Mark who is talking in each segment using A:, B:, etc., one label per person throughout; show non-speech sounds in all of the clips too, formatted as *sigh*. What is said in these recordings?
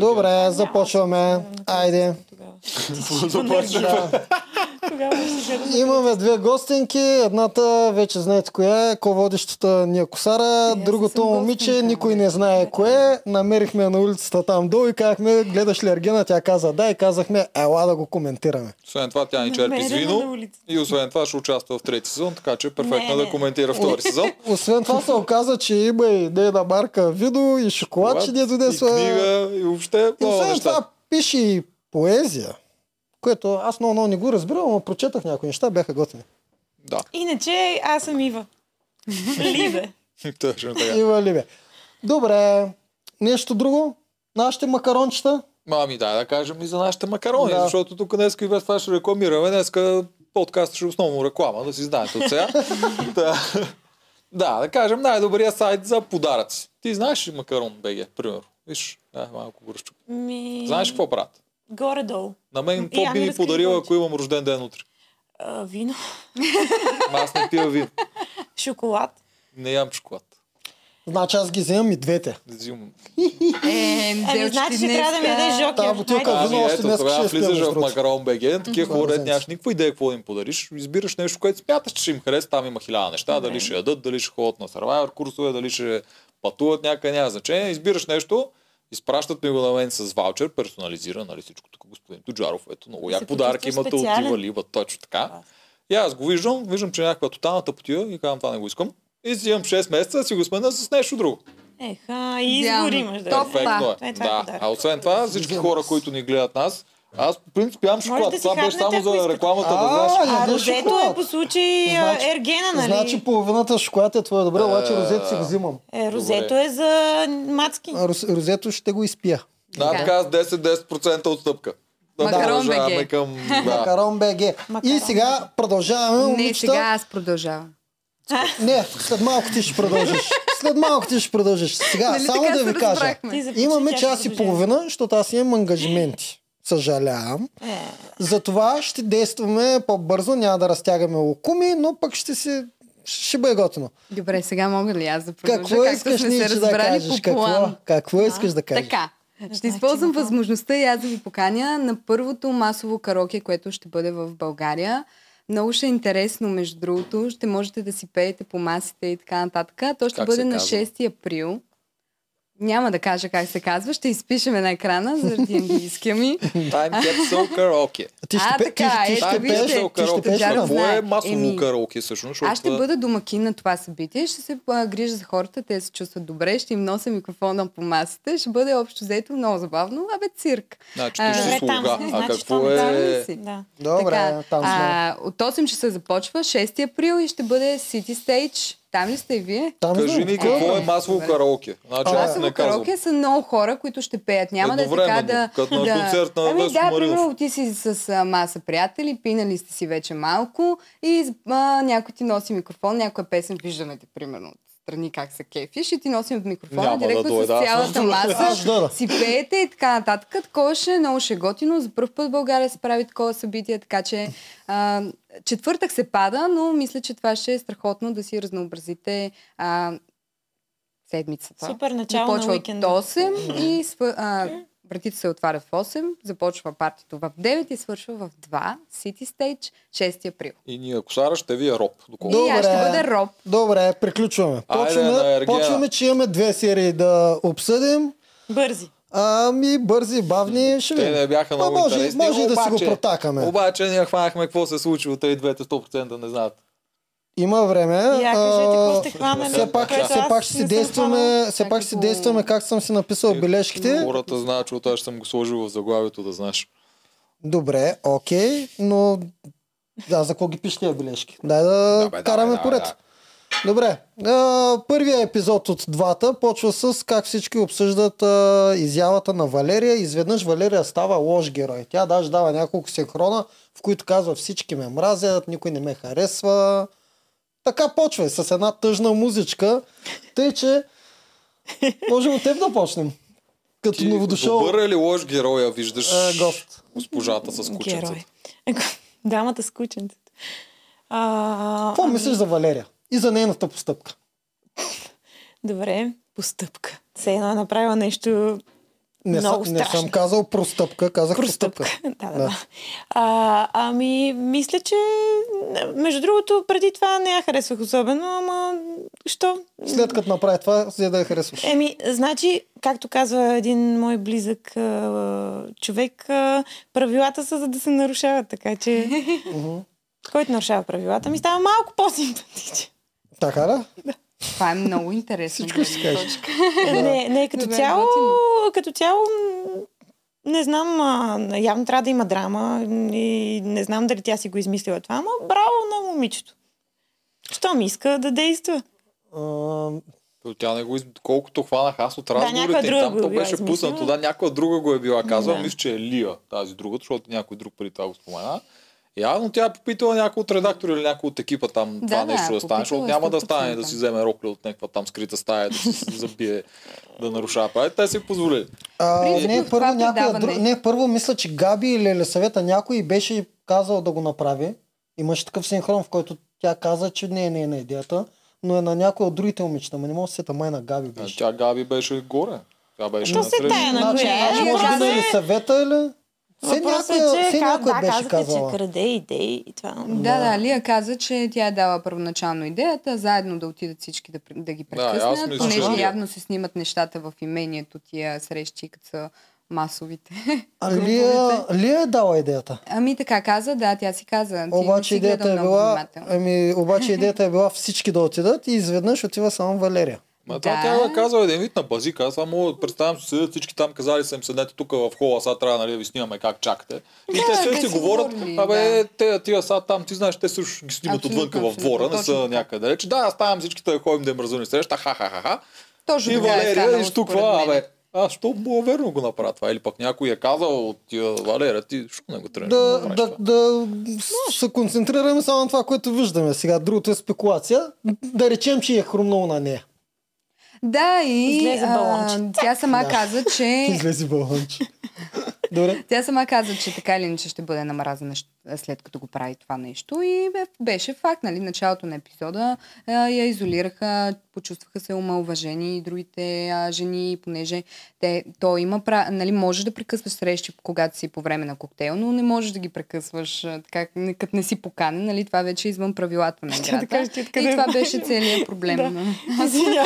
A: Добре, започваме. Айде.
B: Тогава.
A: Да.
B: Тогава ще гледам.
A: Имаме две гостинки. Едната вече знаете коя е, ко-водещата Ния Косара.
B: съм
A: Другото момиче,
B: гостинка,
A: никой
B: моля.
A: не знае кое. е. Намерихме я на улицата там долу и казахме, гледаш ли Ергена? Тя каза да и казахме, ела да го коментираме.
C: Освен това, тя ни
B: Намерена
C: черпи с
B: на
C: вино.
B: улицата.
C: И освен това ще участва в трети сезон, така че е перфектно
B: Не, не.
C: да коментира втори сезон.
A: Освен това се оказа, че има и идейна марка Видо и шоколад, че ни е
C: и
A: донесла.
C: книга, и въобще
A: И
C: много
A: освен това
C: неща.
A: пише и поезия, което аз много, много не го разбирам, но прочетах някои неща, бяха готини.
C: Да, *laughs*
B: Иначе аз съм Ива. Ливе.
C: точно така.
A: Ива Ливе. Добре, нещо друго? Нашите макарончета?
C: Мами, дай да кажем и за нашите макарони,
A: Да.
C: защото тук днес и без това ще рекламираме. Днеска подкаст ще е основно реклама, да си знаете от
A: *laughs*
C: сега. да. да, да кажем най-добрия сайт за подаръци. Ти знаеш ли макарон БГ, примерно? Виж, да, малко го разчупи.
B: Ми...
C: Знаеш какво правят?
B: Горе-долу.
C: На мен
B: И,
C: какво
B: Ами,
C: би ми
B: разкажи
C: подарила,
B: повече.
C: ако имам рожден ден утре?
B: А, вино.
C: Ама Аз не пия вино.
B: Шоколад.
C: Не ям шоколад.
A: Значи аз ги вземам и двете.
C: Не взимам.
D: Е,
B: Ами, значи ще трябва да ми дадеш
A: Та
B: жокер.
A: бутилка
B: Айде.
A: вино.
C: Ами
A: още
C: ето,
A: днес ще
C: тогава
A: изпия,
C: влизаш
A: между
C: в
A: другото.
C: макарон БГ, такива
A: Мгм.
C: хора, дето
A: Да,
C: нямаш никаква идея какво да им подариш. Избираш нещо, което смяташ, че им хареса, там има хиляда неща, дали ще ядат, дали ще ходят на Survivor курсове, дали ще пътуват някъде, няма значение. Избираш нещо, изпращат ми го на мен с ваучер, персонализира, нали всичко тук, господин Туджаров, ето много
B: Да се
C: як подарък
B: почувстваш
C: имате от
B: специален.
C: Ива Либа, точно така. И аз го виждам, виждам, че е някаква тотална тъпотия и казвам, това не го искам. И си имам 6 месеца, да си го сменя с нещо друго.
B: Еха, и избор
D: Идеално.
B: имаш. Да.
D: Топ.
C: Перфектно
B: Това
C: е.
B: е- това е
C: Да.
B: подарък.
C: А освен това, всички
A: Идеално.
C: хора, които ни гледат нас, аз по принцип ям шоколад.
B: да си
C: Това беше
B: хапнете,
C: само
B: ако
C: за
B: искате.
C: рекламата да
A: А,
C: знаеш.
A: ядеш
B: А розето
A: шоколад.
B: е по случай а,
A: Значи-
B: Ергена, нали?
A: Значи половината шоколад е твое. Добре,
C: Е,
A: обаче розето си го взимам.
B: Е, розето е за мацки.
A: А роз- Розето ще го изпия.
C: Да,
D: Така.
C: така с 10-10% отстъпка. Да,
D: Макарон
C: продължаваме
D: БГ.
C: към... Да.
A: Макарон БГ. И
B: Макарон.
A: сега продължаваме.
D: Не,
A: момичета.
D: сега аз продължавам.
A: Не, след малко ти ще продължиш. След малко ти ще продължиш. Сега,
D: Нали
A: само
D: така
A: да
D: се
A: ви кажа.
D: разбрахме?
B: Ти започни
A: Имаме
B: тя
A: час и
B: продължава.
A: половина, защото аз имам ангажименти. Съжалявам.
B: Е,
A: Затова ще действаме по-бързо, няма да разтягаме лукуми, но пък ще си ще бъде готино.
D: Добре, сега мога ли аз да продължа?
A: Какво
D: както
A: искаш
D: сме
A: ни
D: се
A: че да
D: разбрали
A: кажеш?
D: по
A: Какво,
D: план.
A: какво искаш да кажеш?
D: Така. Ще
B: значи
D: използвам
B: направо.
D: възможността и аз да ви поканя на първото масово караоке, което ще бъде в България. Много ще е интересно, между другото. Ще можете да си пеете по масите и така нататък. То ще
C: Как
D: бъде
C: се
D: на
C: казва?
D: 6 април. Няма да кажа как се казва. Ще изпишеме на
C: *laughs*
D: екрана заради английския ми.
C: Time Capsule Karaoke.
A: Ти ще,
D: А,
A: пе-
D: така,
A: ти, ти,
D: ето
A: ще
C: Time
D: вижте,
A: пееш,
C: Capsule
A: ти ще
D: Джаро
A: пееш.
C: Karaoke.
A: ли?
D: Джаров
C: Какво е
D: знае.
C: масово
D: Еми,
C: караоке всъщност? Защото
D: Аз ще
C: това-
D: бъда домакин на това събитие, ще се а, грижа за хората, те се чувстват добре, ще им нося микрофона по масите, ще бъде общо взето много забавно, абе цирк.
C: Значи
D: А,
C: ти ще
B: добре, там
C: слуга.
B: сме,
C: А
B: значи
C: какво
B: там,
C: е...
D: там си.
B: да.
A: Добре, там сме.
D: а, от 8 часа започва, 6 април и ще бъде City Stage. Там ли сте и вие?
A: Там
C: Кажи
A: сме.
C: ни какво е масово
D: Добре.
C: караоке. Значи аз
D: Масово
C: не казвам.
D: караоке са много хора, които ще пеят. Няма да е така
C: Едновременно,
D: да...
C: като на
D: да...
C: концерт на
D: ами
C: Весо
D: да,
C: Маринов.
D: примерно ти си с а, маса приятели, пинали сте си вече малко и а, някой ти носи микрофон, някоя песен, виждаме те примерно от страни как се кефиш и ти носим в микрофона
C: Няма да
D: директно
C: дойда, аз съм
D: с цялата
A: Аз дойда.
D: маса. си пеете и така нататък. Такова ще е много ще е готино. За първ път в България се прави такова събитие, така че а, четвъртък се пада, но мисля, че това ще е страхотно да си разнообразите а, седмицата.
B: Супер начало на
D: Започва от
B: уикенда.
D: 8 и св... а, вратите се отварят в 8, започва партито в 9 и свършва в 2, City Stage, 6 април.
C: И ние, Косара, ще ви е роб. Доколко
A: Добре.
D: И аз ще бъда роб.
A: Добре, приключваме.
C: Айде, на
A: Почваме,
C: Ергена.
A: почваме, че имаме две серии да обсъдим.
B: Бързи.
A: Ами, бързи, бавни, ще
C: Те
A: видим.
C: не бяха
A: Ма
C: много
A: може,
C: интересни.
A: може и да си го
C: обаче-
A: протакаме.
C: Обаче ние хванахме какво се случи от тези двете 100% не знаят.
A: Има време.
B: Я кажете
A: А,
B: какво сте хванали.
A: Все пак,
B: което
A: все
B: аз
A: пак ще си
B: не съм
A: действаме, все пак ще си
D: Някакво-
A: действаме как съм си написал бележките.
C: Хората знаят, че аз съм го сложил в заглавието, да знаеш.
A: Добре, окей, но да, за кого ги пишете тия бележки? Дай да
C: Добре,
A: караме
C: давай,
A: поред.
C: давай,
A: Добре, а, първият епизод от двата почва с как всички обсъждат а, изявата на Валерия. Изведнъж Валерия става лош герой. Тя даже дава няколко синхрона, в които казва всички ме мразят, никой не ме харесва. Така почва и с една тъжна музичка. Тъй, че можем от теб да почнем. Като
C: Ти
A: новодошъл
C: добър или лош героя виждаш
A: а, гост.
C: госпожата с кученцата?
B: Герой. *laughs* Дамата с кученцето. А,
A: Какво мислиш за Валерия и за нейната постъпка?
B: Добре, постъпка. Все едно е направила нещо
A: Не, съм,
B: Много
A: не съм
B: страшно.
A: казал простъпка, казах простъпка.
B: Простъпка. *laughs* Да, да,
A: Да.
B: да. А, ами, мисля, че... Между другото, преди това не я харесвах особено, ама... Що?
A: След като направи това, за да я харесваш.
B: Еми, значи, както казва един мой близък а, човек, а, правилата са за да се нарушават, така че... Който нарушава правилата, ми става малко по-симпатичен.
A: Така да?
D: Това е много интересно.
A: Всичко ще си кажеш.
B: *laughs* Е, не,
D: *laughs*
B: не, като
D: Добре,
B: цяло,
D: готино.
B: като цяло, м, не знам, а, явно трябва да има драма и не знам дали тя си го измислила това, ама браво на момичето. Що ми иска да действа?
A: А,
C: То Тя не го из... Колкото хванах аз от
B: някоя
C: разговорите, им,
B: друга
C: там
B: го
C: то
B: е била
C: беше
B: измислила.
C: пуснато. Да, някоя друга го е била казала.
B: Да.
C: Мисля, че е Лия тази друга, защото някой друг преди това го спомена. Явно тя е попитала някой от редактора или някой от екипа там
D: Да,
C: това
D: да,
C: нещо да стане,
D: попитала
C: защото
D: е
C: няма да
D: 100%.
C: стане да си вземе рокля от някаква там скрита стая, да си *laughs* забие, да нарушава. правила. Те си позволили.
A: А,
D: Принципно
A: не,
D: в това
A: първо, някоя,
D: предаване.
A: друг, не, първо мисля, че Габи или Лесавета някой й беше казал да го направи. Имаше такъв синхрон, в който тя каза, че не, не е на идеята, но е на някоя от другите момичета. Ма не мога да се сета, май на Габи
C: А
A: беше.
C: Тя Габи беше горе. Тя беше
B: Що се
C: насреща.
B: тая Е, на
A: Значи,
B: коя?
A: аз може би
B: Въпросът
A: на
B: е-
A: Елисавета или... Все
B: Въпросът
A: някоя, все
B: ка-
A: някоя
B: да,
A: беше
B: казаха,
A: казала.
B: че краде идеи и това.
D: Да, да, Лия каза, че тя е дала първоначално идеята, заедно да отидат всички да, пр- да ги
C: Да, и аз
D: прекъснат, да,
C: мисля, че
D: понеже
C: Лия.
D: явно се снимат нещата в имението тия срещи, като са масовите.
A: А Ами, Лия, Лия е дала идеята.
D: Ами така каза, да, тя си каза. Ти не
A: Обаче
D: си
A: идеята,
D: гледал
A: е
D: много
A: била,
D: внимателно.
A: ами, обаче идеята е била всички да отидат и изведнъж отива само Валерия.
C: Ма това
D: Да.
C: тя го е казала един вид на базика. Аз само представям, че седят всички там, казали са им седнете тук в хола, сега трябва нали, да ви снимаме как чакате. И те
D: как
C: седят
D: са
C: си говорят,
D: говорили,
C: абе,
D: да.
C: те, тия са там, ти знаеш, те също ги снимат
D: Абсолютно,
C: отвънка в
D: абсолютно,
C: двора, не
D: точно
C: са
D: така.
C: някъде далеч. Да, оставям всичките да ходим да им разумни среща, ха-ха-ха-ха.
D: Точно
C: И
D: така е
C: Валерия
D: станало,
C: е
D: според
C: штуква,
D: мен.
C: абе. А, що мога верно го направя това? Или пък някой е казал от тия Валерия, ти що не го тръгнеш да,
A: да,
C: го
A: да,
C: да,
A: да с- се концентрираме само на това, което виждаме сега. Другото е спекулация. Да речем, че е хрумнал на нея.
D: Да, и
B: Излезе
D: а,
B: балонче.
D: тя сама
A: Да.
D: каза,
C: *laughs*
D: че
A: Излезе балонче. Добре.
D: Тя сама каза, че така или иначе ще бъде намразена щ- след като го прави това нещо и бе- беше факт, нали, началото на епизода а, я изолираха, почувстваха се омалважени и другите а, жени, понеже те, то има, пра- нали, може да прекъсваш срещи, когато си по време на коктейл, но не можеш да ги прекъсваш, а, така, не- като не си поканен, нали, това вече е извън правилата
B: *laughs*
D: на
B: Ще да
D: играта.
B: кажа ти
D: И
B: откъде
D: това
B: *laughs* знаеш.
D: беше целият проблем.
B: Да.
D: на-
B: Извинявай.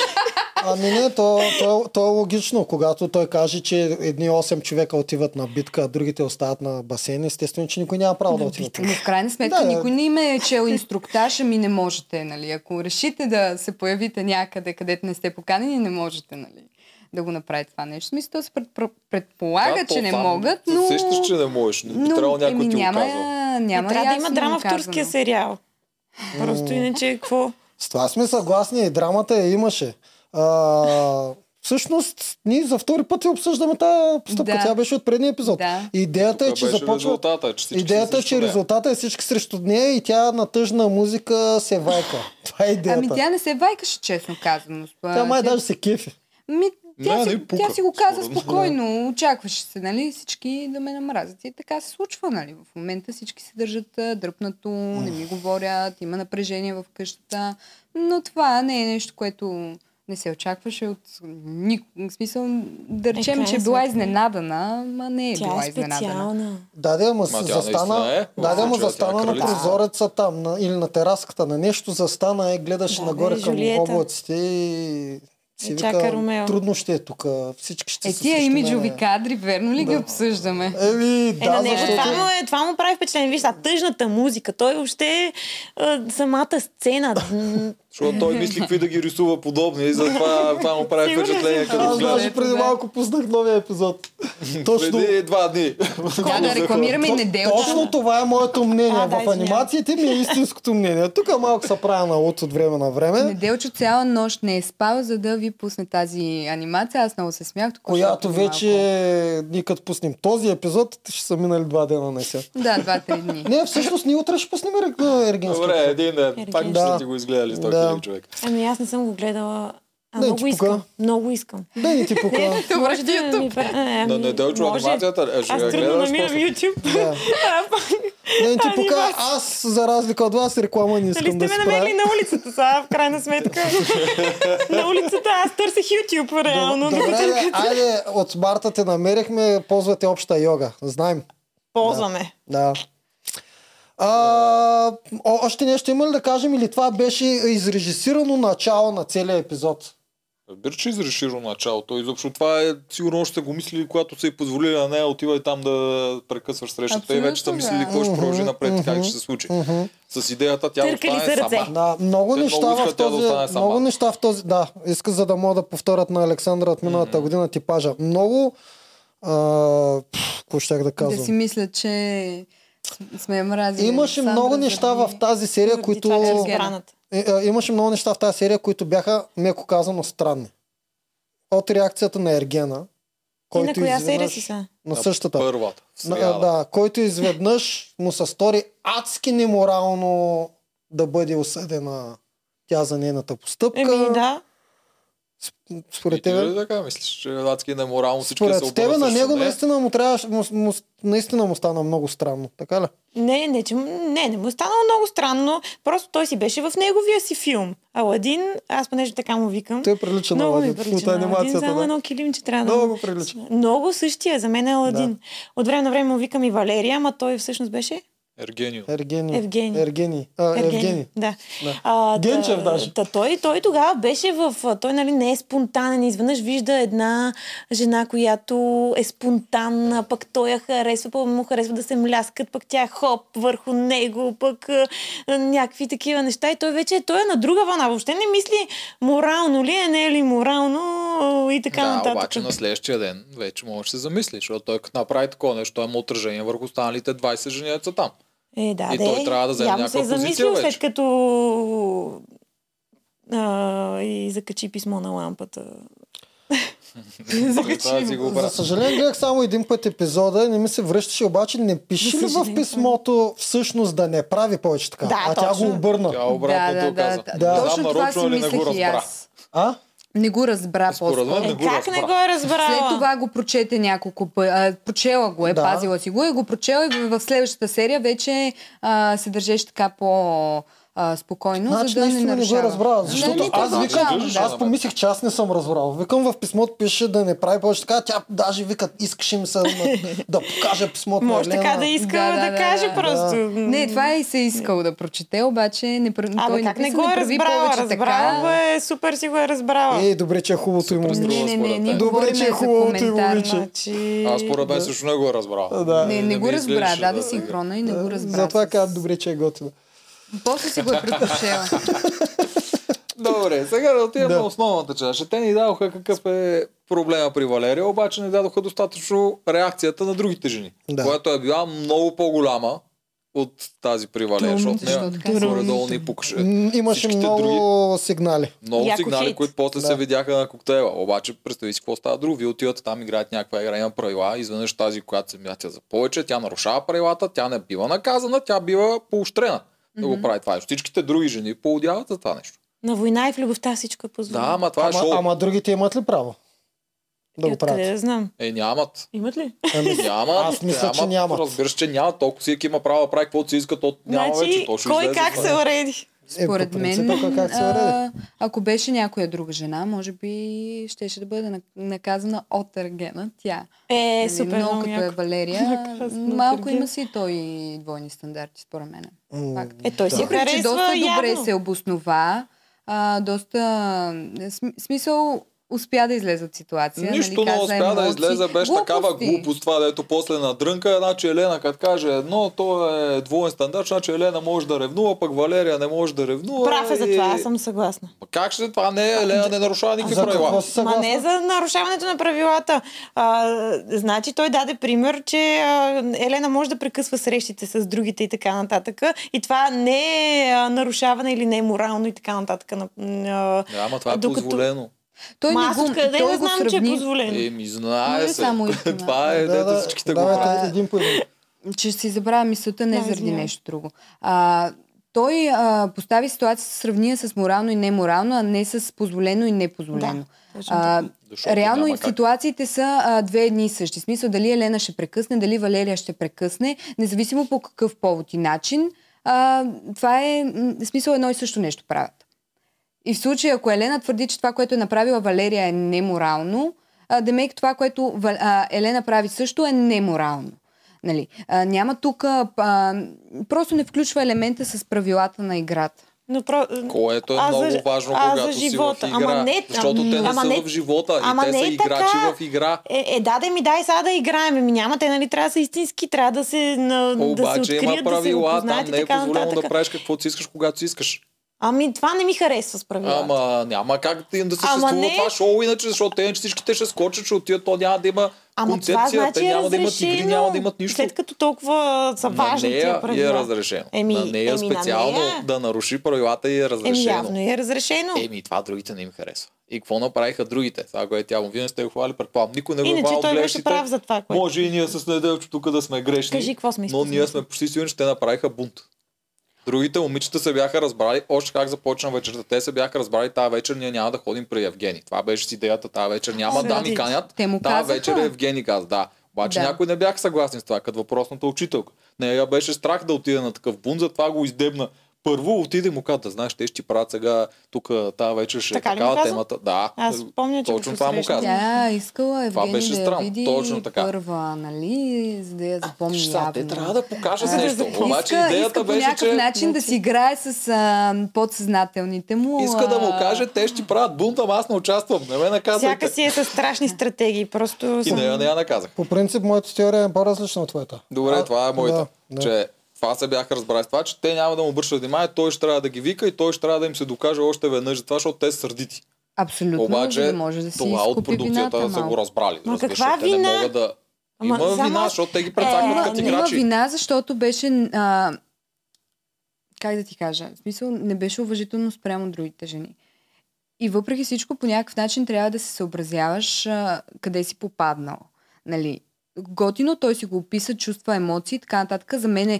A: Ами не, то, то, е- то е логично. Когато той каже, че едни 8 човека отиват на битка, а другите остават на басейн, естествено, че никой няма право да отива.
D: Но в крайна сметка
A: Да,
D: да,
A: да.
D: никой не им е чел инструктаж, ами не можете, нали? Ако решите да се появите някъде, където не сте поканени, не можете, нали? Да го направи това нещо. В Смисъл, то се предпро- предполага, да, че не могат, но...
C: Сещаш, че не можеш. Не би трябвало някой
D: еми,
C: ти го
D: няма, е.
C: казал.
D: няма
B: Е, трябва да
D: ясно
B: има драма в
D: казано.
B: турския сериал. Просто иначе какво?
A: С това сме съгласни и драмата я имаше. А, всъщност, ние за втори път я обсъждаме тази постъпка.
D: Да.
A: Тя беше от предния епизод.
D: Да.
A: Идеята е,
C: Тук
A: че
C: беше
A: започва...
C: резултата, че всички са
A: Идеята е,
C: срещу
A: че
C: нея.
A: резултата е всички срещу нея и тя на тъжна музика се вайка. *laughs* Това е идеята.
D: Ами тя не се вайкаше, честно казано. Спа-
A: тя май даже се кефи.
D: Ми, тя,
C: Не,
D: си,
C: не пука,
D: тя си го каза
C: според мен.
D: спокойно, очакваше се, нали, всички да ме намразят. И така се случва, нали. В момента всички се държат а, дръпнато, не ми говорят, има напрежение в къщата. Но това не е нещо, което не се очакваше от никой. В смисъл, да речем,
B: крайна
D: че е била
B: сметка.
D: изненадана, ма не е
B: Тя
D: била
B: е
D: изненадана.
B: специална.
A: Даде му
C: Ма
A: се
C: тя
A: застана,
C: наистина е.
A: даде му
C: Значи, тя е
A: застана на
C: кралица.
A: прозореца там на, или на тераската, на нещо застана е, гледаше
B: Да,
A: нагоре
B: бе,
A: към
B: Жулиета.
A: облаците и си
B: И
A: вика,
B: чака Ромео.
A: трудно ще е тук, всички ще
D: Е,
A: са
D: тия
A: срещу
D: имиджови
A: мене.
D: кадри, верно ли ги обсъждаме?
A: Еми,
B: Е, на
A: да,
B: него
A: защото...
B: това му, е, това му прави впечатление. Виж, а тъжната музика, той въобще а, самата сцена. м,
C: Защото
D: *laughs*
C: той мисли какви да ги рисува подобни и затова това му прави
B: Сигурно.
C: впечатление като
A: Аз
D: Добре.
C: гледаш.
A: даже преди малко пуснах новия епизод.
B: Е,
A: Точно,
C: Преди два дни.
D: Тя да рекламираме и неделчо.
A: точно това е моето мнение.
B: А, да,
A: в
B: извинявай.
A: анимациите ми е истинското мнение. Тук малко се правя на луд от време на време,
D: Неделчо цяла нощ не е спал, за да ви пусне тази анимация. Аз много се смях. току-що
A: която
D: преди
A: вече,
D: малко.
A: ние като пуснем този епизод, ще са минали два дена на сега.
D: Да, два-три дни.
A: Не, всъщност ние утре ще пуснем е, Ерг- Ергенски.
C: Добре, един
D: Е,
C: ден.
B: Ерген.
C: Пак ще
A: Да.
C: са ти го изгледали с този
A: Да.
C: хиляди човек.
B: Ами аз не съм го гледала. А,
A: Не, ти
B: много
A: пука.
B: искам. Много искам. Е,
A: Да и ти пука.
D: Добре,
B: може да
D: YouTube.
B: ми... пра- А, ами,
C: На неделчо
B: може.
C: анимацията. Е, ще
B: Аз
C: я
B: трудно
C: гледаш.
B: намирам
C: после.
B: YouTube.
A: Да.
B: А, пък-
A: Не, ти
B: Ами
A: пока
B: вас.
A: аз, за разлика от вас, реклама не
B: Дали
A: искам
B: Нали сте
A: да
B: ме намерили
A: спра.
B: на улицата сега, в
A: *laughs*
B: крайна сметка? на улицата аз търсих YouTube, реално.
A: Добре,
B: докато
A: бе, айде, от марта те намерихме, ползвате обща йога. Знаем.
B: Ползваме.
A: Да. А, о- още нещо има ли да кажем или това беше изрежисирано начало на целия епизод?
C: Разбира, че изреширо началото. Изобщо това е, сигурно още го мислили, когато се е позволили на нея, отивай там да прекъсваш срещата и вече са
D: Абсолютно,
C: мислили
D: да.
C: какво ще продължи
A: Мгм,
C: напред, и
A: мгм,
C: как ще се случи.
A: Мгм.
C: С идеята тя
B: Търкали
C: остане
B: се ръце.
C: сама.
A: Да, много
C: Те
A: неща
C: много
A: в
C: искат тя да
A: този...
C: остане сама.
A: много неща в този... Да, иска за да могат да повторят на Александра от миналата
C: Мгм.
A: година типажа. Много... А, пф, какво щях да
D: Да си
A: казвам?
D: мисля, че с- сме я мразили.
A: Имаше
D: Александра
A: много неща в
D: заради-
A: тази серия, които...
B: Това, че е
D: Гена.
B: избраната.
A: Е, е, Имаше много неща в тази серия, които бяха, меко казано, странни. От реакцията на Ергена,
B: Ти на
A: който
B: коя серия
A: изведнъж...
B: си сега?
A: На
C: На
A: същата.
C: Първата. нали, в
A: На,
C: сряда.
A: да, който изведнъж му се стори адски неморално да бъде осъдена тя за нейната постъпка.
B: Еми Ами, да.
C: И
A: Според
C: Е, ти
A: тебе,
C: ли така мислиш, че адски е неморално всички да се
A: според тебе
C: обърнат
A: на
C: срещу
A: него
C: нея?
A: наистина му, трябваше, му, му, наистина му стана много странно, така ли?
B: Не, не, че, м- не, не му е станало много странно. Просто той си беше в неговия си филм. Аладин, аз понеже така му викам.
A: Той прилича на
B: много ми
A: Влади
B: прилича
A: от
B: на Аладин.
A: анимацията.
B: Само
A: Да.
B: едно килимче трябва да...
A: Много
B: му-
A: го прилича.
B: Много същия, за мен е Аладин.
A: Да.
B: От време на време му викам и Валерия, ама той всъщност беше
C: Ергенио.
A: Ергени.
B: Евгений.
A: Ергени. А,
B: Ергени.
A: Евгени.
B: Да.
A: Да.
B: А,
A: Генчев
B: та-
A: даже.
B: Та, той, той тогава беше в... а, Той нали не е спонтанен. Изведнъж вижда една жена, която е спонтанна, пък той я харесва, пък му харесва да се мляскат, пък тя хоп върху него, пък а, а, някакви такива неща. И той вече той е на друга вълна. Въобще не мисли морално ли е, не е ли морално а, и така
C: Да,
B: нататък.
C: обаче на следващия ден вече можеш да се замислиш, защото той като направи такова нещо, той има отражение върху останалите 20 женеца
D: *laughs*
C: там.
B: Е, да,
C: И
B: де.
C: той трябва да вземе
B: Явно се е
C: някаква позиция
B: замислил
C: вече.
B: след като а, и закачи писмо на лампата.
C: Той трябва да си го
A: За
C: обра-
A: съжаление гледах само един път епизода и не ми се връщаше, обаче не пише
B: За
A: ли в
B: съжаление,
A: писмото всъщност да не прави повече така?
B: Да,
A: а тя
B: точно.
A: го обърна.
C: Тя обратното
D: да,
C: каза.
D: да,
A: Да.
D: да.
C: Не
D: Точно
C: знам,
D: това си
C: нарочно ли не го
D: мислех и
C: разбра.
D: аз.
A: А?
D: Не го разбра
C: Според мен
D: по-скоро.
C: не
B: Е,
C: го
B: как не
C: разбра.
B: го е разбрала?
D: След това го прочете няколко пъти. А, прочела го е,
A: Да.
D: да. пазила си го е, го прочела и в следващата серия вече а, се държеше така по... А, спокойно,
A: Значи
D: за да не
A: наистина не го
D: нарушава.
A: е разбрала,
D: Не,
A: защото
D: не,
A: аз
D: това
A: викам,
D: казвам,
A: аз
D: да.
A: помислих, че аз не съм разбрал. Викам в писмото пише да не прави повече така, тя даже вика, искаше ми се на- да покажа писмото на
B: Може така да
A: Елена.
B: иска
D: Да,
B: да,
D: да,
B: да,
D: да,
B: каже
D: да.
B: просто.
D: Не, това е и се е искал да прочете, обаче не, пр-
B: Абе,
D: той
B: как не
D: написа,
B: го е
D: прави
B: разбрала?
D: повече
B: Разбрала го
D: така.
B: е, супер си го е разбрала.
A: Ей, добре, че е хубавото им
C: Супер.
A: момиче.
D: Не, не, не,
C: Добре,
D: ние
A: че е
D: говорим за
A: хубавото и
D: коментар.
A: момиче.
B: Значи...
C: Аз според мен също не го е разбрал.
A: Да.
D: Не, не го
C: ми
D: разбра,
C: изглеждаше
D: даде синхрона и не го разбра.
A: Затова казват добре, че е готино.
D: После си го е препишела.
C: Добре, сега да отидем
A: Да.
C: на основната част. Те ни дадоха какъв е проблема при Валерия, обаче не дадоха достатъчно реакцията на другите жени,
A: Да.
C: която е била много по-голяма от тази при Валерия,
D: Трудно,
C: защото нея
D: защото така.
C: горе долу ни пукаше.
A: М, Имаше
C: Е, Всичките
A: много сигнали.
C: Много
B: Яко
C: сигнали,
B: хейт.
C: които после
A: Да.
C: се видяха на коктейла. Обаче, представи си какво става друго. Вие отивате там, играят някаква игра, има правила. Изведнъж тази, която се мятя за повече, тя нарушава правилата, тя не бива наказана, тя бива поощрена. Да го прави това. Всичките други жени поудяват за това нещо.
B: На война и в любовта всичко е
C: Да,
B: позволено.
C: ама това е
A: Ама,
C: шоу.
A: ама другите имат ли право да
B: И
A: го
B: откъде
A: правят?
B: Да знам.
C: Е, нямат.
B: Имат ли?
A: Ами,
C: Няма.
A: Аз мисля, че нямат.
C: Разбира се, че няма. Толкова всеки има право да прави каквото си иска, то няма вече.
B: значи,
C: То ще
B: кой
C: излезе
B: как
C: това.
B: се уреди?
A: е, по
D: *laughs* Според
A: принцип,
D: мен,
A: ако как се е уреди.
D: а, ако беше някоя друга жена, може би щеше да бъде на- наказана от Ергена, тя.
B: Е,
D: Нали,
B: супер,
D: много
B: много
D: като е
B: яко.
D: Валерия.
B: Наказана от
D: малко
B: Ергена.
D: има си и той двойни стандарти, според мен.
A: М,
D: Факт.
B: Е, той си
A: да.
B: е
D: Въпреки, че
B: Харесва
D: доста добре
B: явно.
D: се обоснова, а, доста а, см- смисъл успя да излезе от ситуация.
C: Нищо
D: нали,
C: не
D: каза
C: успя да
D: емоции.
C: излезе, беше такава
D: Глупости.
C: глупост това, дето после надрънка. Значи Елена, като каже едно, то е двоен стандарт, значи Елена може да ревнува, пък Валерия не може да ревнува.
B: Прав е за
C: и-
B: това, аз съм съгласна.
C: Ма Как ще това? Не, е, Елена не нарушава никакви
A: За какво
C: правила.
A: си
B: Ма не е
A: съгласна?
B: за нарушаването на правилата. А, значи той даде пример, че а, Елена може да прекъсва срещите с другите и така нататък. И това не е а, нарушаване или не е морално и така нататък. На, а,
C: Да, ама това е
B: Докато-
C: позволено.
D: Той не
B: ма аз
D: го,
B: откъде
D: той
B: да
D: го
B: знам, че е
D: сравни,
B: позволено.
C: Еми, знае
D: Моля
C: се. *laughs*
D: само истина.
C: Това е,
A: Да,
C: дето
A: да,
C: всичките го
A: давайте
C: правят.
A: един по един.
D: че си забравя мисълта не
B: Да,
D: заради
B: извинявай.
D: нещо друго. А, той а, постави ситуация сравния с морално и неморално, а не с позволено и непозволено.
B: Да, точно
D: а,
C: Защото
D: реално
C: няма
D: и
C: как.
D: ситуациите са а, две едни и същи. В смисъл дали Елена ще прекъсне, дали Валерия ще прекъсне, независимо по какъв повод и начин. А, това е м, в смисъл едно и също нещо правят. И в случай, ако Елена твърди, че това, което е направила Валерия е неморално, а, демейк това, което Ва- а, Елена прави също е неморално. Нали? А, няма тук... а, А, просто не включва елемента с правилата на играта.
B: Но про...
C: Което е
B: а,
C: много
B: за-
C: важно,
B: а,
C: когато
B: за
C: си в
B: живота.
C: игра.
B: Ама не,
C: защото те не
B: ама
C: са
B: не-
C: в живота
B: ама
C: и те
B: не
C: са
B: е
C: играчи
B: така.
C: в игра.
B: Е, е, даде ми, дай сега да играем. Ами няма, те нали трябва да са истински, трябва да се, на, да се
C: Обаче
B: открият,
C: има правила,
B: да се
C: там
B: опознаят
C: не
B: и
C: е
B: така
C: позволено
B: нататък.
C: да правиш каквото си искаш, когато си искаш.
B: Ами това не ми харесва с правилата.
C: Ама няма как да им да
B: Ама
C: съществува
B: не.
C: това шоу, иначе, защото те иначе всичките ще скочат, ще отидат, то няма да има
B: Ама това
C: концепция,
B: значи
C: те
B: е
C: няма да имат
B: разрешено.
C: игри, няма да имат нищо.
B: След като толкова са
C: На
B: важни тия
C: нея и
B: правила.
C: е разрешено.
B: Еми,
C: на нея е
B: еми, на
C: специално
B: нея. е.
C: да наруши правилата и е
B: Еми
C: разрешено.
B: явно е разрешено.
C: Еми, това другите не им харесва. И какво направиха другите? Това, което тя му, вие не сте го хвали, предполагам. Никой не го е
B: Иначе
C: хвалил
B: той беше
C: гледащите.
B: прав за това, е което.
C: Може и ние с неделчо тук да сме грешни.
B: Кажи, какво сме
C: Но
B: изпуснали?
C: ние сме почти сигурни, че те направиха бунт. Другите момичета се бяха разбрали още как започна вечерта. Те се бяха разбрали тази вечер, ние няма да ходим при Евгений. Това беше с идеята, тази вечер няма да ни
B: Сърдите.
C: канят.
D: Те му
C: Тази
D: казаха.
C: вечер Евгений каза, да. Обаче
D: Да.
C: някой не бяха съгласни с това, като въпросната учителка. Не, я беше страх да отиде на такъв бунт, затова го издебна. Първо отиде и му каза, да знаеш, те ще ти правят сега тук тази вечер ще е
B: Така ли му
C: такава
B: каза?
C: темата. Да,
B: Аз помня, че
C: точно
B: го
C: това му
B: посрещнах.
C: каза.
D: Тя е искала Евгений
C: беше
D: да я
C: странно,
D: види
C: точно така.
D: първа, нали, за да я запомни
C: Ще са,
D: явно.
C: те трябва да покажат
B: А,
C: нещо.
B: иска-
C: Обаче
D: иска,
C: идеята
D: иска по
C: беше,
D: някакъв
C: че
D: начин да си играе с а, подсъзнателните му.
C: иска да му
D: а,
C: каже, те ще ти правят бунт, ама аз не участвам. Не ме наказвайте.
B: Всяка си е със страшни стратегии. Просто
C: И
B: съм...
C: нея не я наказах.
A: По принцип, моята теория е по-различна от твоята.
C: Добре,
A: А,
C: това е моята.
A: Да, да.
C: Че това се бяха разбрали с това, че те няма да му обръщат внимание, той ще трябва да ги вика и той ще трябва да им се докаже още веднъж за това, защото те са сърдити.
D: Абсолютно,
C: Обаче
D: за да може да си
C: това от
D: изкупи
C: продукцията
D: вината
C: са го
D: малко.
C: разбрали.
B: Ма
C: разбираш
B: каква
C: ли? те не
B: вина?
C: могат да...
B: Ама
C: Има
B: само-
C: вина, защото те ги
B: Е,
C: прецакват
D: Има,
C: като
D: има
C: играчи.
D: вина, защото беше... А, как да ти кажа? В смисъл, не беше уважително спрямо другите жени. И въпреки всичко, по някакъв начин трябва да се съобразяваш а, къде си попаднал. Нали? Готино той си го описа, чувства, емоции и така нататък. За мен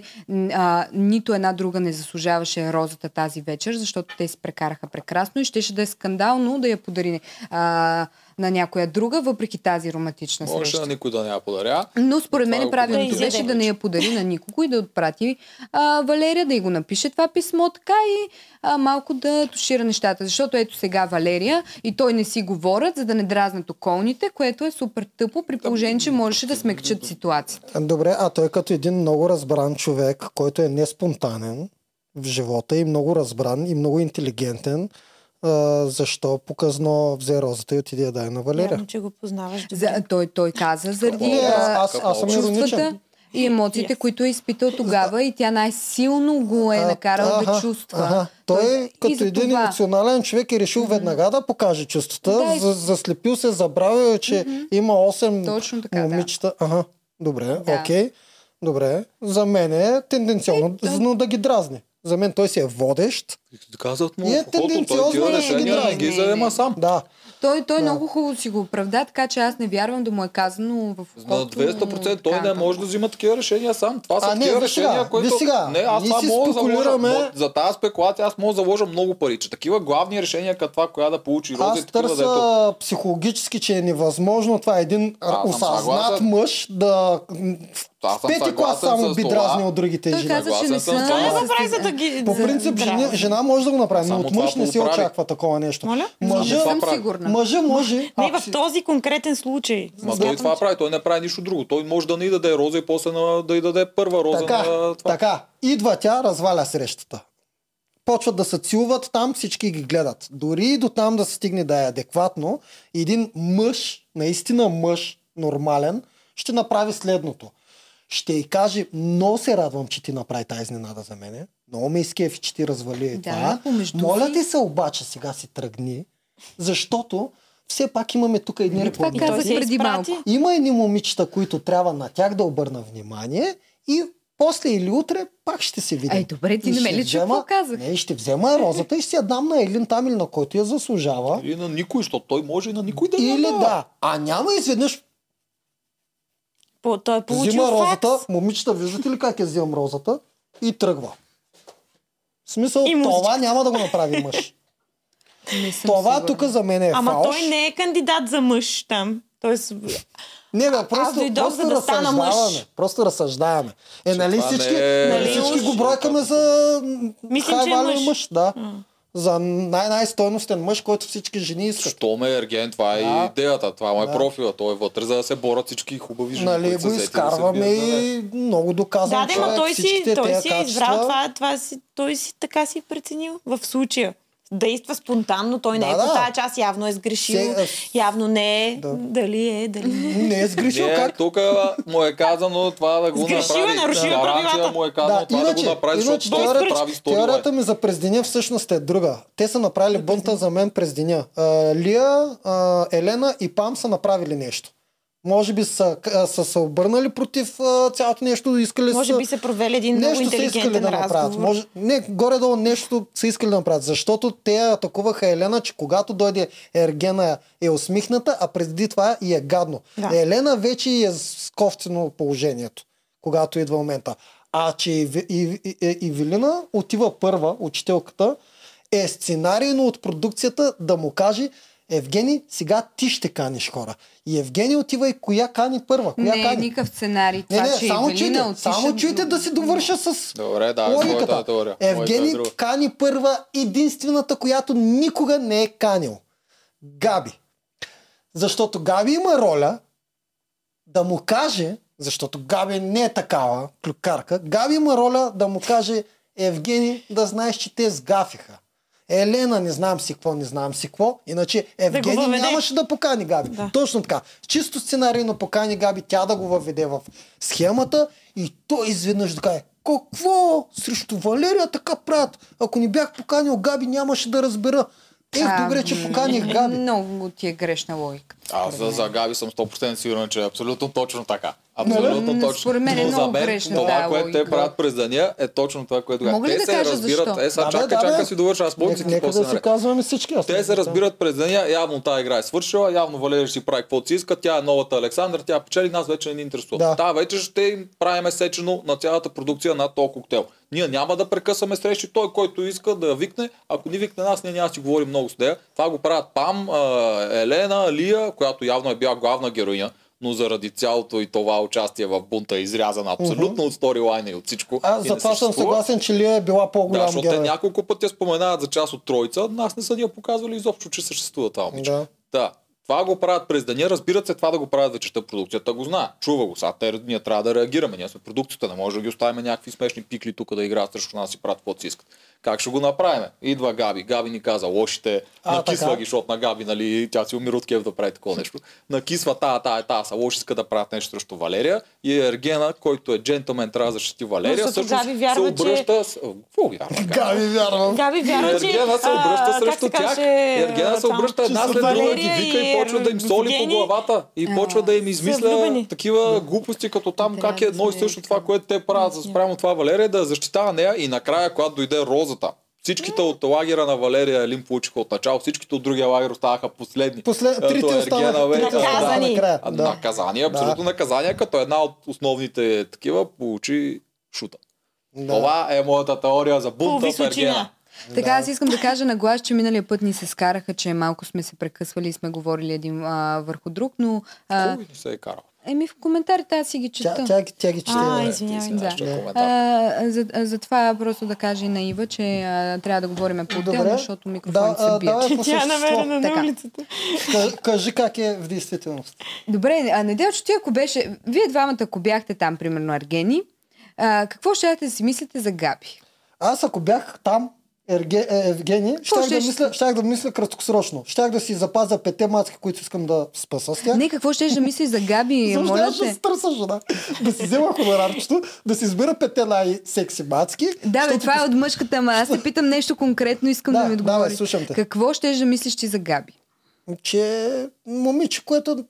D: а, нито една друга не заслужаваше розата тази вечер, защото те си прекараха прекрасно и щеше да е скандално да я подари а, на някоя друга, въпреки тази романтична
C: Можеше
D: среща.
C: на никой да не я подаря.
D: Но според
C: Това
D: мен
C: го
D: правилното
B: коментираме.
D: беше да не я подари на никого и да отпрати а, Валерия да й го напише това писмо, така и а, малко да тушира нещата. Защото ето сега Валерия и той не си говорят, за да не дразнат околните, което е супер тъпо, при положение, че можеше да смекчат ситуацията.
A: Добре, а той е като един много разбран човек, който е неспонтанен в живота и много разбран и много интелигентен, а, защо показно взе розата и отиде да е на Валерия?
B: Явно, че го познаваш добре.
D: За, той, той каза заради
A: Не,
D: а,
A: аз, аз, аз съм
D: чувствата
A: ироничен.
D: и емоциите,
B: Yes.
D: които е изпитал тогава и тя най-силно го е
A: А,
D: накарала да
A: аха,
D: чувства.
A: аха. Той е
D: и
A: като
D: за
A: един
D: това.
A: емоционален човек е решил веднага да покаже
D: Да,
A: чувствата,
D: и-
A: за- заслепил се, забравил, е, че има 8
D: Точно така, да.
A: момичета. Аха, добре,
D: Да.
A: окей. Добре, за мен е тенденциално
D: И-
A: но да ги дразни. За мен той си е водещ.
C: Казват му,
A: Ние
C: в ухото, той
A: тенденциозно
C: тива
D: е
A: не
C: да
A: ги
C: се не
A: дразни.
C: ги заема сам.
A: Да.
D: Той, той много хубаво си го оправда, така че аз не вярвам да му е казано в
C: На 200% той не може да взима такива решения сам. Това са
A: А, не,
C: такива
A: виж
C: решения,
A: сега,
C: които...
A: виж сега,
C: Не, аз
A: ние
C: това
A: си
C: мога да заложа.
A: спекулираме.
C: Мо- За тази спекулация аз мога да заложа много пари, че такива главни решения, като това, коя да получи Рози,
A: Аз
C: такива да е ето.
A: търся психологически, че е невъзможно. Това е един
C: Аз съм
A: осъзнат
C: съгласен.
A: мъж да...
C: Аз
A: В
C: съм
A: пети клас
C: съгласен
A: само
C: с
A: би
C: това.
A: дразнил другите
D: Той
A: жени.
D: каза, че
C: Съгласен
D: не
C: съм
D: са...
C: с това.
B: Той не
C: Това
B: го прави за да ги...
A: По
B: за-
A: принцип,
B: да.
A: жена, жена може да го направи, но
C: Само
A: от
C: това
A: мъж не се
C: го прави.
A: очаква такова нещо.
B: Моля?
A: Мъжа,
D: Не съм
C: прави.
D: сигурна.
A: мъжа може.
B: Не,
A: ако си-
B: в този конкретен случай.
C: Ма той
B: Смятам,
C: това
B: че-
C: прави, той не прави нищо друго. Той може да не й даде роза и после на, да й даде първа роза
A: Така,
C: на това.
A: така. Идва тя, разваля срещата. Почват да се целуват там, всички ги гледат. Дори и до там да се стигне да е адекватно, един мъж, наистина мъж, нормален, ще направи следното. Ще й каже, много се радвам, че ти направи тази изненада за мене. Много ме изкефи, че ти развали и
D: Да,
A: това.
D: помежду
A: Моля
D: си.
A: ти се обаче сега си тръгни, защото все пак имаме тук едни
D: Това
A: рекордни
B: той
D: казах
B: се
D: преди
B: изпрати.
D: малко.
A: има едни момичета, които трябва на тях да обърна внимание и после или утре пак ще се видим.
D: Ай, добре, ти
A: И
D: не ме
A: ще
D: ли чу какво казах?
A: Не, ще взема розата и ще я дам на Елин там или на който я заслужава.
C: Или на никой, защото той може и на никой да
A: Или
C: дава.
A: да, а няма изведнъж
B: По, той е получил
A: взима
B: факс.
A: розата, момичета, виждате ли как я взимам розата и тръгва. В смисъл,
B: И музичка.
A: това няма да го направи
D: *laughs*
A: мъж.
D: Не съм
A: това
D: сигурна.
A: тук за мен е
B: Ама
A: фалш.
B: той не е кандидат за мъж там. Тоест,
A: Не, бе, просто,
B: дойдох,
A: просто
B: за да стана мъж.
A: разсъждаваме. Просто разсъждаваме. Е,
C: Че
A: нали
C: това не
A: всички,
C: е-
A: нали
B: Нали,
A: всички
B: уж-
A: го бройкаме за
B: Мислим, че е
A: хайвален
B: мъж.
A: мъж. да. За най-най-стойностен мъж, който всички жени искат.
C: Що ме ерген, това е
A: Да.
C: идеята, това му е
A: Да.
C: профила, той е вътре, за да се борят всички хубави жени.
A: Нали
C: които са
A: го
C: взети да се
A: изкарваме
C: бият за нея.
A: и много доказан
B: да, да,
A: човек.
B: но той си,
A: Всичките
B: той
A: тези
B: си е
A: качества-
B: избрал това, това си, той си така си е преценил в случая. Действа спонтанно, той не
A: Да,
B: е по
A: да.
B: тази част, явно е сгрешил,
A: Се- аз-
B: явно не е,
A: Да.
B: дали е, дали не е.
A: Не е сгрешил
C: Не,
A: как?
C: тук му е казано това да го
B: Сгрешила,
C: направи.
B: нарушила
C: Гаранция
B: правилата.
C: му е казано това да го направи, защото ще
A: теорията-
C: направи 100
A: теорията
C: долара.
A: ми за през деня всъщност е друга. Те са направили бунта за мен през деня. А, Лия, а, Елена и Пам са направили нещо. Може би са, к- а, са се обърнали против а, цялото нещо, искали
B: Може
A: са...
B: би са провели един много
A: Нещо са искали
B: интелигентен
A: да направят.
B: разговор.
A: Може... Не, горе-долу нещо са искали да направят. Защото те атакуваха Елена, че когато дойде Ергена е усмихната, а преди това и е гадно.
B: Да.
A: Елена вече й е скофтено положението, когато идва момента. А че Иви- и- и- и- Ивелина отива първа, учителката, е сценарийно от продукцията да му каже Евгений, сега ти ще каниш хора. И Евгений отива и коя кани първа? Коя
D: не е
A: кани?
D: никакъв сценарий.
A: Не,
D: Това,
A: не,
D: че
A: само
D: Евелина
A: чуйте,
D: отиша-
A: само чуйте да си довърша с
C: Добре, да,
A: логиката.
C: твоята теория. Моята е
A: Евгений
C: друга.
A: кани първа единствената, която никога не е канил. Габи. Защото Габи има роля да му каже, защото Габи не е такава клюкарка, Габи има роля да му каже Евгений да знаеш, че те сгафиха. Елена, не знам си какво, не знам си какво. Иначе Евгений
B: въведе.
A: нямаше да покани Габи.
B: Да.
A: Точно така. Чисто сценарийно покани Габи, тя да го въведе в схемата и той изведнъж да каже, какво срещу Валерия така правят? Ако не бях поканил Габи, нямаше да разбера. Ех,
D: А,
A: добре, че
D: м,
A: поканих Габи.
D: Много ти е грешна логика.
C: Аз за, за Габи съм 100% сигурен, че е абсолютно точно така.
A: Нали?
C: Абсолютно
D: М,
C: точно.
D: според мен е
C: Но
D: много
C: за мен
D: грешна
C: това,
D: тая
C: което те
D: логика.
C: правят през деня, е точно това, което
D: Мога ли
C: Те
D: да
C: се
D: кажа
C: разбират.
D: защо?
C: Е, сега
A: Да, бе,
C: чакай,
A: да, бе.
C: чакай, си довърша. Аз помня
A: Нека,
C: ти какво
A: нека
C: се
A: да си
C: наред.
A: казваме всички. аз не
C: Те
A: знам.
C: се разбират през деня, явно тая игра е свършила, явно Валерия ще си прави каквото си иска, тя е новата Александър, тя печели, нас вече не ни интересува.
A: Да.
C: Та вече ще им правиме сечено на цялата продукция на този коктейл. Ние няма да прекъсваме срещи, той който иска да викне, ако ни викне нас, ние няма да си говорим много с нея. Това го правят Пам, а, Елена, Лия, която явно е била главна героиня, но заради цялото и това участие в бунта е изрязана абсолютно от сторилайна и от всичко.
A: Аз
C: и
A: за
C: не
A: това съм
C: съществува.
A: съгласен, че Лия е била
C: Е, Да,
A: по-голям
C: защото те
A: герой.
C: няколко пъти я споменават за част от троица, нас не са ни я показвали изобщо, че съществува това момиче.
A: Да.
C: Да. Това го правят през деня, разбират се, това да го правят вечерта. Продукцията го знае. Чува го. Сега те, ние трябва да реагираме. Ние сме продукцията, не може да ги оставим някакви смешни пикли тук да играят срещу нас и правят каквото си искат. Как ще го направим? Идва Габи. Габи ни каза, лошите,
A: А,
C: накисва
A: така.
C: ги, защото на Габи, нали, тя си умира от кев да прави такова нещо. Накисва тая, тая, тая, са лоши иска да правят нещо срещу Валерия. И Ергена, който е джентълмен, трябва да защити Валерия.
B: защото
C: Всъщност
B: Габи
C: се
B: вярва, че-
C: обръща. с- Какво вярва? Габи?
A: Габи, вярвам.
B: Габи вярва, че...
C: Ергена се
B: Значи, а,
C: обръща
B: как
C: срещу
B: се
C: тях.
B: каже,
C: Ергена се
B: там? е
C: обръща една
A: че
C: след
A: са
C: друга и ги
B: Валерия
C: вика и
B: и
C: почва да им соли по
B: Евгений.
C: главата. И почва да им измисля
B: влюбени.
C: такива глупости, като там как е едно и също това, което те правят
B: Е.
C: за спрямо това Валерия, да защитава нея и накрая, когато дойде розата.
B: Е.
C: Всичките от лагера на Валерия Елин получиха от начало, всичките от другия лагер оставаха последни.
A: Послед...
C: Ето,
A: Трите
C: Ергена
A: останаха.
C: вече-
A: трите останаха
B: Наказани.
A: накрая.
C: е А,
A: Да.
C: Наказание, абсолютно наказание, като една от основните такива получи шута.
A: Да.
C: Това е моята теория за бунта в
B: Половисочина.
C: Ергена.
D: Така, аз искам да кажа на глас, че миналия път ни се скараха, че малко сме се прекъсвали и сме говорили един а, върху друг, но а,
C: Кой не се е карал?
D: еми в коментарите аз си ги
A: Тя,
D: чета.
A: тя, ги- тя ги чете.
B: А,
A: да.
B: из- извинявай.
C: Да.
D: Да.
C: Ще е коментар.
D: А, за, а, за това просто да кажа и на Ива, че а, трябва да говорим по-отделно,
A: Добре.
D: защото
A: Да,
D: микрофоните
A: а,
D: се бият.
A: давай по
B: Тя е
A: същество.
B: намерена
D: Така.
B: на улицата.
A: Ка- Кажи как е в действителност.
D: Добре, а Неделчо, ти ако беше... Вие двамата, ако бяхте там, примерно, Аргени, а, какво ще да си мислите за Габи?
A: Аз ако бях там, Ерге, е, Евгений, щях да,
D: щеш?
A: мисля, щях да мисля краткосрочно. Щях да си запазя пете мацки, които искам да спаса с тях.
D: Не, какво ще да мислиш за Габи,
A: *laughs* Защо
D: моля
A: аз ще
D: те?
A: се търся жена? Да си взема хонорарчето, да си избера пете най-секси мацки.
D: Да, бе,
A: защото
D: това е от мъжката, ама аз те питам нещо конкретно, искам да,
A: Да,
D: ми
A: давай,
D: отговориш.
A: слушам те.
D: Какво ще да мислиш ти за Габи?
A: че момиче, което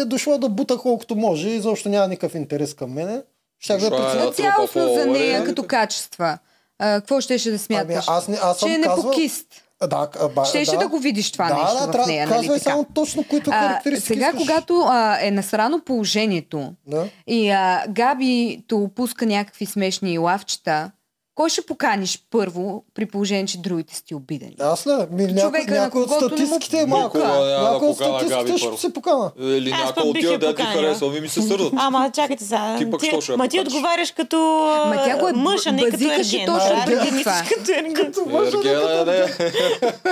A: е дошло да бута колкото може и заобщо няма никакъв интерес към мене. Щях да
C: Шо е,
A: преценя.
C: да,
D: А
C: трупа
D: цялостно за
C: фолуари,
D: нея
C: нали?
D: като качества. А, какво ще да
A: Ами,
D: смяташ?
A: аз, не, аз съм
D: че е
A: казвал...
D: непокист.
A: Да, а, ба,
D: Щеше да го видиш това
A: да,
D: нещо
A: да,
D: в
A: трябва-
D: нея, нали
A: Казвай
D: така?
A: само точно които
D: А,
A: характеристики
D: сега,
A: искаш.
D: когато а, е насрано положението
A: Да.
D: и а, Габи то опуска някакви смешни лавчета, Кой ще поканиш първо, при положение, че другите сте обидени?
A: Аз ли? Ми, няко,
D: Човека, на
A: някой от
D: когото не му
A: статистиките е
D: пука.
A: малко.
D: Никога
C: няма да
A: Някой от
C: покана
A: статистиките
C: Габи
A: ще
C: първо.
A: се покана. *laughs*
C: Или
B: Аз
C: някой
B: пък
C: от
B: бих
C: тия
B: я
C: да ти
B: поканила.
C: харесва, ми ми се
D: *laughs*
C: сърдат.
B: Ама чакайте сега.
C: Ти пък
B: ти,
C: що ще я
B: ма ти
C: покажеш?
B: отговаряш като
D: Ма тя го е
B: мъж, а не
D: б-
B: като
D: базикаше
B: ерген.
D: точно
B: Да,
A: преди
B: ерген
D: това.
B: си като ерген.
C: Ергена, Е, не. *laughs*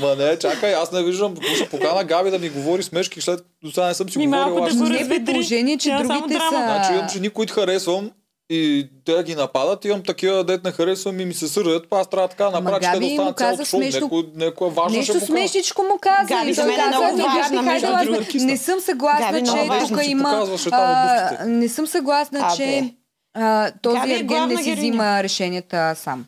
C: Ма не, чакай, аз не виждам. Ще покана Габи да ми говори смешки, след до сега не съм си
B: Ми, малко
C: говорил.
B: да
C: аз
B: го
C: не
D: Не при
B: разведри.
D: положение, че
B: Тя само
D: другите
B: драма.
D: са...
C: Значи имам жени, които харесвам и те ги нападат, имам такива, дет не харесвам и ми се сърдят, па аз трябва така да
D: Ама
C: направя, че те да
D: Габи му
C: останат
D: каза
C: цялото шоу.
D: смешно-
C: Някой, някоя важна е ще
D: Нещо
C: покана.
D: смешничко му каза.
B: Габи,
D: и
B: за
D: той
B: мен е
D: каза,
B: много
D: ми, Габи,
B: важна, между
D: казала,
C: другото.
D: Не съм съгласна,
B: Габи, много
D: че
B: важно,
D: тук
C: че
D: има...
C: показваше там
D: а,
C: обувките.
D: Не съм съгласна,
B: Абе.
D: че а, този
B: Габи е
D: ерген не
B: главна
D: си
B: героиня.
D: взима решенията сам.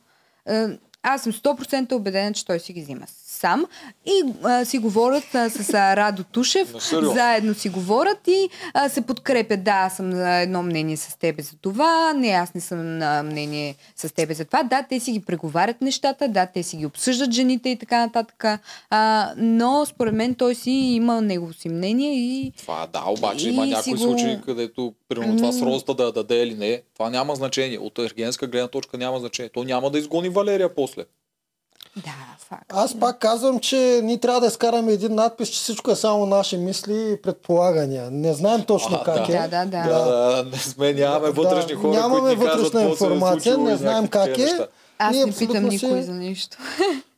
D: А, Аз съм 100% убедена, че той си ги взима сам. И а, си говорят а, с а, Радо Тушев,
C: На сериозно?
D: заедно си говорят и а, се подкрепят. Да, аз съм на едно мнение с тебе за това, не, аз не съм на мнение с тебе за това. Да, те си ги преговарят нещата, да, те си ги обсъждат жените и така нататък. А, но според мен той си има негово си мнение и
C: Това е да, обаче
D: И
C: има
D: си
C: някои
D: го-
C: случаи, където примерно това с роста да я даде или не, това няма значение. От ергенска гледна точка няма значение. То няма да изгони Валерия после.
D: да, факт.
A: Аз пак казвам, че ние трябва да изкараме един надпис, че всичко е само наши мисли и предполагания. Не знаем точно
C: А,
A: как е.
C: да.
D: Да, да, да.
C: Да, да, не сме, нямаме
A: Да,
C: вътрешни хора,
A: нямаме
C: които ни казват,
A: вътрешна
C: какво се е
A: информация,
C: случило
A: не
C: и
A: знаем
C: някакви
A: как
C: такива
A: е.
C: неща.
D: Аз
A: Ние
D: не питам
A: абсолютно си-
D: никой за нищо.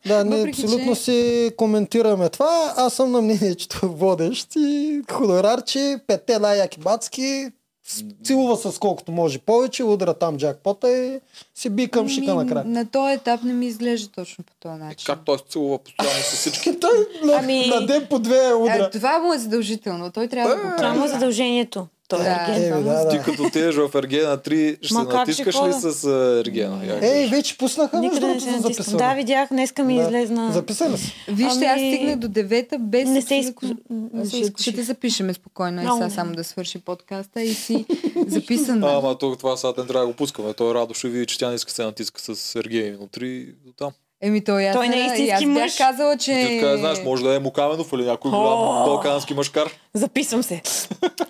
A: Да, ние
D: Въпреки,
A: абсолютно
D: че-
A: си коментираме това. Аз съм на мнение, че той е водещ и хонорарчи, петте най-яки бацки, с- целува с колкото може повече, удра там джакпота и си би към шика
D: Ми,
A: накрая. *laughs*
D: На този етап не ми изглежда точно по този
C: Е,
A: Значи-
D: начин.
C: Как той се целува постоянно с всички?
A: Той на,
B: Ами-
A: на ден по две
D: А,
A: удра.
D: това му е задължително. Той трябва да го
B: Това му е
D: прави.
B: задължението. Той е
D: Да.
B: ерген.
A: Е,
D: това
A: бе,
D: му
A: да,
C: Ти
A: да.
C: като отидеш в Ергена 3, ще
B: Ма
C: се
B: как ще
C: натискаш ли
B: хода?
C: с а, Ергена? Я
A: Ей,
C: кажеш.
A: вече пуснаха между
B: Никъде не
A: другото
B: се
A: за
B: натискам.
A: записване.
B: Да, видях, днеска ми
A: Да.
B: излезна. *laughs*
A: Записали си?
D: Вижте, аз
B: Ами,
D: стигна до девета без...
B: Не се
D: абсолютно-
B: изку- не се
D: Ще, ще
B: изкуших.
D: те запишеме спокойно. Е,
B: Много
D: сега
B: не.
D: само да свърши подкаста и си *laughs* записана.
C: А, Ама тук това сега не трябва да го пускаме. Той радо ще види, че тя не иска да се натиска с Сергей минутри и до там.
D: Еми, той аз,
B: Той не е
D: и аз
B: истински
D: бях
B: мъж.
D: казала,
C: Е... Ти
D: че...
C: така, знаеш, може да е Мукаменов или някой
B: О!
C: голям балкански мъжкар.
B: Записвам се.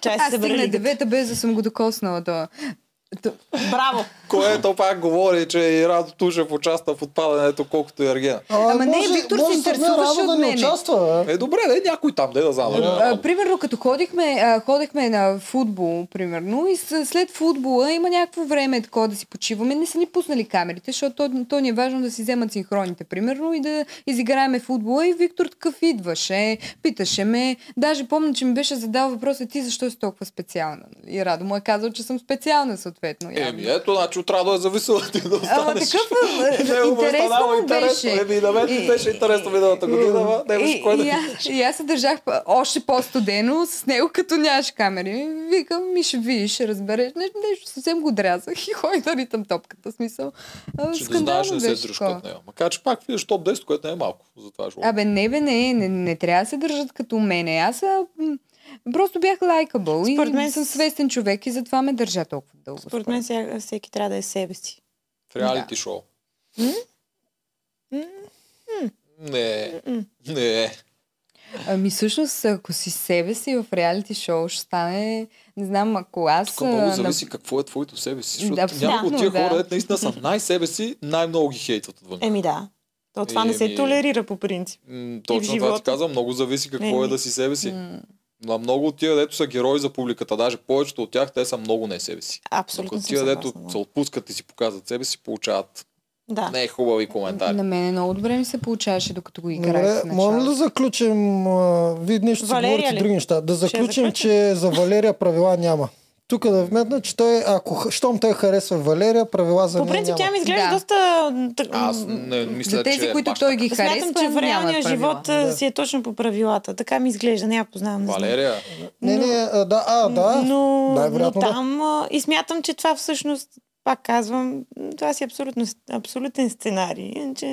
B: Чай се
D: Аз
B: събера
D: стигна
B: лигата.
D: девета без да съм го докоснала. То. То...
B: Браво!
C: Което пак говори, че и Радо Тушев участва в отпадането, колкото и Ергена.
A: А,
D: Ама не,
A: може-
D: Виктор се
A: може с мен
D: интересуваше
A: Радо
D: от
A: да не
D: мене.
A: участва. бе.
C: Е, добре, да е някой там, да да знам.
A: Да.
C: Да.
D: А, примерно, като ходихме, а, ходехме на футбол, примерно, и с- след футбола има някакво време такова да си почиваме. Не са ни пуснали камерите, защото то, то ни е важно да си вземат синхроните, примерно, и да изиграеме футбола. И Виктор такъв идваше, питаше ме. Даже помня, че ми беше задал въпроса ти защо си толкова специална. И Радо му е казал, че съм специална, съответно. явно.
C: Еми, ето, значи от Радо е зависела ти да останеш.
D: Ама такъв а,
C: Него му е
D: *laughs* интересно
C: станало
D: му беше.
C: интересно. Еми, и на мен ми
D: И-
C: беше интересно миналата година, ама не беше
D: И,
C: кой да...
D: Е, и, аз, и аз се държах па- още по-студено с него, като нямаш камери. Викам, ми ще видиш, ще разбереш. Не, нещо съвсем го дрязах и хой да ритам топката. Смисъл.
C: Че
D: А,
C: да знаеш,
D: Скандално
C: не
D: беше.
C: се е дръжка
D: такова.
C: от нея. Макар, че пак виждаш топ 10, което не е малко за това жлоб.
D: Абе, не, бе, не, не, не трябва да се държат като мене. Аз а, м, просто бях лайкабъл и
B: Според мен
D: съм
B: с-
D: свестен човек и затова ме държа толкова дълго.
B: Според мен сега- всеки трябва да е себе си.
C: В реалити шоу. Не,
B: М-м.
C: не.
D: Ами всъщност, ако си себе си в реалити шоу, ще стане, не знам, ако аз...
C: Тук много
D: а,
C: зависи какво е твоето себе си.
D: Да,
C: Защото някои от тия
D: абсолютно, да.
C: хора, дето наистина са най-себе си, най-много ги хейтват отвън.
B: Еми да. То това не
C: Еми-
B: се толерира по принцип.
C: М,
B: Е, И в
C: Точно това ти
B: живота.
C: казвам. Много зависи какво
B: Еми.
C: е да си себе си.
D: м,
C: На много от тия, дето са герои за публиката, даже повечето от тях, те са много не себе си.
B: Абсолютно
C: Докато
B: съм
C: тия, дето
B: съгласна, да.
C: се отпускат и си показват себе си, получават
B: Да.
C: не е хубави коментари.
D: На мен много добре ми се получаваше, докато го играех
A: Добре,
D: в
A: можем ли да
D: началото.
A: заключим, а, вие днес ще си
B: Валерия
A: говорите
B: ли?
A: други неща, да заключим,
B: заключим.
A: че за Валерия правила няма. Тук да вметна, че той, ако х- щом той харесва Валерия, правила за
B: По
A: нея
B: принцип тя
A: няма.
B: ми изглежда
D: Да.
B: доста... м, так-
C: Аз
B: м,
C: не мисля,
D: За тези,
C: че е
D: които
C: баш
D: той
C: така.
D: ги харесва,
B: Смятам, че в реалния
D: нямат
B: живот
D: правила.
A: Да.
B: да. си е точно по правилата. Така ми изглежда. Не я познавам. Не знам.
C: Валерия,
A: Не, не, а, да, а, да.
B: но, но
A: най-вероятно да.
B: там... а, И смятам, че това всъщност, пак казвам, м, това си е абсолютно, абсолютен сценарий. Че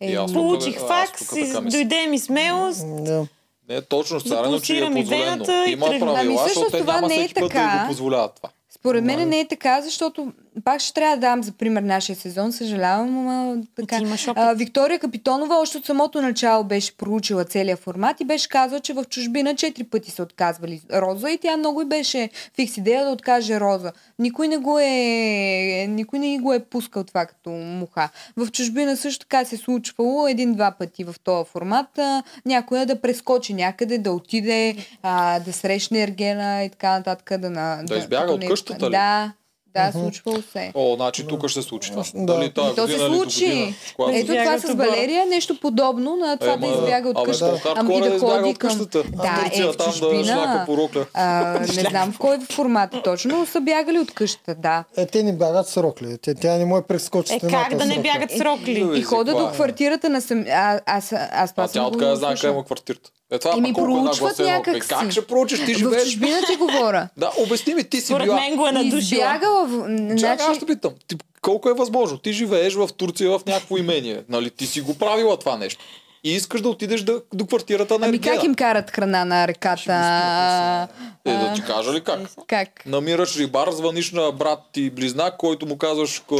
B: е
C: И аз тук,
B: получих
C: аз
B: факс,
C: тук така
B: и
C: мисля.
B: дойде ми смелост.
A: Да.
C: не е точно сцарено, че е
B: Запулсира ми
C: позволено.
B: вената и
C: Има
B: тръгна.
C: правила,
D: Ами всъщност
C: защото те
D: това
C: няма
D: не е
C: всеки път да
D: така.
C: го позволяват това.
D: Според мен не е така, защото пак ще трябва да дам за пример нашия сезон, съжалявам, ама така.
B: Ти имаш опит.
D: А, Виктория Капитонова още от самото начало беше проучила целия формат и беше казала, че в чужбина четири пъти са отказвали Роза и тя много и беше фикс идея да откаже Роза. Никой не го е, никой не го е пускал това като муха. В чужбина също така се е случвало един-два пъти в този формат. А, някоя да прескочи някъде, да отиде, а, да срещне Ергена и така нататък. Да, на,
C: Да избяга от
D: не-
C: къщата ли?
D: Да, да,
A: Мгм.
D: случвало се.
C: О, значи тук ще се случи това.
A: Да.
C: Дали тази
D: И то се
C: година, дали до
D: случи.
C: година, когато-
D: Ето това
B: Избягат
D: с
B: от бара.
D: Валерия е нещо подобно на това
C: Ема,
D: да избяга от
C: абе,
D: къща.
C: то
D: Ама и
C: хардкора
D: да ходи
C: от
D: към...
C: къщата.
D: Да,
C: Турция,
D: е, в
C: там да шляка
D: чужбина.
C: по рокля.
D: А, не знам в кой формат точно, но са бягали от къщата, да.
A: Е, те не бягат с рокли. Те, тя не може прескочи
B: Е,
A: стената
B: как да
A: с
B: не
A: рокля.
B: бягат с
C: Е,
B: рокли?
D: И хода
C: каква
D: до
C: е?
D: квартирата на сам... А, аз, аз това
C: А тя
D: съм
C: откъде
D: го
C: знае къде
D: слушала.
C: има квартирата. Е, това
D: Еми,
C: пак колко една
D: проучват
C: гласена. Бе,
D: някак
C: Е, Как
D: си. Е,
C: ще проучиш? Ти
D: В
C: живееш.
D: чужбина ти говоря.
C: Да, обясни ми, ти си
B: Според
C: била.
B: мен го е надушила.
D: Избягала в... значи...
C: Чакай, аз те питам. Ти, колко е възможно? Ти живееш в Турция в някакво имение. Нали? Ти си го правила това нещо. И искаш да отидеш да, до квартирата на
D: Ами
C: Ергена.
D: как им карат храна на реката?
C: Е, да ти кажа ли как?
D: Как?
C: Намираш рибар, звъниш на брат ти близнак, който му казваш а,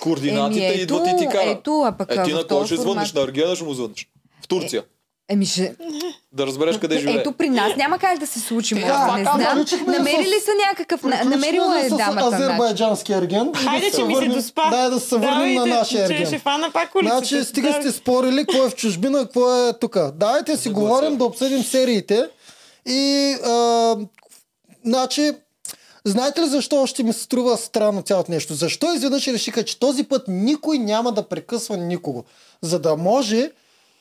C: координатите,
D: Еми,
C: идват и ти кара.
D: ето, а пък
C: е, ти
D: в
C: на кой
D: този
C: ще
D: формат-
C: звъниш? На Аргена ще му звъниш. В Турция.
D: Еми ще...
C: Да разбереш къде живее.
D: Ето при нас няма как да се случи, може
A: аз
D: да не
A: пак
D: знам.
A: приключихме
D: Намерили
A: с-
D: са някакъв... на-
A: Приключихме
D: Намерила
A: ли
D: е
A: с
D: дамата. значи.
A: азербайджански ерген. И
B: Хайде,
A: да
B: че ми се
A: върнем-
B: доспа.
A: Да, да се върнем на
B: Давайте,
A: нашия
B: че Ще
A: ерген.
B: фана пак улицата.
A: Значи, стига
B: Да.
A: сте спорили, какво е в чужбина, какво е тук. Давайте си
C: Да,
A: говорим,
C: да.
A: да обсъдим сериите. И, а, значи, знаете ли защо още ми се струва странно цялото нещо? Защо изведнъж решиха, че този път никой няма да прекъсва никого? За да може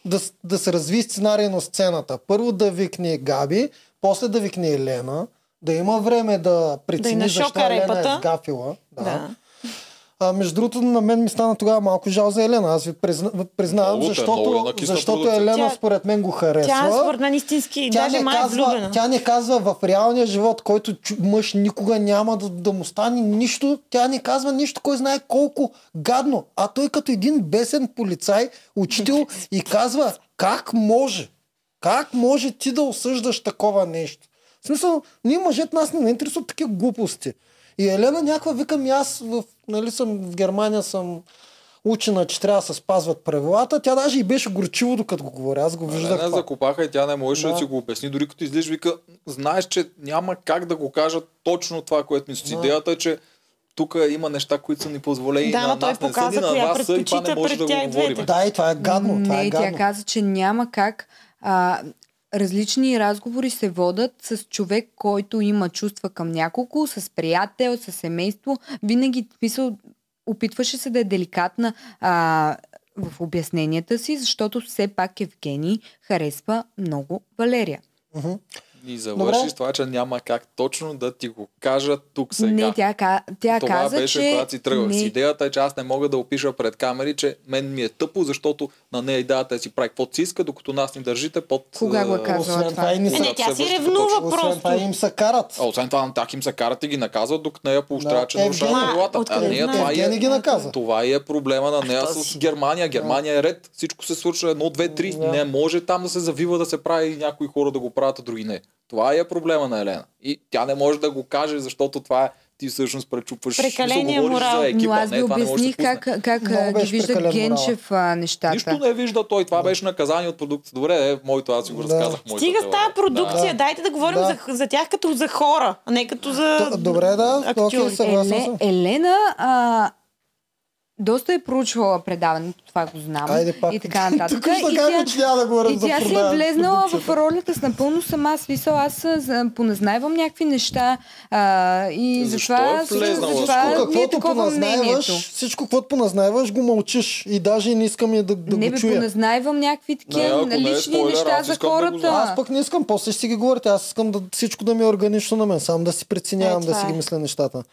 A: да, с- да се разви сценария на сцената. Първо да викне Габи, после да викне Елена, да има време да прецени да защо
B: нашока
A: Елена
B: репата.
A: е сгафила.
B: Да.
A: А, между другото, на мен ми стана тогава малко жал за Елена. Аз ви призна, признавам,
C: Много те, много е
A: защото,
C: накисна
A: защото
C: продукция.
A: Елена
B: Тя-
A: според мен го харесва.
B: Тя е според мен истински,
A: Тя
B: даже
A: не
B: май е
A: казва,
B: влюбена.
A: тя не казва в реалния живот, който чу- мъж никога няма да, да му стане нищо. Тя не казва нищо, кой знае колко гадно. А той като един бесен полицай,
B: *laughs*
A: учител и казва как може? Как може ти да осъждаш такова нещо? В смисъл, ние мъжете нас не ни интересуват такива глупости. И Елена някаква вика ми аз в, нали, съм, в Германия съм учена, че трябва да се спазват правилата. Тя даже и беше горчиво, докато го говоря. Аз го виждах.
C: Елена
A: това.
C: Е, закопаха и тя не можеше да.
A: Да.
C: си го обясни. Дори като излиш, вика, знаеш, че няма как да го кажа точно това, което ми се
A: Да.
C: Идеята е, че тук има неща, които са ни позволени
B: Да,
C: на
B: ама той
C: нас, не са ни
B: показа
C: на
B: коя
C: вас, и това не
B: предпочита
C: може да
B: пред
C: го
B: тях
C: говорим.
B: двете.
A: Да, и това е гадно. Това
D: не,
A: е
D: тя
A: гадно.
D: каза, че няма как. А, различни разговори се водат с човек, който има чувства към няколко, с приятел, с семейство. Винаги мисъл, опитваше се да е деликатна а, в обясненията си, защото все пак Евгений харесва много Валерия.
A: Мгм.
C: И завърши
A: Добре.
C: с това, че няма как точно да ти го кажа тук сега.
D: Не, тя, ка- тя
C: това
D: каза,
C: беше,
D: че...
C: когато си тръгвах.
D: не,
C: С идеята е, че аз не мога да опиша пред камери, че мен ми е тъпо, защото на нея идеята е си прави каквото си иска, докато нас ни държите под...
D: Кога го е
C: а,
D: казала?
A: Освен
D: това.
A: това и не
B: Е,
A: се...
B: не, тя
C: се
B: си
C: връща
B: ревнува
A: Освен
B: просто.
A: това и им се карат.
C: А освен това, на так им се карат и ги наказват, докато нея поощрява, че
A: Да.
C: нарушава
A: Евгения-
C: правилата. А
B: Откъде
C: нея
B: знае?
C: това и е
A: Евгения ги наказва.
C: Това и е проблема на нея
A: Що
C: с
A: си?
C: Германия. Германия е ред. Всичко се случва едно, две, три.
A: Да.
C: Не може там да се завива да се прави и някои хора да го правят, а други не. Това и е проблема на Елена. И тя не може да го каже, защото това е ти всъщност пречупваш.
B: Прекаления
C: мисъл, говориш
B: морал.
C: За
D: но
C: екипа.
D: аз
C: не,
D: ви
C: това не може да
D: обясних
C: се пусне.
D: как, как
A: Много
D: а, ги
A: беше
D: вижда
A: прекален морала.
D: Генчев а, нещата.
C: Нищо не вижда той. Това беше наказание от продукцията. Добре, е, моето нали? аз си
A: Да.
C: го разказах. моята
B: Стига с
C: теория.
B: тази
A: Да.
B: продукция, дайте да говорим
A: Да.
B: за, за тях като за хора, а не като за
A: Т- добре, да,
B: актьори.
C: е
A: окей, съм. Съгласен
D: Еле, Елена а, доста е проучвала предаването, това го знам.
A: Айде пак.
D: И така нататък.
A: Тук ще
D: и
A: кажем, че
D: тя,
A: няма да говорим
D: и
A: за
D: тя си е
A: продаване.
D: влезнала в ролята с напълно сама смисъл. Аз а, за- поназнайвам някакви неща а, и
C: Защо
D: затова,
C: е влезнала?
A: Всичко,
D: затова ми е
A: каквото
D: такова мнението.
A: поназнайваш, всичко, каквото поназнайваш, го мълчиш. И даже и не искам и да, да
D: не
A: го
D: бе,
A: чуя.
D: поназнайвам някакви
C: Не, ако
D: такива
C: не е
D: лични
C: спойлер,
D: неща
C: аз
D: за
C: искам да го
D: хората.
C: знам.
A: Аз пък не искам, после ще си ги говорите. Аз искам да, всичко да ми е органично на мен. Сам да си преценявам,
D: Е,
A: да
D: това
A: си ги
D: е.
A: мисля нещата.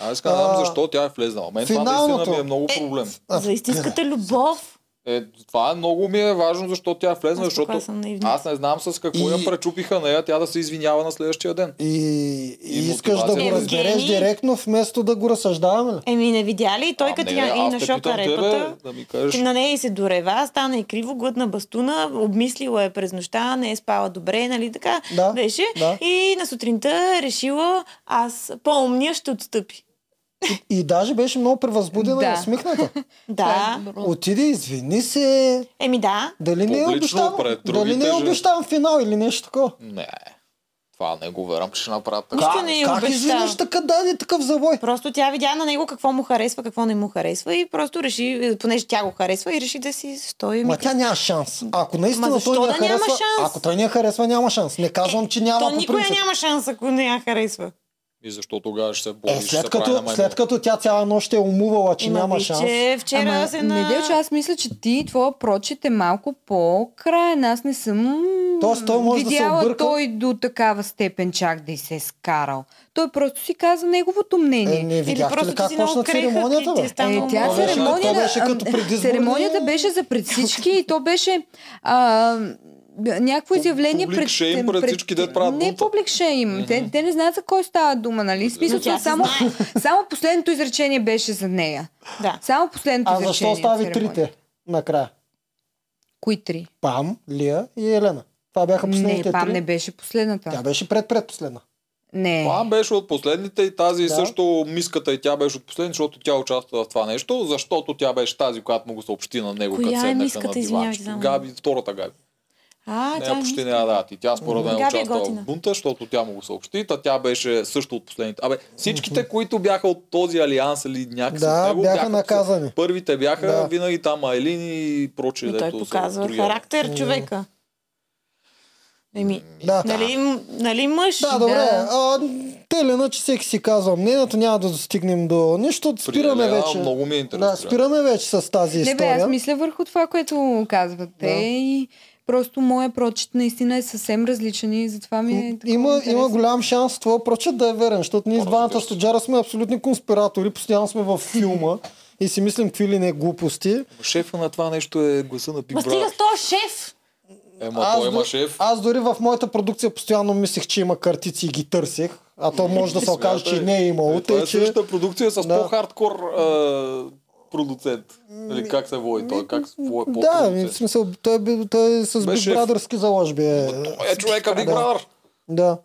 C: Аз искам да знам
A: А,
C: защо тя е влезнала. Мен това наистина
A: финалното.
C: ми е много проблем.
B: За истинската любов.
C: Е, това много ми е важно, защо тя е влезна,
B: Аз
C: защото
B: защото... съм наивна.
C: аз не знам с какво
A: И-
C: я пречупиха нея, тя да се извинява на следващия ден.
A: И, и,
C: И
A: искаш да го
C: мотивация.
A: разбереш
B: Евгений.
A: директно, вместо да го разсъждаваме ли?
B: Еми, не видя ли? Той
C: А,
B: като
C: не,
B: я и
C: аз
B: на
C: те
B: шока
C: питам тебе,
B: репата.
C: Да ми кажеш.
B: На нея и се дорева, стана и криво, глътна бастуна, обмислила е през нощта, не е спала добре, нали така
A: Да,
B: беше.
A: да.
B: е И на сутринта решила, аз по-умния ще отстъпи.
A: И, и даже беше много превъзбудена и
D: Да.
A: усмихната.
D: *laughs*
A: е
D: е
B: Да.
A: Отиде, извини се,
B: Еми да.
A: дали не е
C: Публично
A: обещан,
C: пред
A: дали не е
C: другите, же.
A: обещан финал или нещо такова.
C: Не. Това не го вярвам, че ще направят така.
B: Нищо не е
A: как
B: обещал.
A: изведнъж така даде такъв завой?
B: Просто тя видя на него какво му харесва, какво не му харесва и просто реши, е, понеже тя го харесва и реши да си стои.
A: Ма
B: Ма,
A: тя няма шанс. Ако наистина
B: Ами Ма защо
A: той не
B: да
A: я
B: няма
A: харесва,
B: шанс? Е,
A: ако той не я харесва, няма шанс. Не казвам, че няма
B: То
A: по
B: никой
A: принцип.
B: няма шанс, ако не я харесва.
C: И защо тогава ще се
A: Е,
C: бориш? ще се
A: след
C: прави на
A: като,
C: маймун?
A: след като тя цяла нощ е умувала, че
B: Ма,
A: няма
B: виж,
A: шанс.
B: Че вчера
D: Ама,
B: се на...
D: Неделчо, аз мисля, че ти и твоя прочит е малко по-краен. Аз не съм м,
A: Тоест, той може да се
D: видяла
A: обърка.
D: той до такава степен чак да и се е скарал. Той просто си каза неговото мнение.
A: Е, не видяхте
B: просто
A: ли как
B: ти си много
A: почна
B: крехък и
A: церемонията,
B: ти
A: бе?
B: стана
D: Е, тя
B: уморен.
A: беше-
D: церемонията,
A: то беше
D: *laughs*
A: като
D: а,
A: предизборни-
D: церемонията беше за пред всички и то беше а, някакво изявление
C: Public shame пред всички, дето правят
D: Не
C: бунта. Значи
D: public shame. Те, те не знаят за кой става дума, нали? В Смисъл,
B: Но тя
D: че
B: си
D: само, само последното изречение беше за нея.
B: Да.
D: Само последното
A: А
D: изречение.
A: защо
D: от
A: остави
D: церемонията.
A: трите накрая?
D: Кои три?
A: Пам, Лия и Елена. Това бяха
D: Не,
A: последните
D: пам
A: три.
D: не беше последната.
A: Тя беше пред-предпоследна.
D: Не.
C: Това беше от последните и тази
A: Да.
C: да. също миската и тя беше от последните, защото тя участва в това нещо, защото тя беше тази, която му го съобщи на него,
B: Коя е
C: като седнаха
B: миската,
C: на
B: извинявайте,
C: диванчето.
B: само.
C: Габи, втората Габи.
B: А,
C: Не,
B: тя е
C: почти
B: мис-
C: не я дадат. И тя според мен
B: Габи е
C: участва
B: готина.
C: в бунта, защото тя му го съобщи. Та тя беше също от последните. Абе, всичките, които бяха от този алианс или някакси
A: Да,
C: от него,
A: бяха наказани.
C: Първите бяха
A: Да.
C: винаги там Айлин и прочие.
B: И той
C: дето са
B: показва
C: другия.
B: характер човека. Еми,
A: Да.
B: нали, м- нали мъж?
A: Да, добре. А, те или иначе всеки си казва мнението, няма да достигнем до нищо. Спираме
C: При Елена
A: вече.
C: Много ми е интересно.
A: Да, спираме вече с тази
D: Не бе, аз
A: история.
D: мисля върху това, което казвате.
A: Да.
D: И просто моя прочит наистина е съвсем различен и затова ми е такова
A: Има,
D: интересно.
A: има голям шанс това прочет да е верен, защото ние с
C: Може
A: двамата
C: да.
A: студжара сме абсолютни конспиратори, постоянно сме във филма и си мислим какви ли не глупости.
C: Шефа на това нещо е гласа на Big
B: Ма стига
C: Brother.
B: с този шеф!
C: Ема той има
A: дор-
C: шеф.
A: аз дори в моята продукция постоянно мислех, че има картици и ги търсех, а то може
C: *laughs*
A: да се окаже, че не е имало.
C: Е, Това
A: Тъй,
C: е
A: че...
C: същата продукция с
A: Да.
C: по-хардкор а, продуцент. Или как се води той? Как се води
A: Да,
C: по-продуцент?
A: в смисъл, той, би- той е с
C: Беше-
A: Big Brother-ски заложби. Е.
C: Той е човека Big
A: Да.
C: Brother.
A: Да.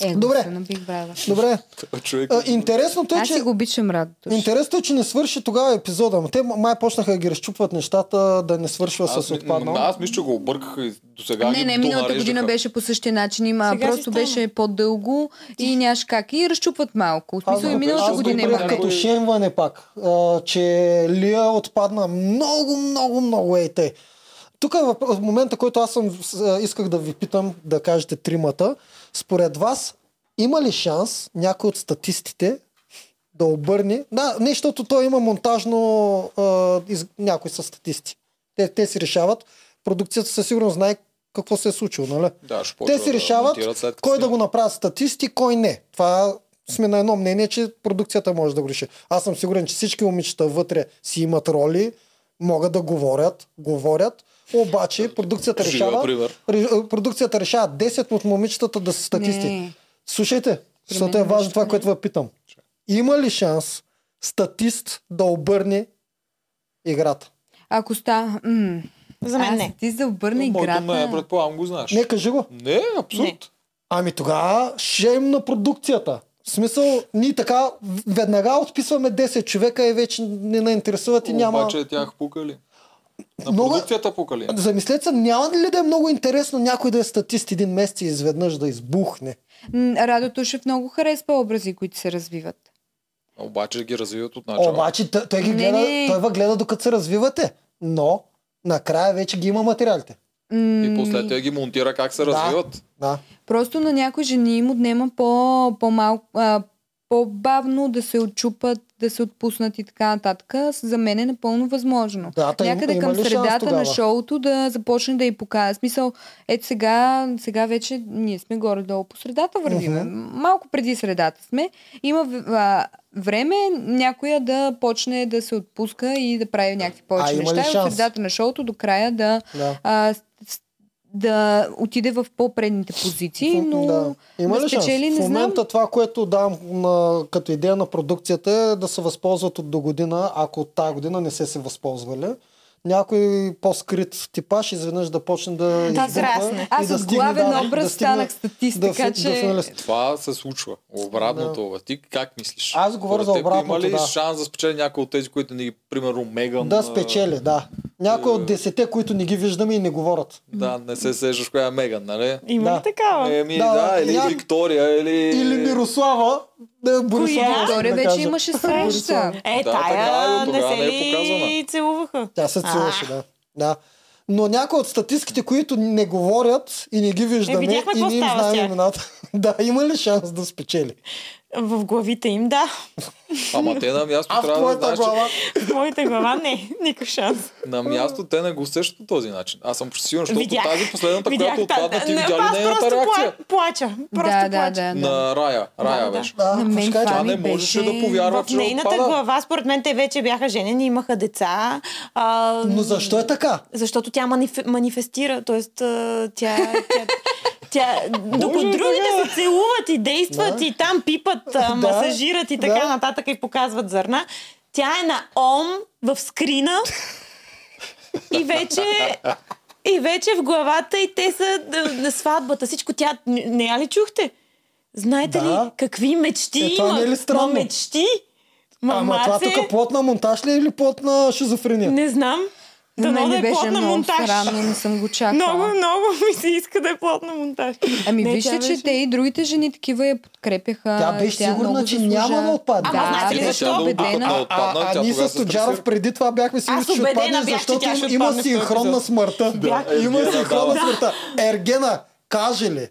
D: Е,
A: Добре.
D: На Big Brother.
A: Добре.
C: Той е човек.
A: А, Интересното е,
D: Аз
A: че...
D: си го обичам радото.
A: Интересно е, че не свърши тогава епизода. Ама Те м- май почнаха да ги разчупват нещата, да не свършва
C: Аз,
A: с
C: ми-
A: отпаднал.
C: м- аз мисля, че го объркаха и до сега.
D: Не, не, миналата година беше по същия начин. Има,
B: Сега си
D: просто
B: стана.
D: беше по-дълго и нямаше как. И разчупват малко. В
A: Аз
D: смисъл, и
A: го-
D: миналата
A: аз го
D: година
A: приех
D: имаха.
C: някой-
A: като шемване пак, а, че Лия отпадна много, много, много ей те. Тук е въп- в момента, който аз съм, с- а, исках да ви питам, да кажете тримата. Според вас, има ли шанс някой от статистите да обърне? Да, не, защото той има монтажно а, из... някой са статисти. Те, те си решават. Продукцията със сигурност знае какво се е случило, нали?
C: Да, ще
A: Те
C: почва
A: си
C: да
A: решават
C: монтират след като
A: кой да
C: снимат.
A: го направят статисти, кой не. Това сме на едно мнение, че продукцията може да го реши. Аз съм сигурен, че всички момичета вътре си имат роли, могат да говорят, говорят, обаче продукцията
C: Живия
A: решава,
C: пример.
A: ре- продукцията решава 10 от момичетата да са статисти.
D: Не.
A: Слушайте, защото
D: мен
A: е важно
D: нещо
A: това,
D: не.
A: което ви питам. Има ли шанс статист да обърне играта?
D: Ако ста... М-
B: За мен
D: аз
B: не.
D: Ти за обърна
C: Моето ме, е,
D: играта.
C: предполагам, го знаеш.
A: Не, кажи го.
C: Не,
B: Не.
C: абсурд.
A: Ами тогава шейм на продукцията. В смисъл, ние така веднага отписваме 10 човека и вече не не интересуват и няма...
C: Обаче тях пукали. На
A: Много-
C: продукцията пукали.
A: Замислете се, няма ли да е много интересно някой да е статист един месец и изведнъж да избухне?
D: М, Радо Тушев много харесва образи, които се развиват.
C: Обаче ги развиват от начало.
A: Обаче т- той ги
D: Не,
A: гледа,
D: не.
A: той ва гледа докато се развивате, но накрая вече ги има материалите.
D: М,
C: И после те ги монтира как се
A: Да.
C: развиват.
A: Да.
D: Просто на някои жени им отнема по, по-малко, а, по-бавно да се отчупат, да се отпуснат и така нататък. За мен е напълно възможно.
A: Да, та им-
D: Някъде
A: има
D: към
A: ли шанс
D: средата
A: тогава?
D: на шоуто да започне да й показва. Смисъл, ето сега, сега вече ние сме горе-долу по средата вървиме.
A: Мгм.
D: Малко преди средата сме. Има в- а, време някоя да почне да се отпуска и да прави някакви повече
A: има ли
D: неща. И от
A: шанс?
D: средата на шоуто до края да
A: да.
D: а, с- с- да отиде в по-предните позиции, но
A: да. Има
D: да
A: ли шанс?
D: спечели, не
A: в
D: знам.
A: момента това, което давам на, като идея на продукцията е да се възползват от до година, ако от тази година не се се възползвали. някой по-скрит типаж изведнъж да почне да избухва
B: израсне.
A: и
D: Аз
A: да
D: от
A: стигне,
D: главен
A: да,
D: образ
A: да стигне-
D: станах статист,
A: да,
D: така
A: да,
D: че...
A: финалист.
C: Това се случва. Обратното. бе. Ти как мислиш?
A: Аз говоря
C: Според
A: за
C: теб Има
A: обратното,
C: ли
A: да.
C: шанс да спечели някой от тези, които ни, примерно, Меган? а,
A: Да спечели, да. Някой
C: Е.
A: от десете, които не ги виждаме и не говорят.
C: Да, не се сещаш коя е Меган, нали?
B: Има
A: Да.
B: ли такава?
C: Еми,
A: Да,
C: Е, да,
A: да,
C: или
A: ня-
C: Виктория, или...
A: Или Мирослава, да, Борислава.
B: Коя?
A: да
D: Торе
A: кажа.
D: Е. вече имаше среща.
B: Е,
C: Да, така е,
B: тая
C: от
B: не
C: тогава
B: се
C: не е
B: ли
C: показвана.
B: целуваха?
A: Тя се целуваше, да. да. Но някои от статистките, които не говорят и не ги виждаме
B: видяхме
A: и
B: какво
A: не им
B: става с
A: знаем
B: тях.
A: имената. *laughs* Да, има ли шанс да спечели?
B: В главите им, да.
C: Ама те на място
A: А в
C: трябва да значи-
A: твоята
C: знаеш, че
A: е глава?
B: В моята глава не. Никакъв шанс.
C: на място те не го усещат по този начин. Аз съм сигурен, защото
B: Видях.
C: тази последната, която
B: та-
C: отпадна, ти
B: не,
C: видя ли
B: аз
C: нейната
B: просто
C: реакция?
B: пла- плача. Просто
D: да, да,
B: плача.
D: да, да.
C: На Рая. Рая
B: да, да.
C: беше.
A: Да,
D: На мен
A: ще кажа,
D: това
C: Тя
A: че-
D: ми
C: не можеше
D: беше-
C: да повярва,
B: В
C: че
B: нейната
C: отпада.
B: глава, според мен, те вече бяха женени, имаха деца. А,
A: Но защо е така?
B: Защото тя маниф... манифестира, т.е. тя... тя...
A: *laughs*
B: Тя, докато
C: Боже,
B: другите се целуват и действат
A: е. Да.
B: и там пипат, а,
A: Да,
B: масажират и така
A: да.
B: нататък и показват зърна, тя е на ОМ
A: *laughs*
B: в скрина и вече и вече в главата и те са да, на сватбата. Всичко тя... н- Не я ли чухте? Знаете
A: Да.
B: ли какви мечти
A: Е, това
B: има?
A: не е ли странно?
B: Ма мечти? Ма,
A: Ама това
B: маце,
A: тук плод на монтаж ли е или плод на шизофрения?
B: не знам.
D: На
B: Да
D: мен
B: да
D: ми
B: е
D: беше
B: плод на
D: много
B: монтаж.
D: срамно, не съм го
B: Много,
D: чакала.
B: много *laughs* ми се иска да е плод на монтаж.
D: Ами
B: Не,
D: вижте,
B: тя
D: че
B: беше-
D: те и другите жени такива я подкрепяха.
A: Тя беше сигурна,
D: много
A: че
D: заслужа.
A: няма да отпадне.
B: Ама
C: Ами
B: знаете ли
D: беше
B: Ами
C: е
B: защо?
D: убедена.
C: А,
A: А, а, а
C: тя
A: ние
C: тогава
A: с
C: се
A: Тоджаров
C: стресира.
A: преди това бяхме си
B: Аз
A: че
B: убедена
A: отпадне,
B: бях, че
A: защото
B: тя ще
A: им- има
B: отпадне в този
A: синхрон на
B: епизод.
A: смъртта.
B: Бях.
A: Има
C: Ергена,
A: синхрон на
C: е, да.
A: смъртта. Ергена, каже ли?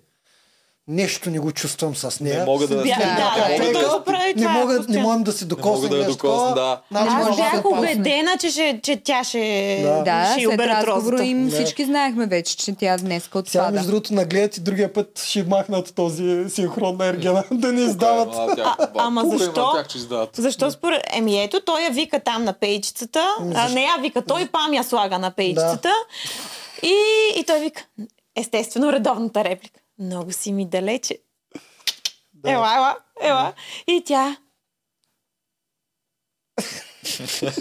A: Нещо не го чувствам с нея.
C: Не мога да...
B: Бя-
C: не
B: да,
C: мога
B: да,
A: Тя
B: да,
A: казва,
B: го
A: не,
B: прави това,
A: мога, не
B: постоянно.
A: можем да си докоснем
C: да я
A: нещо.
C: докосна,
A: такова.
C: да.
A: Значи
D: Аз
A: може
B: Аз
A: да се
B: бях
A: пусне.
B: убедена, че, ще, че тя ще,
A: Да.
D: Да,
B: ще
D: след
B: оберат
D: разговора
B: розата.
D: им
A: Да.
D: всички знаехме вече, че тя днес
A: Сега,
D: отпада.
A: между другото, нагледат и другия път ще махнат този синхрон на Ергена, *laughs* да
C: Е,
A: не издават.
C: А, тя-
B: А- ама
C: Пука има
B: защо?
C: Как ще издават?
B: Защо според... Еми ето, той я вика там на пейчицата. А, не я вика, той пам я слага на пейчицата. И, и той вика, естествено, редовната реплика. Много си ми далече. Ела, Е, ела, ела. И тя...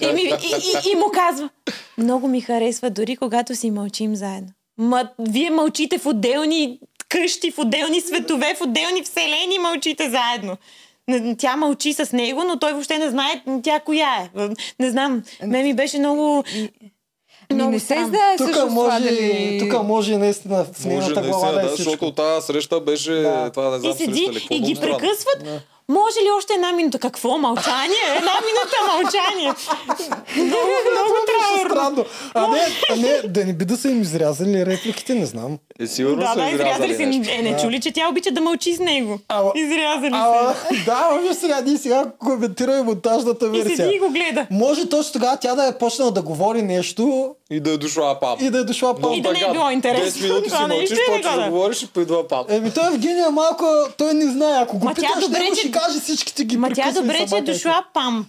B: и, ми, и, и, и му казва, много ми харесва дори когато си мълчим заедно. Ма, вие мълчите в отделни къщи, в отделни светове, в отделни вселени мълчите заедно. Н- Тя мълчи с него, но той въобще не знае тя коя е. Не знам, мен ми беше много...
D: Ами
B: много
D: не се
B: странно.
D: знае също
A: Тук
D: това
A: може,
D: дали...
A: тук може и наистина в
C: Може
A: нейната глава
C: наистина,
A: да е
C: да,
A: всичко.
C: защото тази среща беше...
A: Да.
C: Това не знам
B: И седи
C: среща ли. какво,
B: и
C: много
B: ги
C: странно.
B: прекъсват. Може ли още една минута? Какво? Мълчание? Една минута мълчание. много, много
A: Беше
B: траурно.
A: странно. А не, а не, да не би да са им изрязали репликите, не знам.
C: Е, сигурно
B: Да,
C: са
B: да, изрязали
C: изрязали
B: си.
C: нещо.
B: Е, не чули, че тя обича да мълчи с него.
A: Ала-
B: Изрязали
A: А,
B: се.
A: да, ама виж сега, ние сега коментираме монтажната
B: И седи
A: версия.
B: и го гледа.
A: Може точно тогава тя да е почнала да говори нещо
C: И да е дошла пап.
A: и да е дошла по...
B: И да не е било интересно.
C: 10 минути си
B: Това не
C: мълчиш,
B: вижте ли
C: почваш
B: го,
C: да
B: да?
C: говориш и поидва пап.
A: Еми той Евгения малко, той не знае. Ако го
B: Ма тя
A: питаш,
B: добре,
A: него
B: че-
A: ще каже всичките ги
B: Ма тя
A: прекъсва и
B: добре, че е
A: самата е
B: дошла пам.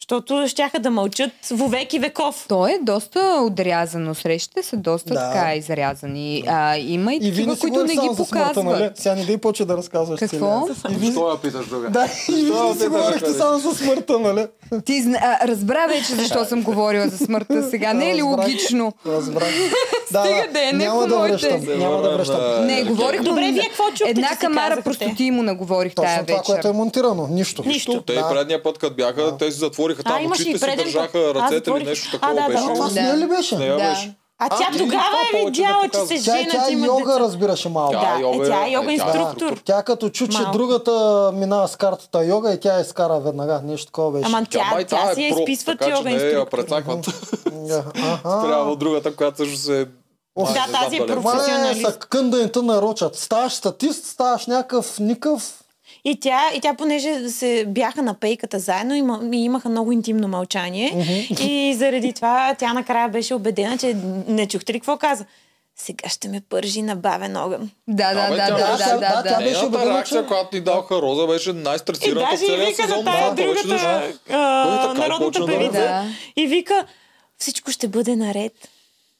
B: Защото щяха да мълчат вовек и веков.
D: Той е доста отрязано. Срещите са доста
A: Да.
D: така изрязани. А, има и,
A: И
D: такива,
A: винаги
D: които не ги показват.
A: нали? Сега не дай почва да разказваш
D: Какво?
A: целия. И ви...
C: Що я питаш друга?
A: Да, и винаги
C: Защо
A: си
C: да
A: говорихте
C: разказваш?
A: само за смъртта, нали?
D: Ти зна... а, разбра вече защо съм говорила за смъртта сега. Не е ли
A: Разбрах.
D: логично?
B: *laughs*
A: Разбрах. Да,
D: Стига да е, не
A: няма
D: по
A: да
D: моите.
A: връщам.
C: Се
A: Няма да
C: върнем
A: връщам.
C: на-
D: Не,
C: Е,
D: говорих
B: Добре,
D: му-
B: вие какво чухте,
D: Една
B: че си
D: камара
B: казахте?
D: простоти му наговорих тая
A: Точно това,
D: вечер.
A: което е монтирано. Нищо.
B: Нищо.
C: Те и предния път, като бяха, те си затвориха
B: А,
C: там
B: имаше
C: очите
B: и
C: си,
B: преден
C: държаха
B: път. Аз
C: ръцете или
B: затворих.
C: нещо
B: А,
C: такова
B: да, да,
C: беше.
A: А това с
D: Да.
A: нея ли
C: С
A: беше?
C: нея
D: Да.
C: беше.
B: А тя
C: ти
B: тогава
C: това
B: е
C: повече не
B: видяла, че се
C: показва.
A: Тя,
B: женят
A: тя
B: и
A: и
B: имат
A: йога
B: деца.
A: разбираше малко.
C: Тя
B: Да,
C: е
B: е,
C: йога,
B: тя
C: е,
B: е йога
C: тя е
B: инструктор.
A: Тя като чу, че
B: Малко.
A: другата минава с картата йога и тя я изкара веднага. Нещо такова беше.
B: Ама
C: Тя,
B: тя,
C: май,
B: тя,
C: тая
B: си я
C: е про,
B: изписва
C: така, че
B: йога
C: не я
B: инструктор.
C: прецакват
A: Да, Е, аха.
C: спрямо другата, която също се...
A: Ох,
C: Май,
B: да,
C: не знам
B: тази е
C: дали
B: проф-
A: Това е
B: професионалист.
A: са къндането на рочат. Ставаш статист, ставаш някакъв никакъв.
B: И тя, и тя, понеже се бяха на пейката заедно, има, и имаха много интимно мълчание. И заради това тя накрая беше убедена, че не чухте ли какво каза. Сега ще ме пържи на бавен огън.
D: Да, да,
C: Да, бе,
D: да,
C: тя
D: да,
A: беше-
D: да,
A: да,
D: да,
A: тя
D: да.
A: беше
C: Нейната
A: убедена,
C: реакция,
A: че-
C: която ни даваха Роза, беше
B: И
C: най-стресираната в
B: даже и
C: целия
B: вика
C: сезон.
B: на тая
C: Да, това беше
B: другата
C: дошла. Кой
B: а,
C: така е
B: народната
C: почна да
B: певица.
D: Да.
B: И вика, всичко ще бъде наред.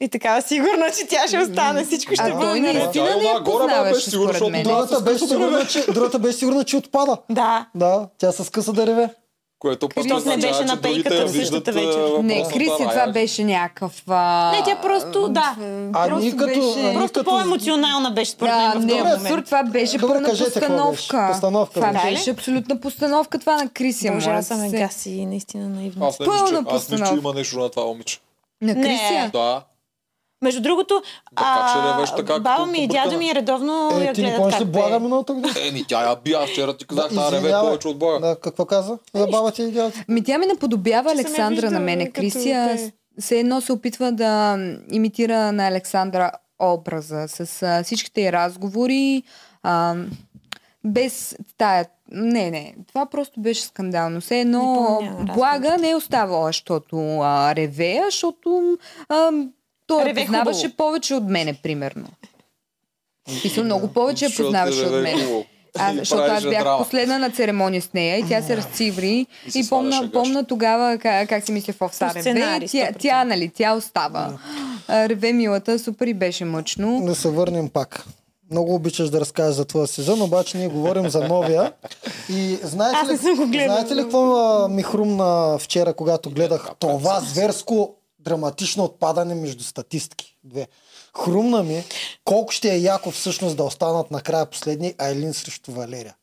B: И така, сигурно, че тя ще остане, всичко ще
D: А той
B: бъде наред.
D: наистина
C: Тя
D: не
C: една
D: я
C: гора, бе, беше
D: познаваше
C: сигурна,
D: според
B: Е,
C: защото
D: мен.
C: да.
A: Другата беше сигурна, че, другата беше сигурна, че отпада.
B: Да.
A: Да, тя с къса да реве.
C: Което пък
D: Крис не
C: означава,
B: беше
C: че
B: на
C: другите
B: тейката
C: я
B: на същата
C: виждат, а,
B: вечер. Не,
D: Не,
C: въпросната
D: Криси, това
C: рая.
D: беше някакъв... а,
B: Не, тя просто, да.
A: А
D: просто
A: ние като-
D: беше-
A: а ние
B: Просто
A: като-
B: по-емоционална беше според
D: Да,
B: мен в
D: не,
B: този
A: абсурд,
D: абсурд,
B: момент.
D: това беше
A: Добре,
D: пълна
A: кажете какво беше.
D: постановка.
A: Постановка
D: това
B: беше.
D: беше абсолютна постановка, това на Криси. моля
B: Боже, съм
D: е, се.
B: гаси и наистина наивна.
C: Аз не мисля, че-
D: Пълна
C: аз мисля, че
D: постановка.
C: има нещо на това момиче.
D: На
B: Не.
D: Крисия?
C: Да,
B: Между другото,
C: Да, как ще ревеш така,
B: баба
C: като
B: ми и
C: побъркана?
B: дядо ми редовно я
A: Е, ти не
B: гледат
A: можеш
B: как
A: да
B: пее.
A: блага миналата година.
C: Еми, тя я бия вчера, ти казах,
A: Да,
C: да, реве
A: извинявай.
C: повече от боя.
A: Да, какво каза? За баба ти е и дядо ти.
D: Ми Ами тя ми
B: Че
D: наподобява
B: съм я
D: Александра на
B: виждала
D: мене.
B: като
D: Крисия
B: те.
D: се едно се опитва да м, имитира на Александра образа с а, всичките й разговори. А, без тая... Не, не. Това просто беше скандално. Все
B: Не
D: едно
B: помня разговорите.
D: блага не е оставала, защото а, ревея, защото а, той я
B: Реве
D: познаваше
B: хубаво.
D: повече от мене, примерно. Писал много повече я
C: Защото
D: познаваше
C: реве е
D: от мене.
C: хубаво.
D: А,
C: И
D: защото аз
C: правеше
D: бях
C: драма.
D: последна на церемония с нея и тя се разциври.
C: И
D: И,
C: си
D: помна,
C: сваляше
D: помна тогава как, как си мисля в
B: По
D: Овсареве.
B: сценарий,
D: Тя,
B: 100%.
D: тя, нали, тя остава. А, Реве милата, супер и беше мъчно.
A: Да се върнем пак. Много обичаш да разкажеш за твоя сезон, обаче ние говорим за новия. И
B: Аз
A: знаете
B: не съм го
A: ли,
B: гледала.
A: знаете ли какво а, ми хрумна вчера, когато гледах
C: така,
A: това зверско драматично отпадане между статистки? Две. Хрумна ми колко ще е яко всъщност да останат накрая последни Айлин срещу Валерия.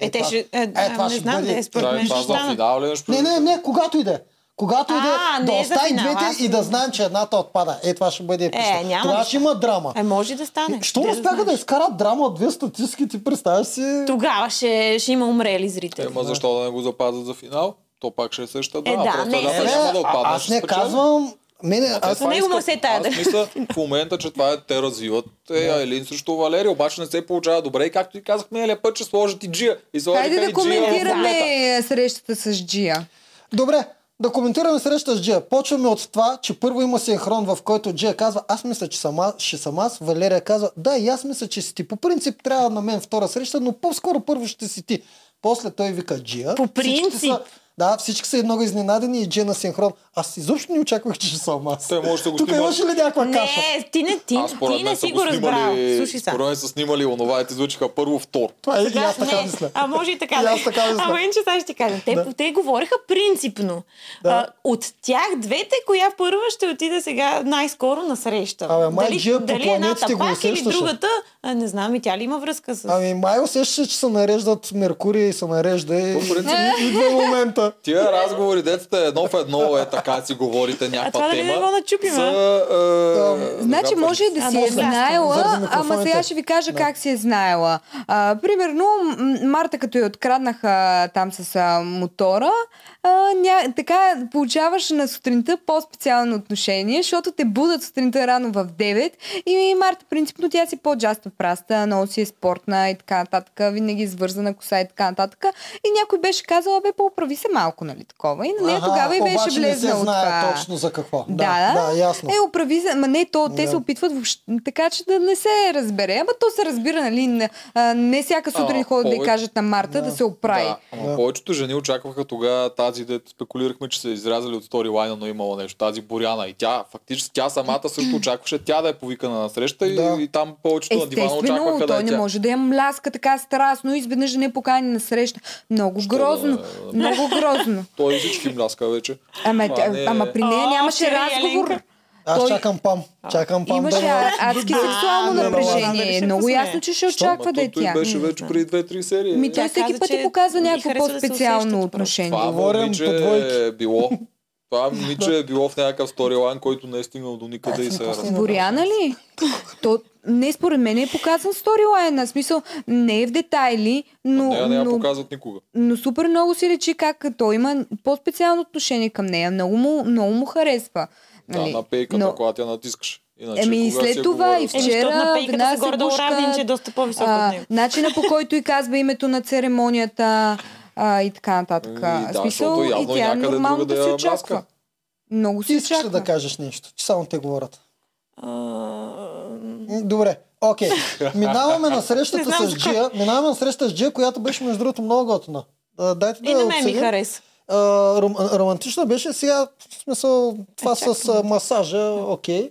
B: Е, те
A: това-
B: ще... Е,
A: това
B: а, не
A: ще
B: знам
A: бъде-
B: да е
C: Да,
B: според мен.
C: и това
B: ще
C: за
B: станат.
C: финал ли нещо?
A: Не, не, не, когато иде. Когато
B: А,
A: иде, да
B: не е за
A: остави
B: финал,
A: двете
B: аз-
A: и да знаем, че едната отпада. Е, това ще бъде епично.
B: няма
A: това
B: да-
A: ще има драма.
B: Е, може и да стане.
A: Що
B: Де да
A: успяха да
B: знаеш.
A: изкарат драма от две статистики, ти представяш си?
B: Тогава ще, ще има умрели зрители.
C: Ема защо да не го запазят за финал? То пак ще е същата
B: Е,
C: драма.
B: да,
C: просто
B: не,
C: едната
A: Е,
B: сега-
C: няма да
A: а-
C: отпадне,
A: аз
C: ще
A: не
C: спечели.
A: казвам... Мене,
C: Те
A: аз...
C: това
B: него му
C: искат.
B: се тая да-
C: Аз мисля в момента, че това е, те развиват е, Айлин срещу Валерия, обаче не се получава добре и както и казах миналия път, че сложат и Джия. И сложиха
D: Хайде
C: и
D: да
C: Джия.
D: коментираме срещата с Джия.
A: Добре, да коментираме среща с Джия. Почваме от това, че първо има синхрон, в който Джия казва, аз мисля, че съм аз, ще съм аз. Валерия казва, да, и аз мисля, че си ти. По принцип трябва на мен втора среща, но по-скоро първо ще си ти. После той вика Джия.
B: По
A: Всичките
B: принцип.
A: Са, да, всички са много изненадени и Джия на синхрон. Аз изобщо не очаквах, че ще съм аз.
C: Той може да го
A: Тук
C: снимат.
A: имаше ли някаква Е, каша?
B: Не, ти не, ти,
C: Аз според
B: ти
C: мен
B: не
C: са
B: си
C: го
B: го разбрал.
C: снимали,
B: Слушай сега.
C: според мен са снимали онова, ето излучиха първо, второ.
A: Това е, и
B: Сега
A: аз така
B: не.
A: мисля.
B: А може и така
A: И
B: да е.
A: аз така мисля.
B: Ама иначе сега ще ти кажа. Те,
A: Да.
B: те говориха принципно.
A: Да.
B: А, от тях двете, коя първа ще отиде сега най-скоро на среща?
A: Абе, май Джия по
B: дали едната
A: планетите го
B: пак или
A: усещаше.
B: другата? А, не знам, и тя ли има връзка с...
A: Ами май усещаш, че се нареждат Меркурия и се нарежда и
C: По принцип-
A: и- идва момента.
C: Тия разговори, децата едно в едно е така си говорите някаква
D: нали
B: това дали
C: тема.
B: не мога да чупим, а?
C: са, е,
D: Значи
C: не знам,
D: може и да
B: А,
D: си
B: да,
D: е
B: да.
A: Заради
D: знаела, ама
A: микрофоните.
D: сега ще ви кажа как си е знаела. А, примерно, м, Марта като я откраднаха там с а, мотора, а, ня... така получаваш на сутринта по-специално отношение, защото те будат сутринта рано в 9 и Марта принципно тя си по-джаста праста, много си е спортна и така нататък, винаги е свързана коса и така нататък. И някой беше казал, бе, поправи се малко, нали такова. И на нея
A: Аха,
D: тогава и
A: обаче
D: беше
A: не се
D: влезнал
A: знае
D: това.
A: точно за какво.
D: Да,
A: да, да ясно.
D: Е, оправи се. Ма не, то, те
A: Да.
D: се опитват въобще, така, че да не се разбере. Ама то се разбира, нали? Не, а, не всяка сутрин
C: А,
D: ходят да
C: повече-
D: й кажат на Марта да,
A: Да.
D: се оправи.
C: Да, ама
A: Да.
C: повечето жени очакваха тогава тази, да спекулирахме, че са изрязали от сторилайна, но имало нещо. Тази Боряна. И тя, фактически, тя самата също очакваше тя да е повикана на среща
A: Да.
C: и, и там повечето на дивана
D: Естествено,
C: очакваха да
D: той
C: е
D: не
C: тя.
D: може да я мляска така страстно и изведнъж да не покани на среща. Много
C: Що
D: грозно.
C: да е, да.
D: Много грозно.
C: Той и всички мляска вече.
D: Ама,
C: Това
D: тя-
C: не е-
D: ама при нея
B: О,
D: нямаше
B: Сири,
D: разговор.
B: Еленка.
A: Аз
D: той-
A: чакам пам. Чакам пам.
D: Имаше
A: да има-
D: а- адски
B: А,
D: сексуално
A: да, да, да,
B: да,
D: напрежение.
B: да,
D: Е Много
B: да,
D: ясно,
B: да.
D: че ще
C: Що, ама
D: очаква да е
C: той-
D: тя. Ами
C: Той беше
B: Не
C: вече
B: знам.
C: преди 2-3 серии.
D: Ми той
B: Тя
D: всеки
B: каза,
D: път
B: че
D: ти показва
B: и
D: някакво
B: харесва да се усещат
D: по-специално
B: просто.
D: отношение.
C: Това
A: Говорим по двойки.
C: момиче е било.
D: *laughs*
C: Това момиче е било в някакъв сторилайн, който не е стигнал до никъде и се е раз...
D: Боряна ли? То не според мен е показан сторилайна. В Смисъл, не е в детайли, но,
C: Нея не я
D: но,
C: показват никога.
D: но супер много си личи как той има по-специално отношение към нея. Много му, много му харесва.
C: Да,
D: Нали?
C: на пейката,
D: Но-
C: когато я натискаш. Иначе,
D: Еми и
C: кога си
D: след
C: я
D: това и
C: говорил с нея?
B: Еми, защото
D: вчера
B: на пейката
D: веднага
B: се
D: се
B: горе-долу
D: бушкат,
B: равни, че е доста по-висок
D: а,
B: от него.
D: начина по който и казва името на церемонията а, и така
C: Еми,
D: нататък.
C: да,
D: Смисъл,
C: защото
D: и
C: явно
D: тя е
C: някъде
D: нормално
C: другаде
D: да се
C: я
D: очаква.
C: мляска.
D: Много
A: Ти
D: се
A: искаш ли
D: очаква.
A: да кажеш нещо, че само те говорят.
B: А,
A: М, Добре, окей. Минаваме на
B: Не
A: срещата
B: знам
A: с
B: за
A: Джия. Минаваме на срещата с Джия, която беше между другото много готина. А, Дайте да
B: И Е, на мен ми
A: обсъдим.
B: хареса.
A: А, ром, романтична беше сега, в смисъл, това
B: Е, чакай
A: с а, масажа, окей.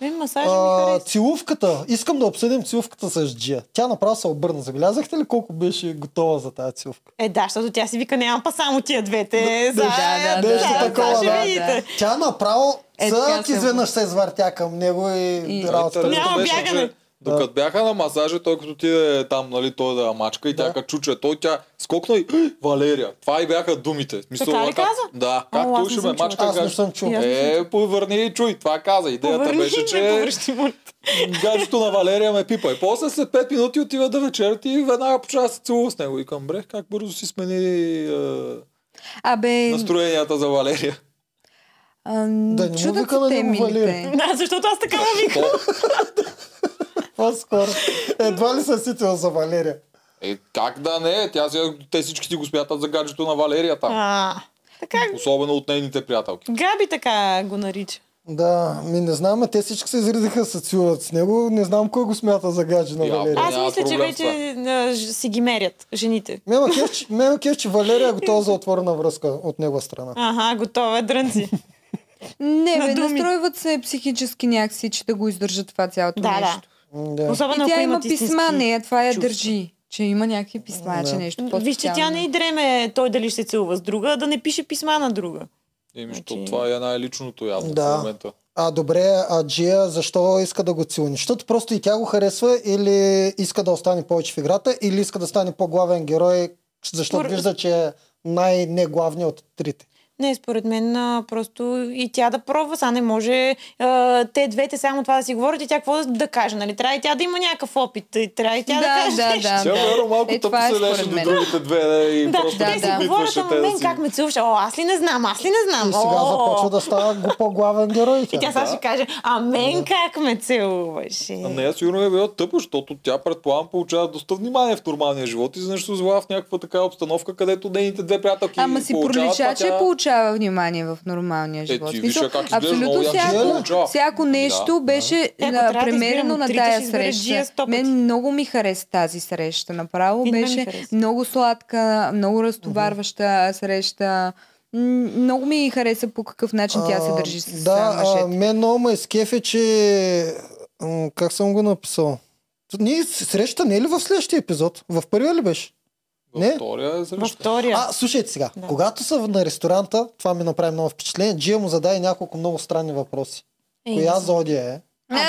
B: Ми масажа ми
A: А,
B: хареса.
A: целувката. Искам да обсъдим целувката с Джия. Тя направо се обърна. Забелязахте ли колко беше готова за тази целувка?
B: Е, да, защото тя си вика, нямам па само тия двете. Да,
D: да, да,
A: Нещо
D: да,
A: такова,
D: да,
B: ще
D: да.
B: видите.
A: Тя направо
D: Е, така
A: съд
D: се-
A: изведнъж се извъртя към него и,
D: И-
A: работата.
C: Интересно
B: Няма
C: беше,
B: бягане.
C: че Докато бяха на масажа, той като отиде там, нали, той да я мачка и
A: Да.
C: тя като чуче, той тя скокна и «Ай, Валерия. Това и бяха думите. В Смисъл,
B: Така ли
C: как-
B: каза?
C: Да,
B: О, аз
C: как
B: не
C: той ще ме
B: съм чула.
C: мачка.
A: Аз не
C: как-
A: съм чул.
B: Я-
C: Е, повърни и чуй, това каза. Идеята
B: Повърни
C: беше,
B: ме,
C: че
B: повръщи му.
C: гаджето на Валерия ме пипа. И после след 5 минути отива да вечерят и веднага почава да се целува с него. И към брех, как бързо си смени е,
D: Абе,
C: настроенията за Валерия.
D: а,
A: Да не му
D: чудят
A: вика на
D: се те,
A: него Валери.
D: милите.
B: Да, защото аз така му викам.
C: О,
A: По-скоро. Едва ли се ситил за Валерия?
C: Е, как да не? Тя, си- те всички ти го смятат за гаджето на Валерия там.
B: А, Така,
C: Особено от нейните приятелки.
B: Габи така го нарича.
A: Да, ми не знам, а те всички се изредиха с целуват с него. Не знам кой го смята за гадже на
C: Я,
A: Валерия.
B: Аз
C: Няма
B: мисля, че
C: проблем с
B: вече а, ж- си ги мерят, жените.
A: Мема кеф, че- ме ме кеф, че Валерия е готова за отворена връзка от негова страна.
B: Ага, готова е дрънци.
D: Не,
B: На
D: бе,
B: думи.
D: настройват се психически някакси, че да го издържат това цялото
B: Да, да.
D: нещо.
A: М, Да.
B: Особено
D: И
B: ако
D: тя има
B: имат
D: писма,
B: истински-
D: не, това я
B: чувства.
D: държи. Че има някакви писма, че
A: Да.
D: нещо по
B: Виж, че тя не и дреме той дали ще се целува с друга, а да не пише писма на друга.
C: Еми, защото
B: Значи-
C: това е най-личното явно
A: Да.
C: в момента.
A: А добре, а Джия защо иска да го цилни? Защото просто и тя го харесва или иска да остане повече в играта, или иска да стане по-главен герой, защото
B: Според-
A: вижда, че е най-неглавният от трите.
B: Не, според мен а, просто и тя да пробва, сега не може а, те двете само това да си говорят и тя какво да, да каже, нали? Трябва и тя да има някакъв опит, и трябва и тя да,
D: Да,
B: каже
D: да,
B: нещо.
D: да.
C: Тя Вера малко
D: Е,
C: тъпо
D: това е
C: се леше
D: според
C: до
D: мен.
C: другите две да, и
B: Да,
C: просто
B: да,
C: да,
B: те
C: се
B: си
D: да.
B: говорят,
C: опитваше
B: ама
C: те да
B: мен
C: си...
B: как ме целуваш? О, аз ли не знам, аз ли не знам?
A: И сега
B: О,
A: започва да става го по-главен герой.
B: И тя сега
C: Да.
B: ще каже, а мен как ме целуваш?
C: А нея сигурно е било тъпо, защото тя предполагам получава доста внимание в нормалния живот и знаеш се озова в някаква така обстановка, където нейните две приятелки
D: Ама си
C: получават,
D: пролича,
C: а
D: че
C: тя-
D: получава внимание в нормалния живот.
C: ти
D: В смисъл,
C: виж как изглежда,
D: абсолютно
C: много ясно
D: всяко,
C: получава.
D: всяко
C: Да.
D: нещо беше
B: Е, ако
D: а,
B: трябва да избирам
D: премерено
B: от
D: на
B: трите, ще
D: тая
B: избера Джия
D: среща.
B: сто пъти.
D: Мен много ми хареса тази среща. Направо
B: И на мен ми
D: беше
B: хареса.
D: много сладка, много разтоварваща среща. М, Много ми хареса по какъв начин тя се
A: А,
D: държи с а,
A: Да, а,
D: мъжете.
A: мен много ме изкефи, че... м, Как съм го написал? Ние с- среща не е ли в следващия епизод? В първия ли беше?
C: Във
A: Не?
C: Втория е
B: Във
C: срещу.
B: втория.
A: А, слушайте сега.
B: Да.
A: Когато са в- на ресторанта, това ми направи много впечатление, Джия му зададе няколко много странни въпроси.
B: Е,
A: Коя
B: не знам.
A: зодия
B: *laughs*
A: е?
B: А, да.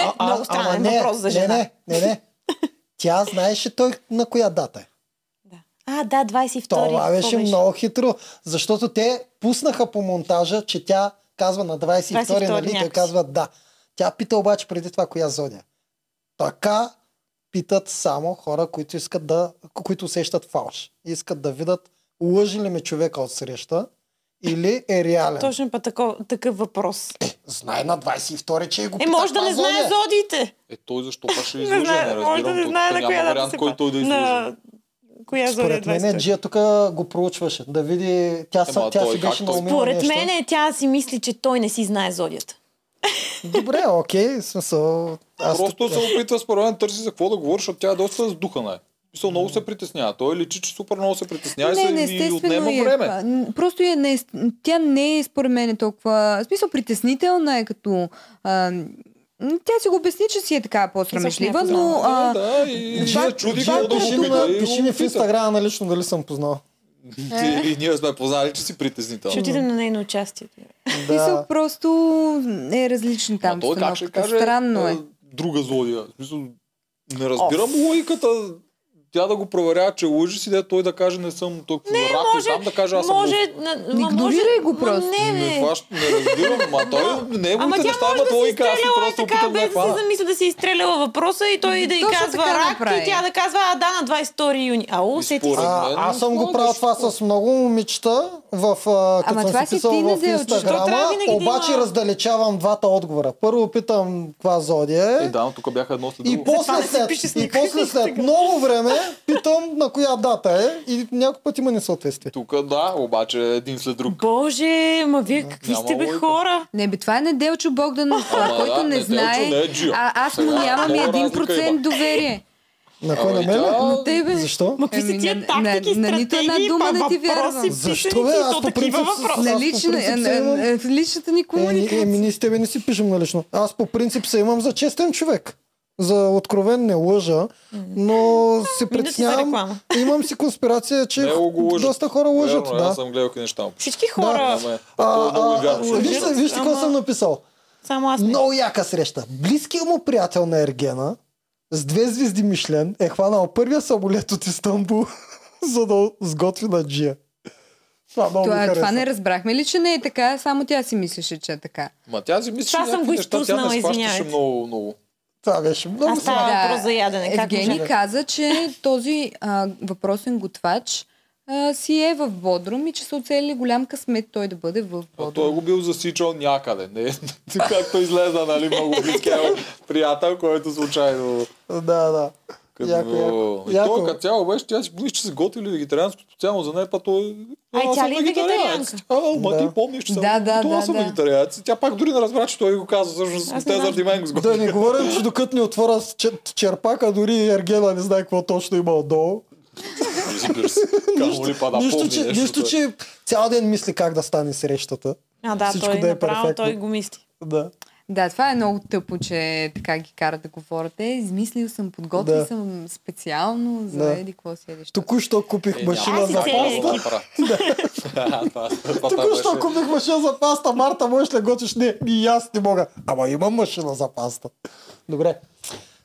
A: А, а,
B: Много странен
A: ама не,
B: въпрос за жена.
A: Не, не, не,
B: *laughs*
A: не. Тя знаеше той на коя дата е.
B: А, да, 22-ри.
A: Това
B: какво
A: беше много хитро, защото те пуснаха по монтажа, че тя казва на 22,
B: 22
A: нали? Той
B: някакси.
A: казва да. Тя пита обаче преди това коя зодия. Така питат само хора, които искат да, ко- които усещат фалш. Искат да видят лъжи ли ме човека от среща или е реален.
B: Точно па такъв, такъв въпрос.
A: Знае на 22, че го
B: Е,
A: пита
B: може да
A: каква
B: не знае
A: зодия е.
B: зодиите.
C: Е, той защо па ще излъже,
B: Не
C: не
B: знае,
C: разбирам.
B: може да не
C: тук
B: знае на
C: няма
B: коя дата
C: вариант,
B: се
C: който той да
B: пада.
C: излъже.
B: На Коя зодия е
A: Според мен
B: 22?
A: Джия тук го проучваше, да види, тя, са,
C: Ема,
A: тя
C: той
A: си
C: как
A: беше
C: той-
A: наумила
B: Според
A: нещо.
B: мен е тя си мисли, че той не си знае зодията.
A: Добре, окей, в смисъл... Аз
C: Просто се опитва според мен търси за какво да говори, защото тя е доста сдухана. Е. Мисъл, много се притеснява. Той личи, че супер много се притеснява и,
D: не,
C: се, и
D: естествено
C: отнема
D: е,
C: време.
D: па- н- Просто е, не, тя не е според мен толкова... В смисъл, притеснителна е като... А, м, тя си го обясни, че си е така по-срамежлива,
B: Изобщо не е
D: но...
C: Да,
D: А,
C: да, и
A: Джия,
C: се чуди
A: Джия,
C: какво да
A: пиши, ми
C: опита.
A: на,
C: и
A: пиши ми в
C: опита.
A: Инстаграма на лично дали съм познал.
C: Ти- И ние сме познали, че си притеснителна.
B: Ще отидем на нейно участие.
D: смисъл,
A: Да.
D: просто е различно там.
C: Ма той как ще
D: обстановката.
C: каже
D: Странно
C: а,
D: е.
C: друга злодия? В смисъл, не разбирам логиката. Тя да го проверява, че лъжи си, де той да каже не съм толкова не, рак
B: може-
C: и там да каже аз съм Ами,
B: може...
C: лъв.
B: на- ма
D: Игнорирай
B: може-
D: го
B: ма
D: просто.
B: Не,
C: Не,
B: не.
C: фащ, не разбирам, ма той е
B: Ама
C: неговите
B: тя
C: неща
B: може
C: имат
B: да си
C: логика, аз си
B: изстреляла и
C: просто
B: така,
C: опитам да е я
B: без да
C: хвана.
B: си замисля да си изстреляла въпроса и той да й
D: Ами, Точно
B: казва
D: така
B: рак
D: направи.
B: и тя да казва, а да, на 22 юни. Ау, сети се.
C: Ами, според- мен
A: А, аз съм го
C: много
A: правил
C: нещо.
A: това с много момичета, в, а, като
D: Ама
A: съм
D: това
A: си
D: си
A: писал
D: ти не
A: в
D: взел, защото
A: Инстаграма,
B: трябва винаги да има-
A: обаче раздалечавам двата отговора. Първо питам каква зодия
C: Е,
A: е,
C: да, но тук бяха едно след
A: и
C: друго.
A: после,
B: не се пише
A: след,
B: с
A: и
B: никакъв
A: после след много време питам на коя дата е и няколко пъти има несъответствие.
C: Тук да, обаче един след друг.
B: Боже, ма вие какви
C: Няма
B: сте бе
C: логика.
B: хора?
D: Не, бе, това е Неделчо Богданов, това,
C: Ама
D: който
C: да,
D: не
C: Неделчо
D: знае.
C: не е Джио.
D: а, аз му
C: Сега
D: нямам и
C: много
D: 1%
C: разлика има.
D: доверие.
A: На кой на
C: Ами
A: мен?
C: тя-
D: На тебе.
A: Защо?
B: Е, Ма какви
D: Еми,
B: са
D: Ами, на-
B: тия тактики,
D: на- на нито една
B: стратегии,
D: дума
B: па
D: не ти
B: въпроси,
D: вярвам.
B: писани,
A: Защо бе?
B: и
A: Аз
B: то
A: по
B: такива
A: принцип с-
B: въпроси.
A: аз
D: На
A: по
D: лична,
A: принцип се
D: на-
A: имам-
D: на- в личната
A: Е,
D: ни
A: ми,
D: комуникация.
A: ние с тебе не си пишем на лично. Аз по принцип се имам за честен човек. За откровен не лъжа, но се
B: Минути за
A: притеснявам.
B: реклама.
A: Имам си конспирация, че
C: Него го лъжат.
A: доста хора лъжат.
C: Верно,
A: Да.
C: Аз съм гледал какви неща му.
B: Всички хора,
C: Ама е,
A: А,
C: толкова много
A: а,
C: ми вярваш.
A: а,
C: че
A: Вижте,
C: лъжат.
A: вижте какво
B: Ама-
A: съм написал.
B: само аз не.
A: Много яка среща. Близкият му приятел на Ергена с две звезди Мишлен е хванал първия самолет от Истанбул, *laughs* за да сготви на Джия. Това много ми
D: Това, това
A: хареса.
D: не разбрахме ли, че не е така? Само тя си мислеше, че е така.
C: Ма тя си мисли, че
B: Това съм
C: някакви
B: го
C: неща тя
B: изпуснала,
C: не схващаше
B: извинявайте.
C: много, много.
A: Това беше много
B: Аз става
D: Да.
B: въпрос за ядене. Как
D: Евгений
B: може?
D: каза, че този а, въпросен готвач а, си е в Бодрум и че са оцелили голям късмет той да бъде в
C: А
D: Бодрум.
C: той го бил засичал някъде. Не, *laughs* както излезна, нали, много близкия му приятел, който случайно...
A: Да, да.
C: Като...
A: Яко, яко.
C: И
A: Яко.
C: то като цяло беше, тя си помниш, че са готвили вегетарианско специално за нея, па той...
B: Ай,
C: аз
B: тя
C: съм
B: ли е
C: вегетарианец. А, ма
A: Да.
C: ти помниш, че съм...
D: Да, да,
C: това
D: да,
C: съм
D: да.
C: вегетарианец. Тя пак дори не разбра, че той го казва, всъщност
B: Аз не
C: те
B: знам.
C: заради мен го
A: Да
C: сготвили.
A: не говорим, че докато ни отворя с чер- черпака, дори и Ергена не знае какво точно има отдолу.
C: Разбира се. Камо ли па
A: *laughs*
C: да
A: нищо,
C: помни
A: че,
C: нещо.
A: нищо,
C: той. е
A: че цял ден мисли как да стане срещата.
B: А, да,
A: Всичко
B: той
A: да е
B: направо,
A: перфектно.
B: той го мисли.
A: Да.
D: Да, това е много тъпо, че така ги кара да говорите. Измислил съм, подготвил
A: Да.
D: съм специално за
A: Да.
D: еди какво си еди що си.
A: Току-що купих
C: Е, няма
A: машина
B: си
A: за
B: целия
A: паста.
B: екип.
C: Да, *laughs* това- това
A: Току-що
C: беше-
A: купих машина за паста. Марта, можеш ли да готвиш? Не, и аз не мога. Ама имам машина за паста. Добре.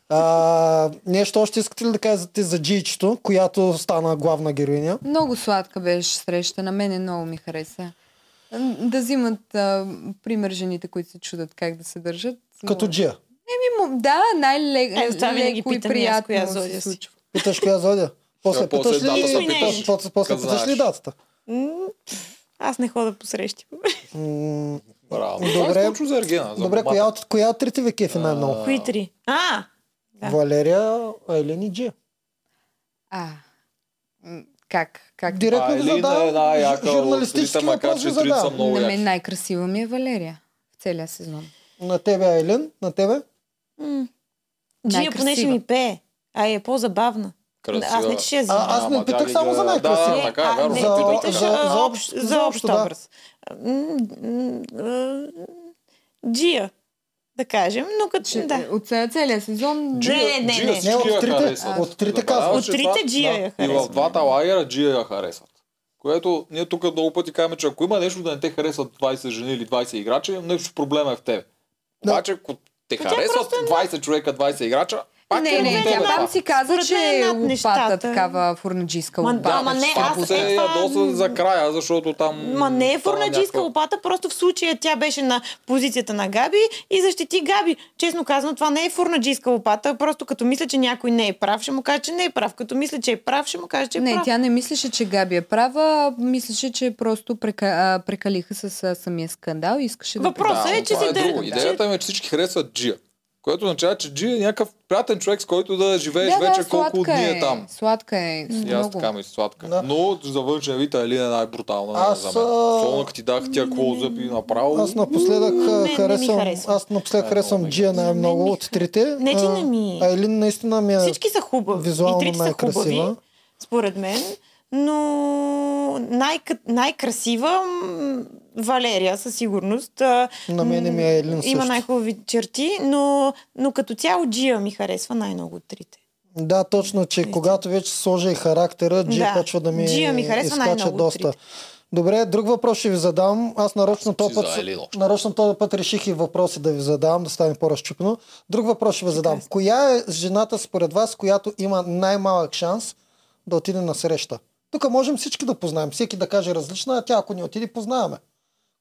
A: А, нещо още искате ли да кажете за джичето, която стана главна героиня?
D: Много сладка беше среща. На мене много ми хареса. М, Да взимат а, пример жените, които се чудат как да се държат.
A: Като джия.
D: Еми, му- да,
B: Е, това винаги
D: най-леко и
B: питам и аз, коя
D: приятно се
B: зодия си.
D: случва.
A: Питаш коя зодия? После
C: Да, после
A: питаш ли,
C: датата
B: се питаш.
A: после, после
C: Как
A: питаш ли
C: знаеш.
A: датата?
B: М, Аз не хода по срещи.
A: М,
C: Браво.
A: Добре.
C: Това е точно за Ергена. за
A: Добре,
C: момата.
A: коя от, коя от трите ви е кефи най-много?
B: Кои три? А! Да.
A: Валерия, Айлен и Джия.
D: А, м, как? Как?
A: Директно ви
C: Айлин е
A: задавам
C: една
A: ж-
C: яка от
A: журналистически
C: трите, макар
A: въпрос ви
C: че трите са
A: задавам.
C: много
D: на
C: яки.
D: мен най-красива ми е Валерия в целия сезон.
A: На тебе, Айлен, на тебе?
B: М. Джия
D: Най-красива.
B: поне ще ми пее. А е по-забавна.
C: Красива.
B: Аз не че ще я
A: А,
B: знам.
A: аз
C: Ама
A: ме
C: тя
A: питах
C: ги
A: само за
C: гледа.
A: най-красива.
C: Да,
B: Не,
C: така,
B: а,
C: е, вярно.
B: не,
A: За-
C: Питах,
B: питаш,
A: за-
C: да.
B: а,
A: за
B: общ-
A: общо,
B: за
A: общо,
B: общ
A: да.
B: образ. М, м, а, Джия, да кажем, но като...
D: Че,
B: Да.
D: От ця- целия сезон...
B: Джи-
C: Джия-
B: не, не,
C: Джия
B: не.
C: всички
A: Не, от
C: я
A: трите-
C: харесват.
A: от трите
C: Забравяш,
A: казвам.
B: От
C: че
B: трите
C: това-
B: Джия
C: да.
B: я
C: И в
B: харесва.
C: двата лагера Джия я харесват. Което ние тук много пъти казваме, че ако има нещо да не те харесват 20 жени или 20 играчи, нещо проблема е в теб.
A: Да.
C: Обаче, ако те харесват 20 човека, 20 играча, пак
D: не,
C: е
D: не,
C: в тебе
D: тя
C: това.
D: там си каза,
B: Според
D: че
B: мен
D: е
B: над
D: лопата,
B: нещата.
D: такава фурнаджийска
B: Ма да,
D: лопата.
B: ма не,
D: че
B: аз-
C: Пак
D: пусна.
C: се
B: е, това-
C: ядосвам за края, защото там...
B: Ма не е
C: стана
B: фурнаджийска
C: някаква-
B: лопата, просто в случая тя беше на позицията на Габи и защити Габи. Честно казано, това не е фурнаджийска лопата, просто като мисля, че някой не е прав, ще му каже, че не е прав. Като мисля, че е прав, ще му каже, че е
D: Не,
B: прав.
D: тя не мислеше, че Габи е права, а мислеше, че просто прека, а, прекалиха с а, самия скандал и искаше да...
B: Въпросът
C: да,
B: е, че
C: това
B: си
C: е
B: да-
C: друго.
B: че-
C: Идеята им е, че всички харесват Джия. Което означава, че Джия е някакъв приятен човек, с който да живееш
D: да,
C: вече
D: да,
C: колко
D: сладка
C: дни
D: е,
C: е там.
D: Сладка е.
C: И аз
D: Много.
C: така ми сладка.
A: Да.
C: Но за външен вид Алина е най-брутална
A: Аз,
C: за мен.
A: а,
C: Особено като ти дах тя клоузъп и направо.
A: Аз напоследък а,
B: Мен не ми
A: харесвам,
B: харесва.
A: аз напоследък
C: Е,
A: харесвам
C: много ми
A: Джия
B: харесва.
A: най-много
B: Мен ми
A: от трите.
B: Не, че не
A: А,
B: ми.
A: Айлин наистина ми е...
B: Всички са хубави.
A: Визуално е
B: и трите са хубави,
A: най-красива.
B: според мен. Но най- най-красива м, Валерия със сигурност. А,
A: На мене ми е Елин
B: м, Има
A: също.
B: най-хубави черти, но, но като цяло Джия ми харесва най-много от трите.
A: Да, точно, че
B: Наистина.
A: когато вече се сложа и характера, Джия
B: Да.
A: почва да ми,
B: Джия ми харесва
A: изкача
B: най-много от
A: доста.
B: трите.
A: Добре, друг въпрос ще ви задам. Аз нарочно
C: Си
A: този път,
C: заели още.
A: нарочно този път реших и въпроси да ви задам, да стане по-разчупено. Друг въпрос ще ви задам. Коя е жената според вас, която има най-малък шанс да отиде на среща? Тук можем всички да познаем. Всеки да каже различна, а тя ако не отиде, познаваме.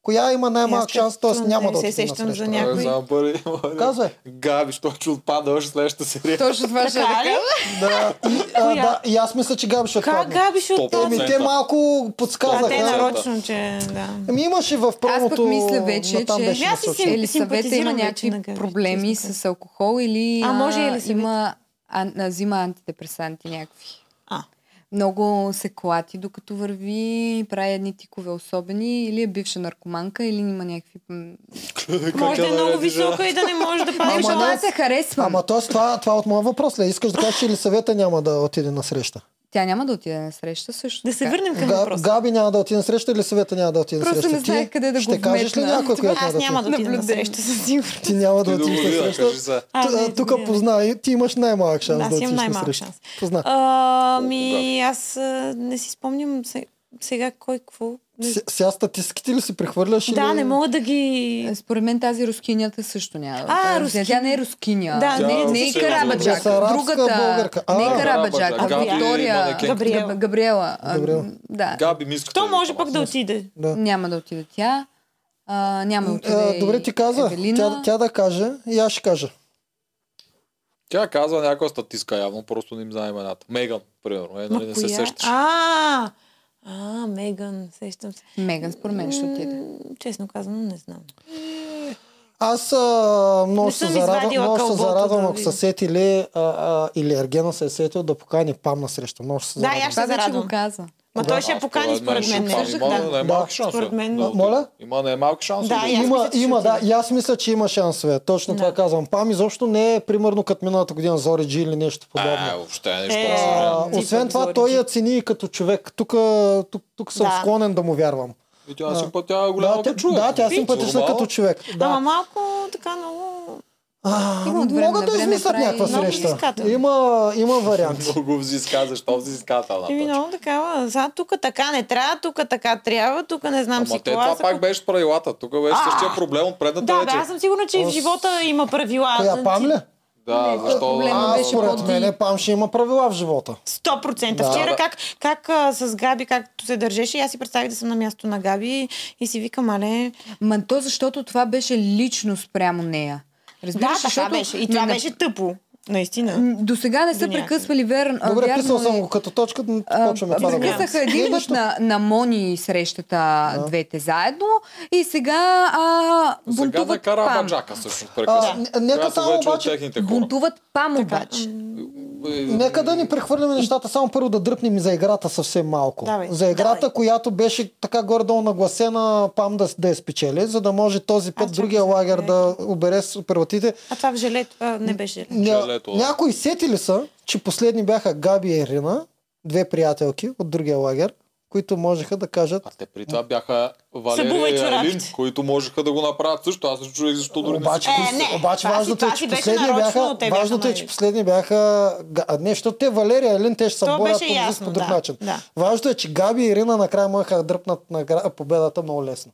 A: Коя има най-малък
B: Аз
A: шанс, т.е.
B: като
A: няма
B: не
A: да
B: се
A: отиде на
B: сещам за
A: среща?
B: някой.
C: Е, знам първи.
A: Казвай.
C: Габи, що че отпада още следващата серия.
D: Точно това ще
B: Така
D: да
B: ли?
D: кажа.
A: Да, и, а,
B: Коя?
A: да, и аз мисля, че е Габи ще
B: Как
A: отпадне.
B: Габи ще
C: Сто
B: оттадне?
A: Еми,
C: процента.
A: Ами, те малко
B: А
A: подсказаха.
B: те
C: Казаха.
B: нарочно, че да.
A: Ами имаше в промото...
D: Аз пък мисля вече,
A: натам
D: че
A: беше
B: Ами аз си
A: насочено.
B: се-
D: Елисавета има
B: симпатизирам вече
D: някакви
B: на Габи,
D: проблеми
B: честно
D: с алкохол или
B: А, може
D: а,
B: Елисавета.
D: има, а, а, взима антидепресанти някакви.
B: А.
D: много се клати, докато върви и прави едни тикове особени, или е бивша наркоманка, или има някакви... м,
B: Може да е много висока и да не може да
D: Не,
B: прави
A: не.
D: защото аз се харесвам.
A: Ама т.е. това, това е от моя въпрос ли? Искаш да кажеш, че Елисавета няма да отиде на среща?
D: Тя няма да отиде на среща също.
B: Да се
D: така.
B: върнем към
A: Га,
B: въпроса.
A: Габи няма да отиде на среща или съвета няма да отиде на
D: Просто
A: среща?
D: не знаех къде да го
A: Ще кажеш ли
D: вметна.
A: някой, който
B: Аз няма да отида на
D: Наблюдение.
B: среща, със сигурност.
A: Ти няма да
C: Ти Ами, да
A: отидеш на
C: го
A: среща.
C: кажи за...
B: Аз
A: Т-
B: не
A: Тук
B: отивам.
A: познай, ти имаш най-малък шанс
B: Аз
A: да
B: имам
A: отидеш на
B: най-малък
A: среща.
B: шанс.
A: Позна.
B: Ами, аз а, не си спомням се- сега кой какво. Не-
A: С- Сега статистиките ли си прехвърляш?
B: Да,
A: или-
B: не мога да ги...
D: Е, Според мен тази рускинята също няма. да
B: А,
D: отиде.
B: рускиня.
D: Тя не е рускиня.
B: Да,
C: не е
D: не е
C: рускиня.
D: Карабаджак.
A: Бесарабска
D: Другата.
A: българка. А,
D: не е
C: Карабаджак.
D: Карабаджак. А
C: Габи
D: Виктория.
C: Манекен.
B: Габриела.
D: Габ- Габриела. А,
A: Габриела.
D: м, Да.
C: Габи миската.
B: То
C: е
B: може
C: дома.
B: пък да отиде.
A: Да.
D: Няма да отиде тя. А, няма да отиде.
A: А, добре ти каза.
D: Евелина.
A: Тя, тя да каже и аз ще кажа.
C: Тя казва някаква статистика, явно просто не им знае имената. Меган, примерно. Е,
B: Ма
C: нали не се
B: коя? е?
C: сещаш.
B: А, а, Меган, сещам се.
D: Меган, според мен ще отиде.
B: М, Честно казано, не знам.
A: Аз а, много
B: Не
A: се
B: съм
A: зарадвам,
B: извадила
A: много се
B: кълбото
A: зарадвам
B: да
A: ако
B: видя.
A: са сетили а, а, или Ергена се е сетил да покани пам на среща. Много ще се
B: Да, и
A: зарадвам.
B: аз ще
D: Това вече го
B: зарадвам.
D: каза.
B: Ма той ще я
C: Аз
B: покани
C: това
B: според
C: нещо
B: мен. Не,
C: там
D: ще
B: да.
C: Има
D: да.
C: най-малки
A: Да.
C: шансове.
B: Според мен-
C: е да отиде.
A: Моля?
C: Има най-малки шансове.
B: Да,
C: да
B: и аз
A: Има,
C: отиде.
B: мисля, че ще
A: има, да.
B: отиде.
A: И аз мисля, че има шансове. Точно
B: Да.
A: това казвам. Пам изобщо не е примерно като миналата година за Ориджи или нещо подобно.
C: А, въобще е нещо.
B: Е,
C: абсолютно.
A: А,
B: Ти
A: освен
B: пък
A: това,
B: за
A: той
B: Ориджи.
A: я цени и като човек. Тук, тук, тук съм
B: Да.
A: склонен да му вярвам.
C: И тя си пътя е голяма
A: да,
C: като
A: тя,
C: човек.
A: да, тя е
C: Ти,
A: симпатична
C: нормално. *laughs*
A: като човек. Да.
B: Ама малко така много...
A: А,
D: Има от време
A: могат
D: на
A: да
D: време
A: измислят
D: прави
A: някаква
B: много
A: среща.
B: взискателно.
A: Има, има варианти.
C: Много взиска, защо взиска тази
B: Еми много такава. Сега тук така не трябва, тук така трябва, тук не знам
C: Ама
B: си
C: те
B: кола.
C: това
B: за
C: пак
B: ко-
C: беше с правилата. Тук беше
B: А.
C: същия проблем от предната
B: Да, бе,
C: вечер.
B: аз съм сигурна, че и в
A: Аз-
B: живота има правила.
A: Коя памля?
C: Да, защо?
D: проблема
C: А,
A: А,
D: беше
A: според
D: Боди.
A: мен пам ще има правила в живота.
B: 100%.
A: Да.
B: Вчера
C: Да, да.
B: как, как а, с Габи, както се държеше, и аз си представих да съм на място на Габи и си викам, але...
D: Ма то защото това беше лично спрямо нея. Разбираш,
B: Да, така
D: защото
B: беше. И
D: не-
B: това
D: не-
B: беше тъпо. Наистина.
D: М, До сега не са
B: До някъде.
D: прекъсвали верно.
A: Добре,
D: вярно
A: писал съм
D: е.
A: го като точка, но
D: А,
A: почваме това да го.
D: Прекъсаха един
A: Е,
D: път
A: нищо.
D: на, на Мони срещата двете заедно и сега а,
C: Сега на
D: бунтуват пам.
C: Карабаджака всъщност
A: А,
C: прекъсна.
A: н- нека
C: Която
A: само
C: вече е от
A: обаче-
C: техните хора. Е,
D: Бунтуват пам обаче.
A: Нека да ни прехвърляме нещата, само първо да дръпнем и за играта съвсем малко.
B: Давай.
A: за играта,
B: Давай.
A: която беше така горе-долу нагласена пам да, да я спечели, за да може този път
B: чакай,
A: другия лагер
B: добре.
A: да обере суперватите.
B: А това в жилет а, не беше жилет.
A: Ня,
C: Желето, да.
A: някои сетили са, че последни бяха Габи и Ирина, две приятелки от другия лагер, които можеха да кажат
C: А те при това бяха Валерия
B: Събувай
C: и
B: чорапите.
C: Елин, които можеха да го направят също. Аз се чуех защо дори не
A: Обаче,
C: си
B: Е,
A: е,
B: не,
A: обаче
B: това си-
A: важното е,
B: това
A: че
B: си беше
A: последни
B: нарочно,
A: бяха,
B: те бяха
A: важното е, че
B: намерили.
A: последни бяха... га- а Не, защото те Валерия и Елин, те ще се
B: То
A: борят
B: беше
A: по различен-
B: ясно,
A: по друг
B: да,
A: начин.
B: да.
A: Важното е, че Габи и Ирина накрая можеха да дръпнат на гра- победата много лесно.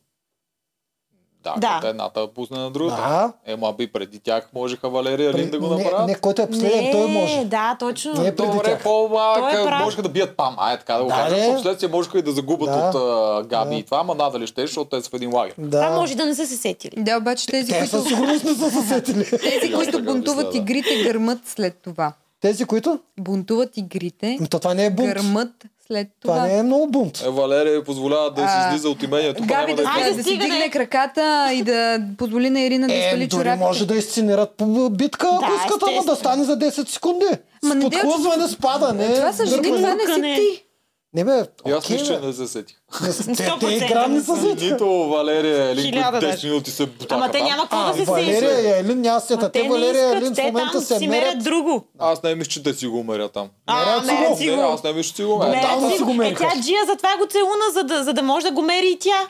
C: Да,
B: Да.
C: като едната пусне на другата.
A: Да.
C: Ема би преди тях можеха Валерия и Елин да го
A: Ами, не,
C: направят.
A: не, който е последен, той може.
B: да, точно.
A: Не, е преди
C: Добре,
A: тях.
C: по-малък.
B: Той е прав.
C: можеха да бият пам. Ай, така да го
A: Да,
C: кажа.
A: бе.
C: В последствие можеха и да загубят
A: Да.
C: от а, Габи
A: Да.
C: и това, ама надали ще, защото те са в един лагер.
A: Да.
B: Това може да не са се сетили.
D: Да, обаче тези,
A: Те със
D: които,
A: сигурност не са се
B: *laughs*
A: сетили.
D: тези,
C: Аз така
D: които
C: мисля,
D: бунтуват
C: да.
D: игрите, гърмат след това.
A: Тези, които?
D: Бунтуват игрите,
A: Ами, То това не е бунт.
D: гърмат след
A: Това не
D: това.
A: е много бунт.
C: Е, Валерия ви позволява да си
D: А,
C: излиза от имението. па
D: Габи
C: няма
D: да,
C: да, е
B: Айде,
D: да, да си
B: стига,
D: дигне
B: не.
D: краката и да позволи на Ирина да
A: Е,
D: свали
A: дори
D: чорапите.
A: може да изцинират по- битка, ако
B: Да,
A: искат, ама да
B: естествено.
A: стане за 10 секунди.
D: Ма
A: С
D: не дей,
A: подхлъзване, с падане.
D: Това са жени,
A: дърпане.
D: това не си
B: Дърпане.
D: ти.
A: Не бе,
C: И аз
A: окей,
C: нищо
A: бе.
C: не се сетих.
A: Не са- Те, те
B: 100%
A: игра не
B: не
A: са
B: са.
A: зетка.
C: Нито Валерия и Елин
B: Хиляда
C: които 10
B: даже.
C: минути се бутаха
B: Ама те
C: там.
B: няма какво
A: А,
B: да се
A: Валерия
B: сетят.
A: и Елин няма да се
B: Ама
A: сетят. Те
B: Те не
A: Валерия и Елин
B: искат,
A: в
B: те
A: момента
B: там
A: се
B: си
A: мерят.
B: мерят друго.
C: Аз не мисля, че те си го умерят там.
B: А,
A: Мерят си
B: мерят
A: го.
B: си
C: Не,
B: го.
C: аз не мисля, че си го умерят.
A: Мерят
C: Там
A: си
B: Мерси
A: си го
B: го. Е,
A: мериха.
B: тя Джия затова го целуна, за да, за да може да го мери и тя.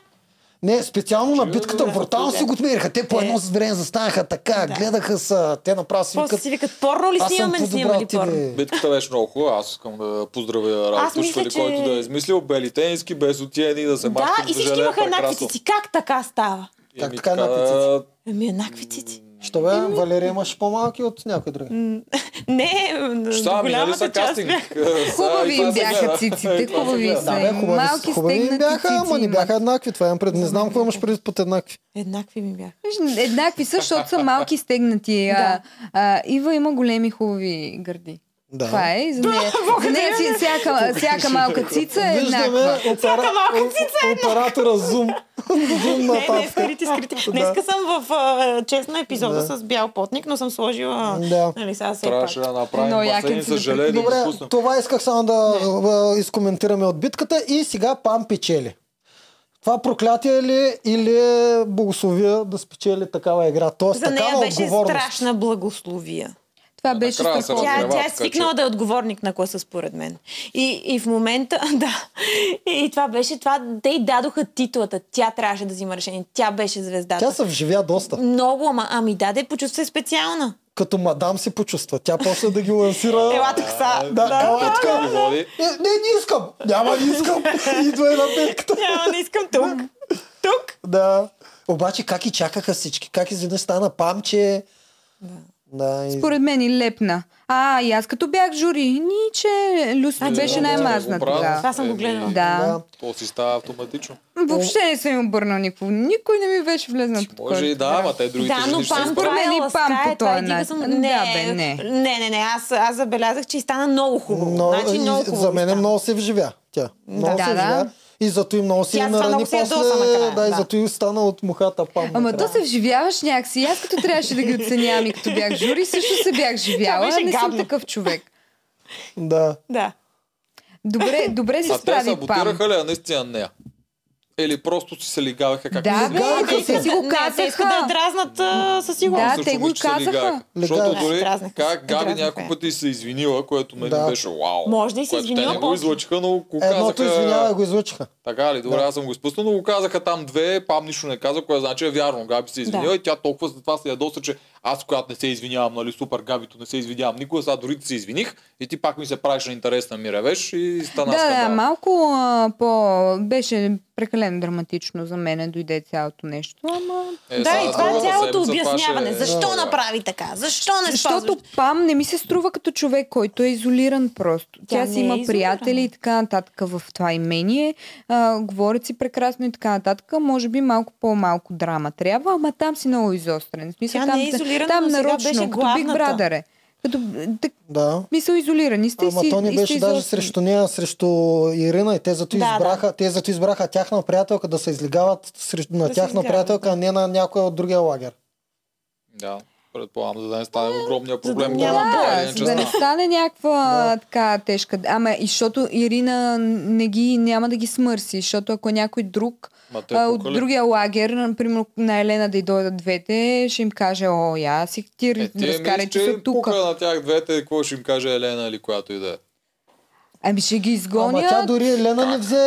A: Не, специално на битката в
C: Чудо,
A: Брутал
B: да.
A: си го отмериха. Те
B: Е.
A: по едно време застанаха така, гледаха са, те направо си
B: После
A: викат.
B: си викат, порно ли
A: Аз съм
B: снимаме, не
A: по-добра
B: снимаме ли
A: от тебе.
B: порно?
C: Битката беше много хубава. Аз искам да поздравя Ралф
B: мисля,
C: Тушвали,
B: че-
C: който да е измислил бели тениски, без отиени да се
B: Да,
C: мачкат за
B: и всички
C: желе,
B: имаха еднакви
C: е прекрасно.
B: цици. Как така става?
A: Как
C: Еми,
A: така еднакви цици?
B: Еми, еднакви цици.
A: Що бе, Валерия имаш по-малки от някой друг.
B: Не,
C: Ща, минали
B: до
C: ами, нали са
B: голямата част.
C: кастинг.
B: бях.
D: Хубави им бяха
C: е,
D: циците, хубави
A: Да, бе,
D: са. им.
A: хубави,
D: Малки
A: хубави им
D: стегнати
A: бяха, ама
D: цици
A: не бяха
D: имат.
A: еднакви. Това имам пред. Не знам какво имаш пред под еднакви.
B: Еднакви ми бяха.
D: Виж, Еднакви са, защото са малки стегнати. А,
B: Да.
D: а, Ива има големи хубави гърди.
A: Да.
D: Това е. и За нея, за нея си, всяка, всяка малка цица е
A: Виждаме
D: еднаква.
B: *laughs*
A: опера... о- оператора Zoom. Зум
B: Не, не,
A: нататък. *laughs*
B: скрити, скрити. Днеска съм в а, чест на епизода
A: Да.
B: с бял потник, но съм сложила...
A: Да.
B: Нали, сега все пак.
C: Трябваше да
D: Но
C: направим
D: якин
C: басейни
D: си
C: с желе и да го
A: Добре,
C: спуснем.
A: това исках само да а, изкоментираме от битката и сега Пам печели. Това проклятие ли е или е благословия да спечели такава игра? Тоест,
B: За нея
A: такава
B: беше
A: отговорност.
B: страшна благословия.
D: Това
C: Да,
D: беше
C: накрая се
D: страхотно.
B: Тя,
C: Разрева,
B: тя е
C: така че-
B: свикнала да е отговорник на класа, според мен. И, и в момента, *laughs* да, и това беше това, те й дадоха титлата, тя трябваше да взима решение, тя беше звездата.
A: Тя се вживя доста.
B: Много, ама, ами даде, почувства се специална.
A: Като мадам се почувства. Тя после да ги лансира.
B: Ела тук са.
A: Да, ела
C: Петка
A: тук. Е,
C: ги води.
A: Не, не, не искам. Няма, не
B: *laughs*
A: искам. Идва една петката.
B: Няма, не искам тук. Тук.
A: Да. Обаче как и чакаха всички? Как изведнъж стана памче? Да. да и...
D: Според мен и лепна. А, и аз като бях жури, ниче, Люси
B: А,
D: беше
B: да,
D: най-мазна
C: Значи, да, да,
D: тогава.
B: Това съм го
C: Еми,
B: гледала.
D: Да.
A: Да.
C: То си става автоматично.
D: Въобще не съм им обърнал никого. Никой не ми беше влезнал под
C: Може и да, ама те другите
B: Да, но
C: жени ще се
B: пам
C: изправят.
D: промени
B: промени
D: пам по този
B: това
D: начин.
B: Съм...
D: Да,
B: Не,
D: бе, не.
B: не. не, не, не, аз, аз забелязах, че и стана много хубаво.
A: Но,
B: значи, много
A: и-
B: хубаво
A: за мен е
B: стана.
A: много се вживя тя. Много
D: Да,
A: се
D: да.
A: вживя. И зато и много си
B: Тя
A: я
B: стана
A: нарани
B: много си я
A: после.
B: доса накрая,
A: да, и
B: да.
A: зато и стана от мухата пам.
D: Ама
A: накрая.
D: то се вживяваш някакси. И Аз като трябваше да ги оценявам и като бях жури, също се бях живяла.
B: Това беше
D: Не съм
B: гадно.
D: такъв човек.
A: Да.
B: Да.
D: Добре, добре се
C: А те
D: справи пам.
C: саботираха ли я наистина нея? Или просто си се лигаваха както
D: Да,
C: си
D: бе,
A: Лигаха
D: те, те
A: се.
D: си го
B: Не, те искат да я
D: казаха.
B: дразнат а, със сигурност.
D: Да,
C: срещу
D: те го
C: момичета
D: казаха.
C: лигаха.
A: Лигаха.
C: Защото дори
B: Е, дразнаха
C: как
B: се.
C: Габи
B: Дразнаха
C: няколко
B: я.
C: пъти се извинила, което мен
A: Да.
C: ми беше вау.
B: Може да и се
C: Което
B: извинила
C: Те не го
B: после.
C: излъчиха, но го
A: Едното извинява и
C: казаха.
A: го излъчиха.
C: Така ли? Добре, аз съм го изпуснал, но го казаха там две, пам нищо не каза, което значи е вярно. Габи се извинила
B: Да.
C: и тя толкова за това се ядоса, че аз, когато не се извинявам, нали, супер, Габито не се извинявам никога, сега дори ти се извиних и ти пак ми се правиш на интересна ми ревеш и стана
D: Да, да,
C: скандал.
D: малко а, по... Беше прекалено драматично за мен, дойде цялото нещо. Ама...
C: Е,
B: Да,
C: сега
B: и това е
C: другата
B: цялото
C: седмица, това ще- е-
B: обясняване. Защо
C: Да, да.
B: направи така? Защо не
D: Защото
B: спазваш?
D: Пам не ми се струва като човек, който е изолиран просто. Тя,
B: Тя
D: си
B: не е
D: има
B: изолирана.
D: приятели и така нататък в това имение. А, говорят си прекрасно и така нататък. Може би малко по-малко драма трябва, ама там си много изострен. В Смисъл,
B: Тя
D: там,
B: не е изолирана,
D: там
B: но сега
D: нарочно,
B: беше
D: като Big
B: главната.
D: Brother е. Като, так,
A: Да.
D: мисъл, изолирани сте и
A: Ама
D: си
A: то
D: и
A: не
D: сте
A: беше даже
D: изострени.
A: срещу нея, срещу Ирина и те зато,
B: Да, да.
A: избраха, те зато избраха тяхна приятелка да се излигават срещу, на
B: Да се
A: тяхна
B: излигават,
A: приятелка, а не на някоя от другия лагер.
C: Да, предполагам, за да не стане огромния
A: да
C: проблем.
A: няма-
C: който така или
D: Да,
C: иначе
D: за да не
C: стана.
D: стане някаква така тежка. Ама и защото Ирина не ги, няма да ги смърси, защото ако е някой друг
C: Ма те
D: а, Е, от
C: пукали.
D: другия лагер, например на Елена да й дойдат двете, ще им каже, о, я си ти
C: Е, ти мислиш,
D: разкарайте
C: че
D: се тук.
C: пука на тях двете, какво ще им каже Елена или която и да е.
D: Ами ще ги
A: Ама тя
D: изгонят.
A: дори Елена не взе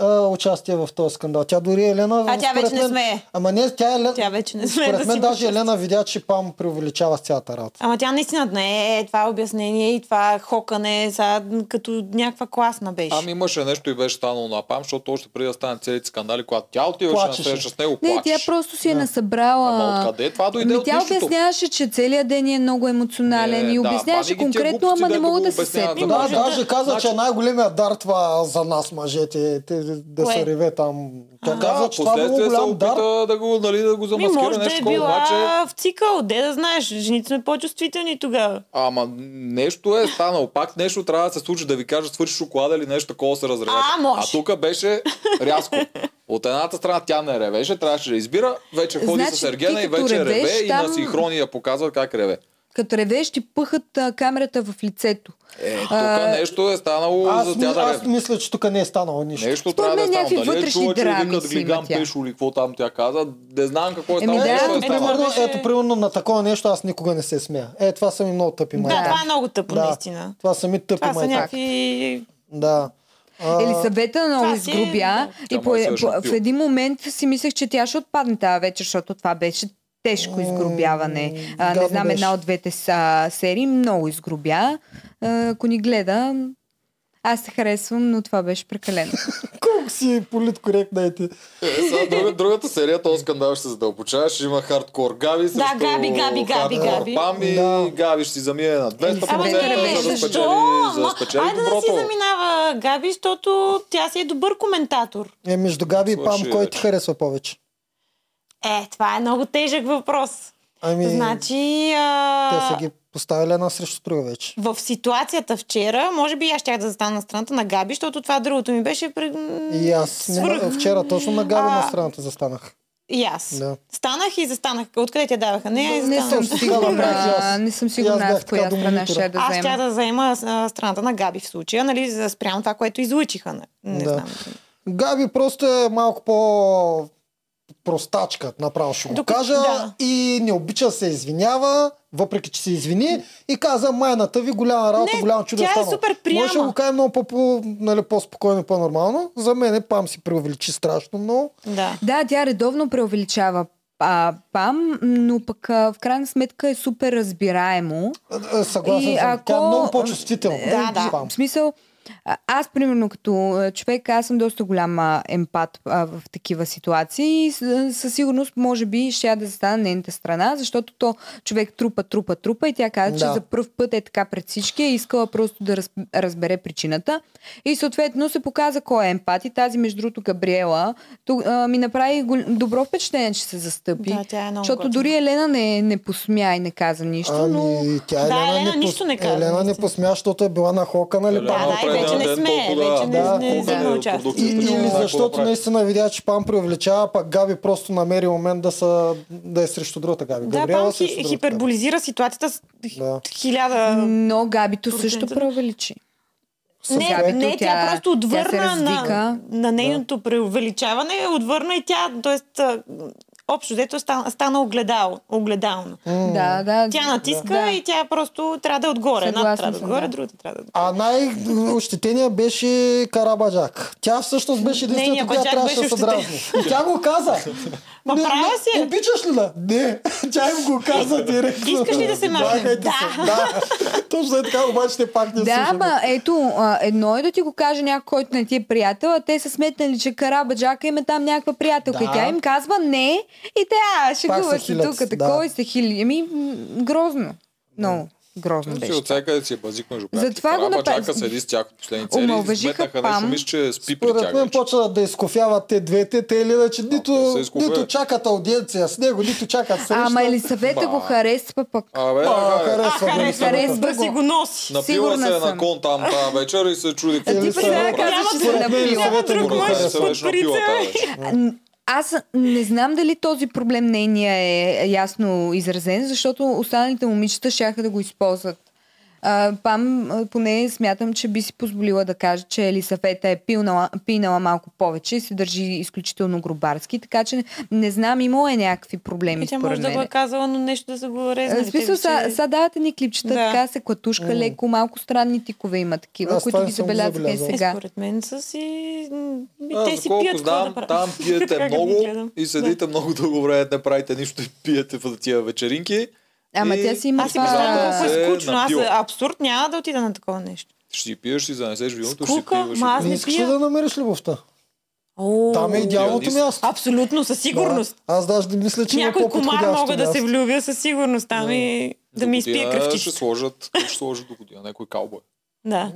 A: а, участие в този скандал. Тя дори Елена...
B: А тя
A: според
B: вече не
A: мен-
B: смее.
A: Ама не, тя, е Елена,
B: Тя вече не смее да
A: Според мен
B: си
A: даже
B: почувства.
A: Елена видя, че Пам преувеличава с цялата работа.
B: Ама тя наистина не е това е обяснение и това хокане, сега, като някаква класна беше.
C: Ами имаше нещо и беше станало на пам, защото още преди да стане целите скандали, когато тя отиваше на
A: Плачеше.
C: среща с него,
D: Не,
C: плачеш.
D: тя просто си е насъбрала.
C: Ама откъде това дойде
D: Ами
C: от
D: тя
C: нищото?
D: обясняваше, че целият ден е много емоционален
C: Не,
D: и
C: да,
D: обясняваше
C: бади ги тия
D: конкретно,
C: глупости,
D: ама не
C: дето
D: мога
C: го
D: да се
C: обясняват
D: сетя.
C: за
A: Да,
C: може да-
A: даже каза,
C: значи-
A: че най-големия дар това за нас, мъжете, те, да
B: Кое?
A: се реве там. Тя
C: Да,
A: каза, че това е много
C: последствие се
A: голям дар.
C: опита да го, нали, да го
B: Ми
C: замаскира
B: може да
C: нещо
B: е
C: такова,
B: била
C: обаче...
B: в цикъл, де да знаеш, жените сме по-чувствителни тогава.
C: Ама нещо е станало, пак нещо трябва да се случи, да ви кажа, свърши шоколада или нещо такова се разреве.
B: А, може.
C: а тук беше рязко. От едната страна тя не ревеше, трябваше да избира, вече ходи
D: Значи,
C: с Ергена
D: ти
C: и
D: като
C: вече
D: ревеш,
C: реве и на
D: там-
C: синхрони я показва как реве.
D: Като ревеш, ти пъхат а, камерата в лицето.
C: Е, тук
D: А,
C: нещо е станало
A: Аз,
C: за
A: ми-
C: тя да
A: аз
C: реве.
A: мисля, че тук не е станало нищо.
C: Нещо
D: Според
C: трябва да
D: мен
C: е станало.
D: някакви
C: Дали е
D: вътрешни
C: чула, че
D: драми
C: викат
D: си
C: глигам
D: има тя.
C: пешо или какво там тя каза, не знам какво е
D: Еми
C: станало.
D: да,
C: нещо е
A: Ето,
B: Е,
C: станало.
A: примерно,
B: това беше-
A: ето, примерно на такова нещо аз никога не се смея. Е, това са ми много тъпи
B: Да,
A: майта.
B: това е много тъпо, наистина.
A: Това са ми тъпи
B: Това са
A: майта.
B: някакви...
A: Да. А,
D: Елисабета много
B: това си е-
D: изгрубя и
C: Ама
D: по,
C: е също
D: по, в
C: пил.
D: един момент си мислех, че тя ще отпадне тази вечер, защото това беше тежко
A: М,
D: изгробяване. А, не
A: гадно
D: знам,
A: беше.
D: една от двете са, серии много изгробя. А, ако ни гледа, аз се харесвам, но това беше прекалено.
A: Колко си политкоректна е ти.
C: Е, сега
B: *laughs*
C: друга, другата серия, този скандал ще се задълбочава, ще има хардкор Габи срещу
B: Габи, Габи, Габи,
C: хардкор
B: Габи. Ами
C: Пам и
A: Да.
C: Габи ще си замине на 200%
B: Ама
D: Ама
B: не,
D: не, не,
C: за да
D: защо?
C: спечели, за да
B: Ама,
C: спечели
B: Айде да не си
C: доброто.
B: заминава Габи, защото тя си е добър коментатор.
A: Е, между Габи и Пам,
C: Слушай,
A: кой
C: вече.
A: ти харесва повече?
B: Е, това е много тежък въпрос.
A: Ами,
B: Значи...
A: те
B: А...
A: са ги Поставили една срещу друга вече.
B: В ситуацията вчера, може би аз щях да застана на страната на Габи, защото това другото ми беше... При...
A: И аз не,
B: свръх-
A: вчера точно на Габи
B: А.
A: на страната застанах.
B: И аз.
A: Да.
B: Станах и застанах. Откъде те даваха? Не,
D: Не
B: застанах.
D: съм сигурна, не
A: И
D: съм
A: аз
D: сигурна
A: бях
D: аз
A: така
D: коя
A: до
D: страна
A: монитора.
D: ще да
B: Аз тя
D: взема.
B: да заема а, страната на Габи в случая, нали, за- спрямо това, което излучиха. Не, не
A: Да.
B: знам.
A: Габи просто е малко по простачка, направо ще го
B: Докато-
A: кажа.
B: да.
A: И не обича да се извинява, въпреки че се извини. И каза, майната ви голяма работа,
B: Не,
A: голямо чудо
B: тя е
A: станало.
B: супер пряма.
A: Може да го каже много по, по, нали, по-спокойно и по-нормално. За мен е, Пам си преувеличи страшно много.
B: Да.
D: Да, тя редовно преувеличава а, Пам, но пък а, в крайна сметка е супер разбираемо.
A: Е, е, Съгласен съм.
D: И
A: Тя е
D: ако-
A: много по-чувствителна.
D: Е,
B: Да, да.
A: Пам.
D: В смисъл, а- аз, примерно, като а, човек, аз съм доста голям а, емпат а, в такива ситуации и с- със сигурност, може би, ще я да застана на нейната страна, защото то човек трупа, трупа, трупа и тя каза,
A: Да.
D: че за първ път е така пред всички, е искала просто да раз, разбере причината. И съответно се показа кой е емпат и тази, между другото, Габриела, ту, а, ми направи гол- добро впечатление, че се застъпи.
B: да, тя е много
D: защото
B: готина.
D: дори Елена не, не посмя и не каза нищо, но...
A: Ами, тя
B: Да,
A: Елена,
B: Елена
A: не
B: нищо не каза,
A: Елена не
B: наистина.
A: посмя, защото е била на хока, нали?
C: Елена
A: Пам?
B: да, и
C: определен
B: вече не
C: ден
B: сме,
C: толкова,
B: вече не-
C: да,
A: не
C: колко
A: взема
C: да е
B: участие.
C: продуктивна,
A: И,
C: не знае
A: или
C: какво да
A: защото
C: прави.
A: наистина видя, че Пам преувеличава, а пък Габи просто намери момент да, са, да е срещу другата Габи.
B: Да,
A: Габриела
B: Пам
A: е срещу
B: хи,
A: другата
B: хиперболизира ситуацията с
A: Да.
B: да. хиляда...
D: Но Габито също
B: Процентът.
D: преувеличи.
A: Габи. С-
B: Не,
D: Габито
B: не, тя,
D: тя-
B: просто отвърна
D: тя се
B: на,
D: раздика.
B: на нейното преувеличаване, отвърна и тя, т.е. общо дето стана, стана огледал, огледално.
A: М.
D: Да, да.
B: Тя натиска
D: Да.
B: и тя просто трябва да е отгоре. Една
D: Съгласна
B: трябва да е
D: съм,
B: отгоре,
D: да.
B: другата трябва да е отгоре.
A: А най-ощетения беше Карабаджак. Тя всъщност беше единствената,
B: Нейният
A: която
B: Баджак
A: трябваше да
B: беше
A: се дразни. И тя го каза.
B: Ма
A: Не,
B: права
A: не,
B: си е.
A: Обичаш ли да? Не. Тя им го каза директно.
B: Искаш ли да се махнем?
A: Махайте
B: Да.
A: се. Да. Точно е така, обаче те пак не
D: Да,
A: слушаме.
D: ма ето, а, едно е да ти го каже някой, който не ти е приятел, а те са сметнали, че Карабаджака има там някаква приятелка.
A: Да.
D: Да. И тя им казва не, и те, а,
A: се
D: шегуват се
A: хилят,
D: тук,
A: да.
D: такова и се хили. Ами, м, грозно. Много грозно
C: Значи
D: беше.
C: от всякъде си е базик между
D: Затова
C: приятелите.
D: го
C: Караба
D: направи-
C: чака седи с тях в последните цели.
D: Омалважиха
C: Изметнаха нещо,
D: Пам.
C: мисля, че спи при
A: Според
C: тях значи.
A: мен
C: вече.
A: почват да изкофяват те двете, те или иначе
C: те
A: нито,
C: се изкофяват.
A: нито чакат аудиенция с него, нито чакат среща.
D: Ама Елисавета
C: Ба.
D: го харесва пък.
C: Абе,
A: А,
C: абе,
B: А,
A: харесва.
B: харесва,
D: харесва
B: да си
D: го.
B: го носи.
C: напила се
D: сигурна
C: е на
D: съм.
C: кон там тази вечер и се чуди какво
A: ти
C: ще
A: сега
C: направи.
D: казваш,
B: Трябва
D: че
B: да
C: е
D: се
B: се
D: напила.
B: напила
A: Елисавета
B: друг
A: го
B: мъж
A: харесва,
B: под
C: беше напила
B: парица.
C: тази *laughs* вечер.
D: А, н- Аз не знам дали този проблем нейния е ясно изразен, защото останалите момичета щяха да го използват. А, пам, а, поне смятам, че би си позволила да каже, че Елисафета е пилнала, пинала малко повече и се държи изключително грубарски, така че не, не знам, имало е някакви проблеми
B: И Тя
D: според
B: може да го е
D: мен.
B: казала, но нещо да са го
D: Е,
B: резнали.
D: в смисъл,
B: Те
D: са,
B: беше-
D: са давате ни клипчета,
B: Да.
D: така се клатушка
A: М.
D: леко, малко странни тикове има такива,
A: Аз това
D: които
A: не
D: ги
A: съм го
D: забелязаха и
A: забелязал.
B: Е,
D: сега.
B: Според мен са си... м, и
C: Аз,
B: Те си
C: доколко
B: пият какво
C: знам,
B: да правят.
C: там пиете
B: *laughs* Как да ги
C: много
B: гледам?
C: и седите много дълго време, не правите нищо и пиете в тия вечеринки.
D: Ама
C: И-
D: тя си има
B: Е, Аз си
C: А,
B: представям
C: да,
B: колко
C: се
B: е
C: е
B: скучно. Аз
C: напила.
B: абсурд няма да отида на такова нещо.
C: Ще си пиеш, ще си занесеш виното, ще си
B: Скука,
C: пиваш.
B: ма аз
A: Не
B: не
A: искаш ли
B: пия.
A: да намериш любовта?
B: О,
A: Там е идеалното
C: идеалист.
A: място.
B: Абсолютно, със сигурност.
A: Да, аз даже мисля, че има
B: Някой комар
A: по-подходящо
B: мога да се
A: място.
B: влюбя със сигурност там
A: Да.
B: и да
C: До
B: ми изпие
C: година Ще
B: кръвчицата.
C: сложат, кой ще сложат до година, някой каубой.
B: Да.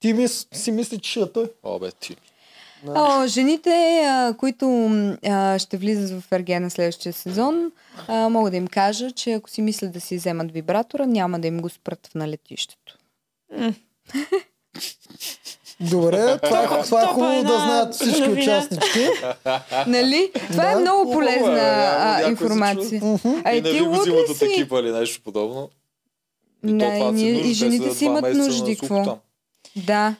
A: Ти ми, с- си мислиш, че ще е той.
C: Абе, ти.
D: О, жените, а, които м, а, ще влизат в Ергена следващия сезон, а, мога да им кажа, че ако си мислят да си вземат вибратора, няма да им го спрат в налетището.
B: М. *laughs*
A: Добре, това е,
B: Топа-
A: това е
B: топа
A: хубаво
B: една
A: да знаят всички
B: новина.
A: участнички.
D: Нали? Това е
A: Да,
D: много
C: хубаво е,
D: полезна
C: явно
D: а,
C: някой се
D: информация.
A: Мгм.
D: А
C: и
D: е,
C: не
D: ти
C: ви го
D: луд
C: взимат
D: ли
C: от
D: си?
C: екипа или нещо подобно. И то
D: Не,
C: това си
D: ние-
C: нужда,
D: и
C: те
D: жените
C: са
D: си
C: два
D: имат
C: месеца на
D: нужди.
C: слух
D: Какво?
C: там.
D: Да.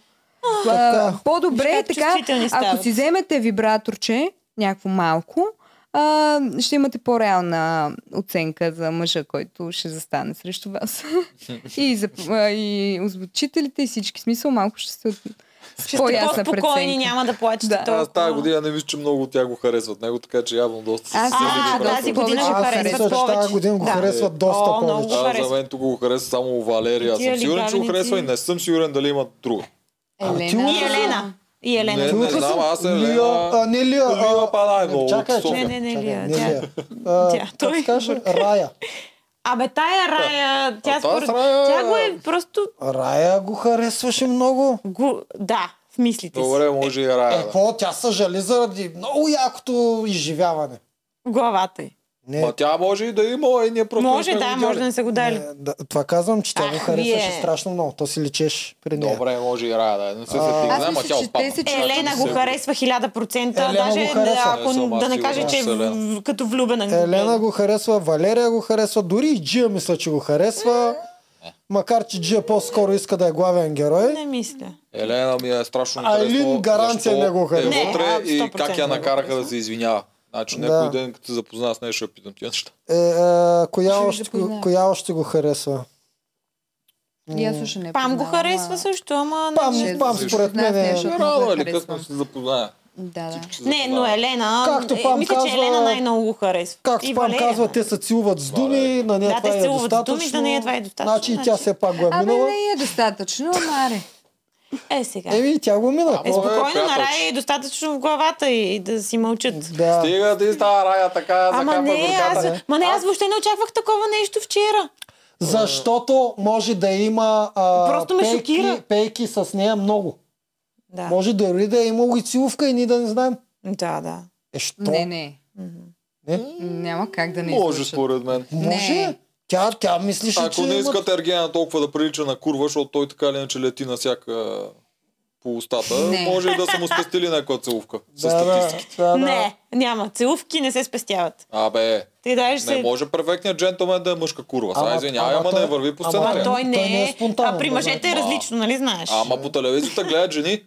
A: Така.
D: А, по-добре е
B: Как
D: така,
B: чувствителни
D: ако
B: стават.
D: си вземете вибраторче, някакво малко, а, ще имате по-реална оценка за мъжа, който ще застане срещу вас. и, за, а, и озвучителите и всички. Смисъл малко ще се... От...
B: Ще сте
D: По-ясна
B: по-спокойни,
D: преценка.
B: няма да плачете
D: Да.
B: толкова.
C: Аз тази година не мисля, че много от тях го харесват него, така че явно доста са
D: Аз-
C: силни
D: А,
B: А,
C: вибратори.
B: тази година го
D: Аз
A: Аз
D: харесват
A: мисля,
B: харесва
A: че тази
B: повече.
A: година го
B: Да.
A: харесват доста
B: О, много.
A: повече.
C: Да, за
B: харесва.
C: мен тук го харесва само Валерия. Аз
B: Тия
C: съм сигурен, че го
B: лигавници.
C: харесва и не съм сигурен дали има друга.
A: А, ти
D: Елена.
B: И Елена. И
C: Не,
B: Елена.
C: не.
A: Лутра
C: знам,
A: съм.
C: аз е
A: Лия-
C: Лена-
A: а, не Лия, а-
C: Лила Палай,
A: не,
C: но от
A: чакай,
C: София.
A: чакай,
B: Не, не, не,
A: чакай,
B: Лия,
A: не
B: тя-
A: Лия. А,
B: тя-
A: как
B: той-
A: се каже? Рая.
B: Абе, тая Рая, тя
C: А тази
B: според...
C: Рая-
B: Тя го е просто...
A: Рая го харесваше много.
B: Го... Да, в мислите си.
C: Добре, може и Рая. да.
A: Е, какво? Тя съжали заради много якото изживяване.
B: В главата й.
A: Не,
C: Ма тя може и да има, и ние просто
B: Може,
C: не сме
B: да,
C: го
B: може
C: видяли.
B: да не са го дали.
A: не, да, това казвам, че тя
B: Ах,
A: го харесваше
B: вие.
A: страшно много. То си лечеш при нея.
C: Добре, може и Рая да е. Не се
A: А,
C: сетих,
A: аз
C: знам, а
D: мисля,
C: тя
D: че
C: отпадна.
D: тези-
C: Аз
B: Елена
C: съм
B: го
C: сигурен.
B: харесва 1000%,
A: Елена
B: даже
A: го харесва.
B: ако
C: Не съм аз
B: да не каже,
C: сигурен,
B: че е
C: аз Елена.
B: в- като влюбена. го
A: Елена
B: гледа.
A: го харесва, Валерия го харесва, дори и Джия мисля, че го харесва.
C: Е.
A: Макар, че Джия по-скоро иска да е главен герой.
B: Не мисля.
C: Елена ми е страшно
A: Айлин
C: интересно,
A: гаранция
C: защо
A: не го харесва.
C: Е
B: Не, а,
C: вътре и
B: 100%
C: как я
B: не го
C: накараха
B: харесва.
C: да се извинява. Значи
A: Да.
C: някой ден, като се запозна с нея, ще я питам тия неща.
A: Е, е, коя,
D: Ще ви
A: още, го,
D: запозная.
A: коя още го харесва?
D: И аз също не
B: Пам го
D: познавам,
B: харесва
D: а-
B: също, ама...
A: Е, Пам,
B: не-
D: Ще-
A: пам,
D: ще
A: според
D: знаят
A: мен е-
D: нещо,
C: Ще
D: но
C: е
D: не го
C: рано или
D: харесвам.
C: късно се запознае.
D: Да, да.
C: Ще се
B: Не, но
C: запознае.
B: Елена...
A: Както
B: е,
A: Пам
B: мисля, че
A: казва-
B: Елена най-много го харесва.
A: Както
B: И
A: пам
B: Валерия.
A: казва, те се цилват с думи, на нея
B: Да,
A: това
B: те
A: е
B: целуват с думи,
A: достатъчно.
B: на нея това е достатъчно,
A: Значи и тя
B: значи.
A: все пак го е
D: Абе
A: минала.
D: не е достатъчно, Маре.
B: Е, сега. Е,
A: Еми, тя го мина.
C: Е,
B: спокойно, на
C: приятел,
B: Рая е достатъчно в главата и, и да си мълчат.
A: Да.
C: Стига ти става рая така,
B: Ама
C: закапа
B: не,
C: горката.
A: не.
B: аз, ма не, аз въобще не очаквах такова нещо вчера.
A: Защото може да има а,
B: Просто ме
A: пейки,
B: шокира.
A: пейки с нея много.
B: Да,
A: Може дори да е имало и цилувка и ние да не знаем.
B: да, да.
A: Е, що?
D: Не, не.
A: Не?
D: Няма как да не
C: Може
D: излъжат.
C: според мен.
A: Може.
D: Не.
A: Тя, тя мислеше, че...
C: Ако не
A: имат-
C: искате Ергена толкова да прилича на курва, защото той така или иначе лети на всяка по устата,
D: Не.
C: може и да са му спестили някаква целувка. С
A: Да, да,
C: статистики.
A: да, да.
B: Не, няма. Целувки не се спестяват.
C: Абе,
B: Ти даже се...
C: не може перфектният джентлмен да е мъжка курва.
A: Ама-
C: Сега извинявай,
A: ама
C: ама
A: той-
C: не върви по
A: ама Той-
B: А
C: сценария.
B: той не,
A: той не е
B: е.
A: спонтанен,
B: а при мъжете е
C: да, да.
B: различно, нали знаеш?
C: Ама по телевизията гледат жени.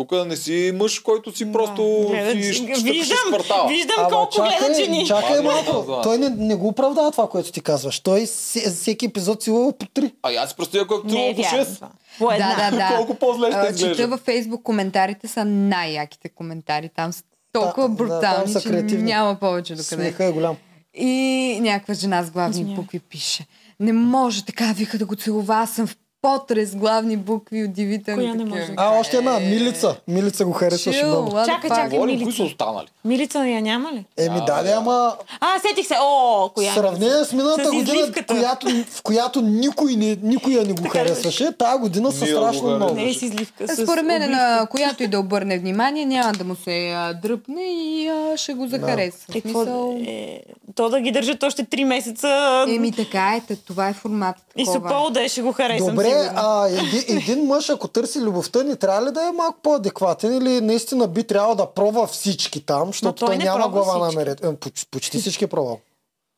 C: Тук не си мъж, който си просто
B: Гледат-
C: си щ- щъкаш
B: Е, виждам,
C: из квартала.
B: виждам
A: Ама
B: колко гледат жени.
A: чакай
C: Ама,
A: малко.
C: да, да.
A: Той не, не го оправдава това, което ти казваш. Той се- всеки епизод силува по три.
C: А аз просто ако
B: Не е
C: целувам по
B: вярно
C: 6.
B: това. По една.
D: Да, да, да.
C: Колко по-зле ще
D: А,
C: изглежда.
D: Чета във Фейсбук коментарите са най-яките коментари. Там са толкова
A: Да, да, там
D: брутални,
A: са
D: че
A: креативни.
D: няма повече до къде.
A: Смеха е голям.
D: И някаква жена с главни
B: Извинявай.
D: букви пише. Не може така, вика да го целува. Аз съм в потрес главни букви, удивителни.
B: Коя не
D: такива.
B: може?
A: А, още
B: Е.
A: една. Милица. Милица го харесваше
D: Chill,
A: много.
D: what the
B: Чакай,
D: fuck?
B: чакай.
C: Говорим,
B: е Милица.
C: кои са останали.
B: Милица я няма ли?
A: Еми,
C: Да,
A: да, да,
C: да.
A: ама
B: А, сетих се. О, коя
A: в сравнение с миналата
B: С
A: година,
B: изливката.
A: която, в която никой, не, никой я не го
B: Така ли беше?
A: харесваше, тази година са
C: Ние го
A: страшно много.
B: Не е с изливка. с
D: Според мен, е
B: обливка.
D: на която и да обърне внимание, няма да му се а, дръпне и а, ще го захаресва.
B: Е,
D: В
B: какво,
D: смисъл,
B: е, то да ги държат още 3 месеца
D: Еми така е, те, това е формат.
B: и
D: такова е.
B: Сопол да е, ще го харесам.
A: Добре,
B: сигурно.
A: а един, един мъж, ако търси любовта ни, трябва ли да е малко по-адекватен или наистина би трябвало да пробва всички там, защото
B: той
A: той,
B: не
A: няма
B: пробва
A: глава на
B: всички.
A: наред. Е, поч- почти всички пробва.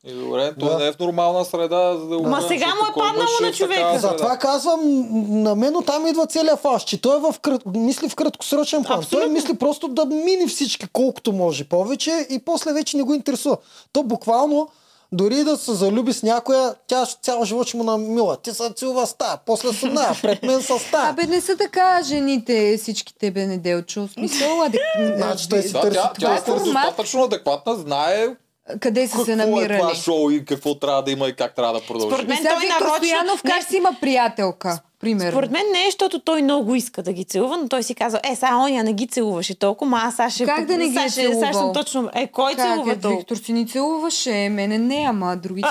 C: И добре, той
A: Да.
C: не е в нормална среда, за да го
B: Ма
C: гледам,
B: сега му е
C: защото кой
B: паднало
C: мъж
B: на
C: е в такава
B: човека.
C: среда?
A: Затова казвам, м, на мен оттам идва целият фаш, че той е в крат... мисли в краткосрочен план. Той
B: Абсолютно.
A: мисли просто да мине всички колкото може повече и после вече не го интересува. То буквално дори да се залюби с някоя, тя ще- цял живот ще му намила. Ти се целува с тая, после с една, пред мен с тая.
D: Абе, не са така жените, всичките бенеделчо. В смисъл, адек...
A: Значи той си
C: Да,
A: търси.
C: тя,
D: това
C: тя
D: е
C: е
D: формат.
C: достатъчно адекватна, знае
D: къде са се
C: какво е
D: намирали.
C: това шоу и какво трябва да има и как трябва да продължи.
B: Според
D: И
B: мен
D: сега
B: той
D: Виктор
B: нарочно-
D: Стоянов как
B: не-
D: си има приятелка, примерно.
B: Според мен не е, защото той много иска да ги целува, но той си казва, е, сега оня не ги целуваше толкова, ма аз сега ще...
D: Как да не ги
B: сега
D: е
B: ще- сега ще
D: целувал?
B: точно... Е, кой
D: Как е,
B: целува толкова?
D: Виктор си ни целуваше, мене не, ама другите.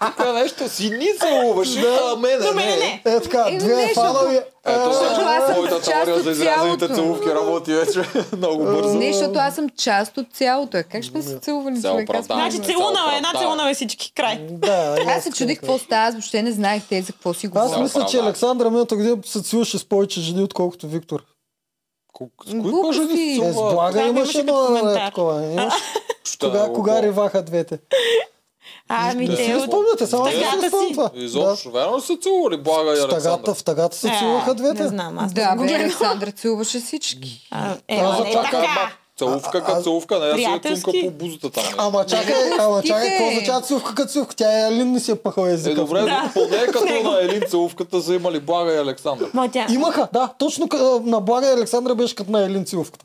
C: Тук нещо си ни целуваш, да, мене
B: До мене не.
C: не.
A: Е така,
D: Е,
A: две е
D: нещо
A: фанали.
D: друго.
C: Ето,
D: Защото аз съм
C: моята
D: част
C: теория
D: от
C: за изрязаните
D: цялото.
C: целувки работи вече *laughs* много бързо.
D: Не, защото аз съм част от цялото. Е, Как ще сме се целували
C: Цяло
D: човек? Аз,
C: оправдание.
B: Значи
C: Да,
B: целунала, една
C: да.
B: целунала всички, край.
A: Да, и
D: аз се
A: така.
D: чудих какво става, аз въобще не знаех те за какво си
A: Аз
D: говоря.
A: мисля, че
C: Оправдание.
A: Александра миналата година се целуваше с повече жени, отколкото Виктор.
C: Колко- С
D: Глупости.
C: кои може да си Е,
A: Е, с блага
B: Това ми
A: имаше
B: имаше
A: едно
B: като коментар.
A: такова. Имаш Кога,
C: целува?
A: кога риваха двете?
B: Ами
A: Не си
B: те
A: го
C: от-
B: от...
A: спомняте, само
B: в
A: че
B: тъгата
A: се спомням
B: си.
A: това. Да.
C: Изобщо, верно ли са целували Блага и
A: В тагата,
C: Александър?
A: в тагата се целуваха
B: Е,
A: двете.
B: Не знам, аз
D: Да,
B: не го
D: бе,
B: гледам.
D: Александра целуваше всички.
B: А, Е,
A: Аз
B: ма не
A: затова
B: така.
C: Целувка
A: А, а,
C: като целувка, не е да се
B: приятелски.
C: цунка по бузата там. нещо.
A: Ама чакай, ама чакай, какво
D: пустите!
A: означава цилвка като цилвка? Тя е Елин не си е пъхала
C: Е,
A: езика.
C: добре,
B: Да.
C: но поне като
B: Него.
C: на Елин целувката са имали Блага и Александър.
B: Ма тя...
A: Имаха, да, точно къ- на блага Александра беше като на Елин цилвката.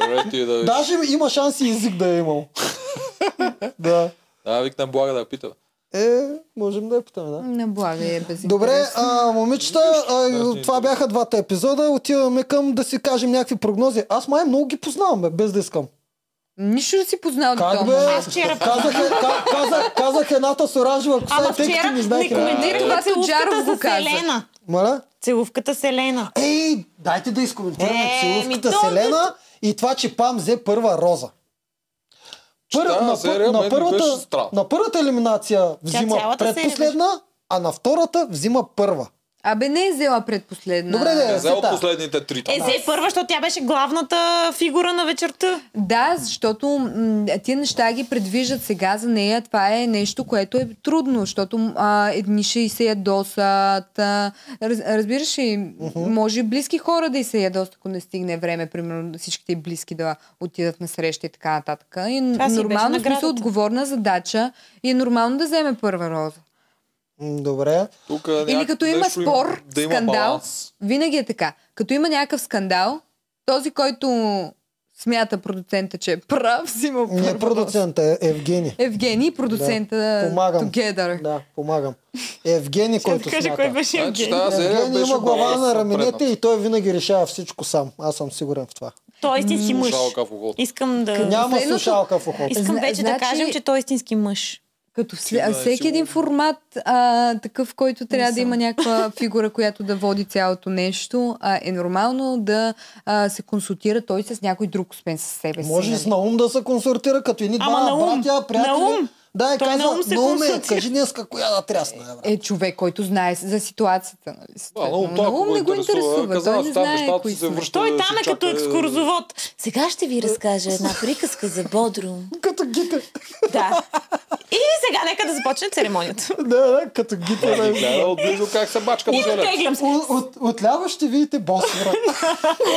C: Първе ти да видиш.
A: Даже има шанс и език да е имал. да.
C: Да, викнем Блага да я питаме.
A: Е, можем да я питаме, да.
D: Не блага е без
A: Добре,
D: интерес.
A: а, момичета, а,
C: ти е
A: това бяха двата епизода. Отиваме към да си кажем някакви прогнози. Аз май много ги познавам, бе, без да искам.
D: Нищо не си познал до
A: Как
D: този
A: бе?
D: момент.
B: Аз вчера
A: Казах, е- ка-
B: *laughs*
A: казах, казах едната с оранжева коса
B: Ама
A: и е тъй като
B: вчера
A: не
B: не
A: знаех. една.
B: коментирах
D: Това
B: това
D: Туджаров го
B: целувката с
D: каза.
B: Елена.
A: Моля?
B: Целувката с Елена.
A: Ей, дайте да изкоментираме
B: Е, ми
A: целувката
B: то-
A: с Елена и това, че Пам взе първа роза. Пър...
C: Чета
A: на, на,
C: серия, мен ми беше
A: първата,
C: страх.
A: на първата елиминация взима
B: цялата е серия
A: предпоследна, а на втората взима първа.
D: Абе не е взела предпоследна.
A: Добре, да.
C: Не Е, взел
A: Сета.
C: последните три.
B: Е,
C: там.
B: взе първа, защото тя беше главната фигура на вечерта.
D: Да, защото м- тия неща ги предвиждат сега за нея. Това е нещо, което е трудно, защото м, а, едни ще и се ядосат. А, раз, разбираш ли, може и близки хора да и се ядосат, ако не стигне време, примерно всичките й близки да отидат на срещи и така нататък. И н-
B: Това си беше
D: нормално, в
B: наградата.
D: смисъл, отговорна задача и е нормално да вземе първа роза.
A: М, Добре.
C: Тук
D: Или
C: някак-
D: като има
C: нещо
D: спор,
C: да има
D: скандал,
C: баланс.
D: винаги е така. Като има някакъв скандал, този, който смята продуцента, че е прав, взима
A: Не
D: първа
A: продуцента, е Евгений.
D: Евгений, продуцента да,
A: помагам.
D: Together. Да.
A: Да, помагам. Евгений,
B: Ще
A: който
B: да кажа
A: смята.
B: кой беше
C: Значи,
B: Евгений.
C: да, серия
A: Евгений
C: беше
A: има глава
C: баланс
A: на раменете
C: напредната.
A: и той винаги решава всичко сам. Аз съм сигурен в това.
B: Той е истински мъж.
C: Слушалка в ухото.
B: Искам да...
A: Няма
D: последното-
A: слушалка в ухото.
B: Искам
D: Зна-
B: вече да
D: значи-
B: кажем, че той е истински мъж.
D: Като
C: Ти да
D: след,
C: е
D: всеки един
C: сигурно.
D: формат, а, такъв, който трябва да
B: съм.
D: има някаква фигура, която да води цялото нещо, а, е нормално да а, се консултира той с някой друг, освен с себе си.
A: Може и
D: нали?
A: с Наум да се консултира, като едни
B: Ама
A: два
B: Наум,
A: братя, приятели.
B: Наум,
A: Да, и
B: той
A: казва,
B: Наум се
A: Науме,
B: консултира.
A: кажи днес коя да трясна. Е, брат.
D: е човек, който знае за ситуацията. Нали?
C: Да, но
D: съответно.
C: това,
D: Наум
C: ако го
D: не го
C: интересува,
D: интересува.
C: казва,
D: Той не
C: оставя
D: знае
C: нещата
D: кои
C: си, се
D: са. нали?
C: връща
B: Той
C: да си
B: там е
C: чака,
B: като
C: е,
B: екскурзовод. Сега ще ви разкажа една приказка за Бодрум.
A: Като гите.
B: Да. И сега нека да започне церемонията.
A: Да, да, като гите.
C: Той
A: да.
C: ги е, Гледа отблизо как се бачка
B: И
C: на желя.
B: оттеглям се.
A: О- От, отляво ще видите бос,
B: *laughs*
A: брат.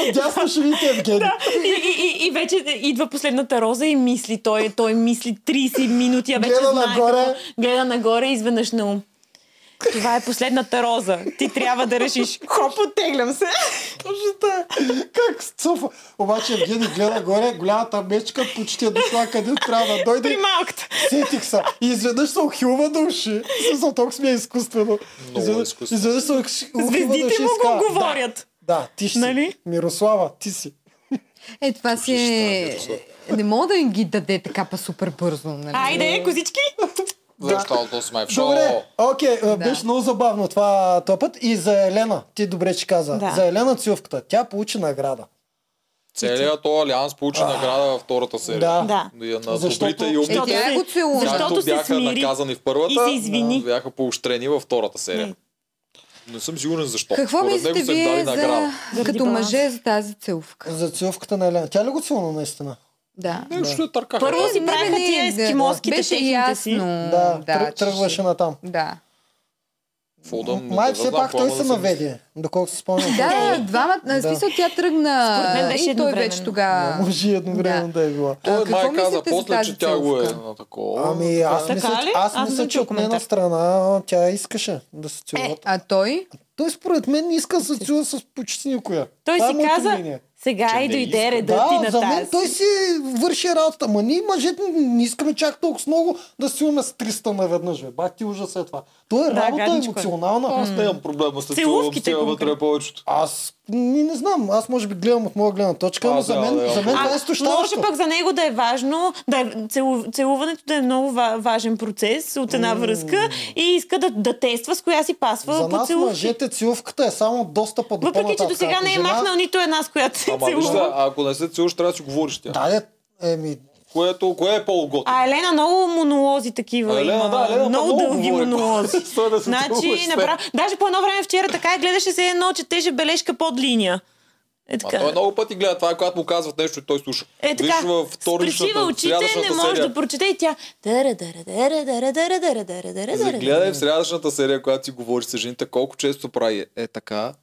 A: От дясно ще видите Евгений.
B: И, и, и, и вече идва последната роза и мисли. Той, той мисли 30 минути, а вече
A: Гледа
B: знае
A: нагоре.
B: Какво, гледа нагоре и изведнъж на ум. Това е последната роза. Ти трябва да решиш. Хоп, оттеглям се.
A: Точно така. Как цъфа. Обаче Евгений гледа горе, голямата мечка почти е дошла къде трябва да
B: При
A: дойде.
B: малката.
A: Сетих се. И изведнъж се ухилва на уши. В Смисъл, толкова сме изкуствено.
C: Много е
A: Изведнъж-
C: изкуствено.
A: Изведнъж се ухилва на
B: Звездите
A: уши.
B: му
A: и
B: го
A: казва,
B: говорят.
A: Да, да, ти ще
B: Нали?
A: си. Мирослава, ти си.
D: Е, това си е...
C: Слушай,
D: Не мога да им ги даде така па супер бързо. Нали?
A: Е.
B: Айде, козички.
C: Защото сме в шоу.
A: Добре, окей, okay,
D: Да.
A: беше много забавно това този път. И за Елена, ти добре, че каза.
B: Да.
A: За Елена Цювката, тя получи награда.
C: Целият този алианс получи награда във втората серия.
A: Да.
B: Да.
C: И На
A: Защото-
C: добрите и умните.
D: Е, тя го целува.
B: Защото
C: Както
B: се
C: бяха
B: смири.
C: наказани в първата,
B: и се извини.
C: да, бяха поощрени във втората серия.
B: Не.
C: Не съм сигурен защо.
D: Какво
C: Според
D: мислите
C: него са им дали
D: вие
C: награда.
D: за...
B: Заради
D: като
B: баланса.
D: мъже за тази целувка?
A: За цивката на Елена. Тя ли го целуна наистина?
D: Да.
C: Нещо я търкаха.
B: Първо си
D: Е, Не,
B: правиха
D: не, не,
B: тия
D: да,
B: ескимоските
D: Беше
B: техните
D: ясно.
B: си.
A: Да, тръг-
D: че
A: тръгваше
D: ще-
A: натам.
D: Да.
C: Какво да-
A: Май
C: е да
A: все
C: знам,
A: пак той
C: плана
A: се
C: да съм-
A: наведе, доколкото си спомням.
D: Да, двамата, на смисъл тя тръгна
B: Според мен беше
D: и той
B: едновременно.
D: вече тогава.
A: Може и едновременно да е била.
D: А,
C: Той
D: какво
C: май каза
D: мислите за
C: после,
D: тази
C: че тя го е
D: целувка?
C: на такова.
A: Ами аз
B: Така
A: мисля,
B: ли?
A: че- аз
B: Аз не
A: мисля, че
B: чух
A: от нейна
B: коментар.
A: страна тя искаше да се
D: Е,
A: целуват.
D: а той?
A: Той според мен не иска да се целува с почти никоя.
B: Той
A: Това е
B: си
A: моето
B: каза,
A: мнение.
B: сега
C: Че
B: и
C: не
B: дойде
C: иска.
B: реда Е, ти
A: Да,
B: на
A: за мен
B: тази.
A: той си върши работа. Ма ние мъжете не искаме чак толкова много да си имаме с 300 наведнъж. Бе. Бах ти ужас е това. Той е
B: Да,
A: работа
B: гадничко е.
A: емоционална.
C: Аз нямам проблема с
B: Целувките
C: целувките вътре е
B: конкретно.
C: повечето.
A: Аз не, не знам. Аз може би гледам от моя гледна точка,
C: А,
A: но за
C: да,
A: мен,
C: да,
A: за мен
C: да.
A: това е
B: може
A: изтощаващо.
B: пък за него да е важно, да е, целу, целуването да е много ва, важен процес от една връзка и иска да, да тества с коя си пасва
A: За
B: по
A: нас
B: целувки.
A: мъжете целувката е само достъпа до
B: Въпреки, че до
A: по-нататък.
B: сега
A: Ако
B: не е
A: жена-
B: махнал нито една с която се
C: Ама вижте,
B: целува.
C: ако не се целуваш, трябва да си говориш с тя.
A: Да, де, еми,
C: Което, кое е по-готино?
B: А Елена много монолози такива
C: А, Елена,
B: има.
C: да, Елена
B: много
C: много
B: дълги
C: говори.
B: монолози.
C: Стой да се целуваш
B: значи,
C: с
B: направо... Даже по едно време вчера така и гледаше се едно, четеше бележка под линия. Е
C: Ма
B: така.
C: той много пъти гледа това, е, когато му казват нещо и той слуша.
B: Е така,
C: Виж във
B: спришива
C: вторичната,
B: очите, не
C: срядъчната
B: може
C: серия.
B: да прочете и тя... «Дъра, дъра, дъра, дъра, дъра, дъра, дъра, дъра, дъра».
C: Загледай в срядъчната серия, която си говори с жените, колко често прави е така.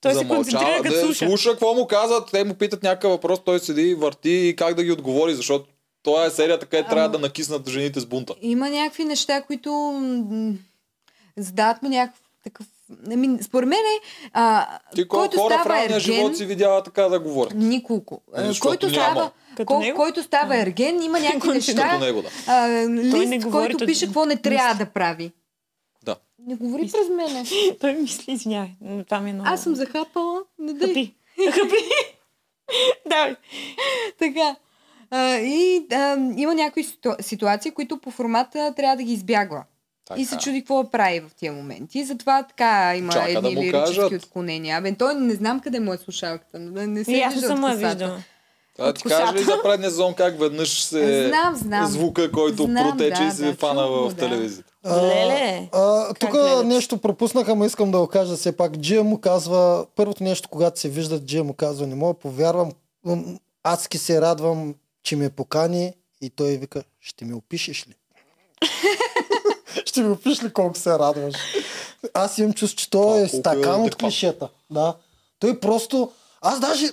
B: Той се
C: замълчава,
B: концентрира, като
C: да,
B: слуша.
C: слуша какво му казват, те му питат някакъв въпрос, той седи и върти и как да ги отговори, защото това е серията, където трябва да накиснат жените с бунта.
D: Има някакви неща, които м, задават му някакъв такъв... Ами, според мен е, а,
C: Ти колко
D: който
C: хора в
D: става
C: реалния живот
D: ерген,
C: си видяла така да говорят?
D: николко. А,
C: Защото
D: Който
C: няма.
D: става,
B: Като
D: кол,
B: него?
D: който става ерген, *laughs* има някакви
C: Като
D: неща,
C: него, да.
D: а,
B: Той
D: лист,
B: не говори,
D: който
B: той-
D: пише какво не трябва да прави.
C: Да.
D: Не говори през мене.
B: Той мисли, извинявай. но Това ми е много...
D: Аз съм захапала. Не дай.
B: Хъпи. Хъпи. *laughs* Давай.
D: Така. А, и а, има някои ситу- ситуации, които по формата трябва да ги избягва. Така.
C: е.
D: И се чуди какво да прави в тия моменти. И затова така има
C: Чака
D: едни
C: да му
D: лирически
C: кажат.
D: отклонения. Абе, той не знам къде му е слушалката. Не не се
B: И аз не
D: вижда
B: съм
D: от
B: я
D: косата.
B: виждала.
C: Това
B: От
C: ти кажа ли
B: косата.
C: за предния зон как веднъж се
D: Знам, знам.
C: звука, който
D: Знам,
C: протече
D: да,
C: и се
D: да,
C: фана
D: чувам го,
C: в
D: да.
C: телевизията.
A: А,
B: Леле!
A: А, тук
B: гледат?
A: нещо пропуснаха, но искам да го кажа все пак. Джия му казва, първото нещо, когато се виждат, Джия му казва, не мога да повярвам, м, адски се радвам, че ме покани и той вика, ще ми опишеш ли? *laughs* ще ми опиш ли колко се радваш? Аз имам чувство, че той е
C: Колко е
A: стакан от
C: адекватно.
A: клишета. Да. Той просто... Аз даже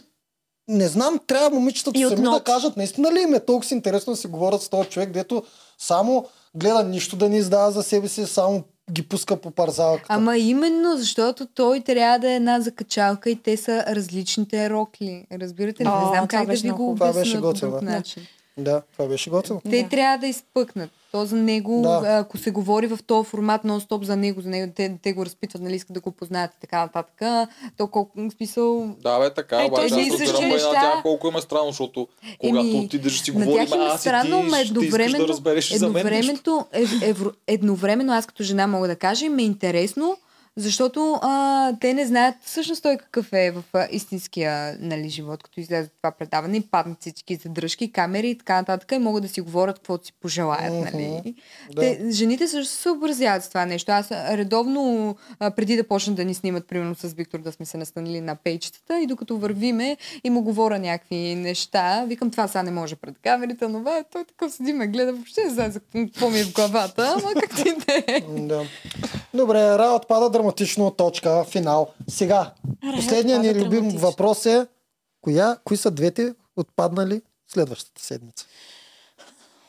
A: не знам, трябва момичетата
B: И
A: сами
B: отново.
A: да кажат, наистина ли им е толкова си интересно да си говорят с този човек, дето само гледа нищо да не издава за себе си, само ги пуска по парзалката.
D: Ама именно, защото той трябва да е една закачалка и те са различните рокли. Разбирате ли?
B: О,
D: не
B: това
D: знам как да
B: беше
D: ви
B: много
D: го
B: хубаво.
A: Това
D: обясна
A: беше
D: по
A: готино,
D: друг
A: да.
D: начин.
A: Да, това беше готино.
D: Те
B: Да.
D: трябва да изпъкнат. То за него,
A: Да.
D: да. ако се говори в този формат нон-стоп за него, за него, те, те го разпитват, нали, искат да го познаят и така нататък. То колко в смисъл...
C: Да, бе, така,
B: Е,
C: обаче
B: той
C: аз
B: си
C: разбирам
D: същи
C: бе, на
D: неща.
C: тях колко им е странно, защото когато
D: Еми,
C: отидеш ще си
D: на
C: говорим,
D: тях им е
C: аз и
D: странно, ма
C: ти ще искаш да
D: едновременно-
C: разбереш и за мен нещо.
D: Едновременно, ев- евро, едновременно, аз като жена мога да кажа, им е интересно, защото а, те не знаят всъщност той какъв е в а, истинския нали, живот, като излезе това предаване и паднат всички задръжки, камери и така нататък и могат да си говорят каквото си пожелаят.
A: Мгм.
D: Нали?
A: Да.
D: Те, жените също се съобразяват с това нещо. Аз а, редовно, а, преди да почнат да ни снимат, примерно с Виктор, да сме се настанили на пейчетата и докато вървиме и му говоря някакви неща, викам това сега не може пред камерите, но бе, той такъв седи ме гледа, въобще не знае за какво ми е в главата, ама как ти да е.
A: М, Да. Добре, Ра отпада драматично от точка, финал. Сега,
B: Ра
A: последният ни
B: отпада
A: любим
B: драматично.
A: въпрос е, коя, кои са двете отпаднали следващата седмица?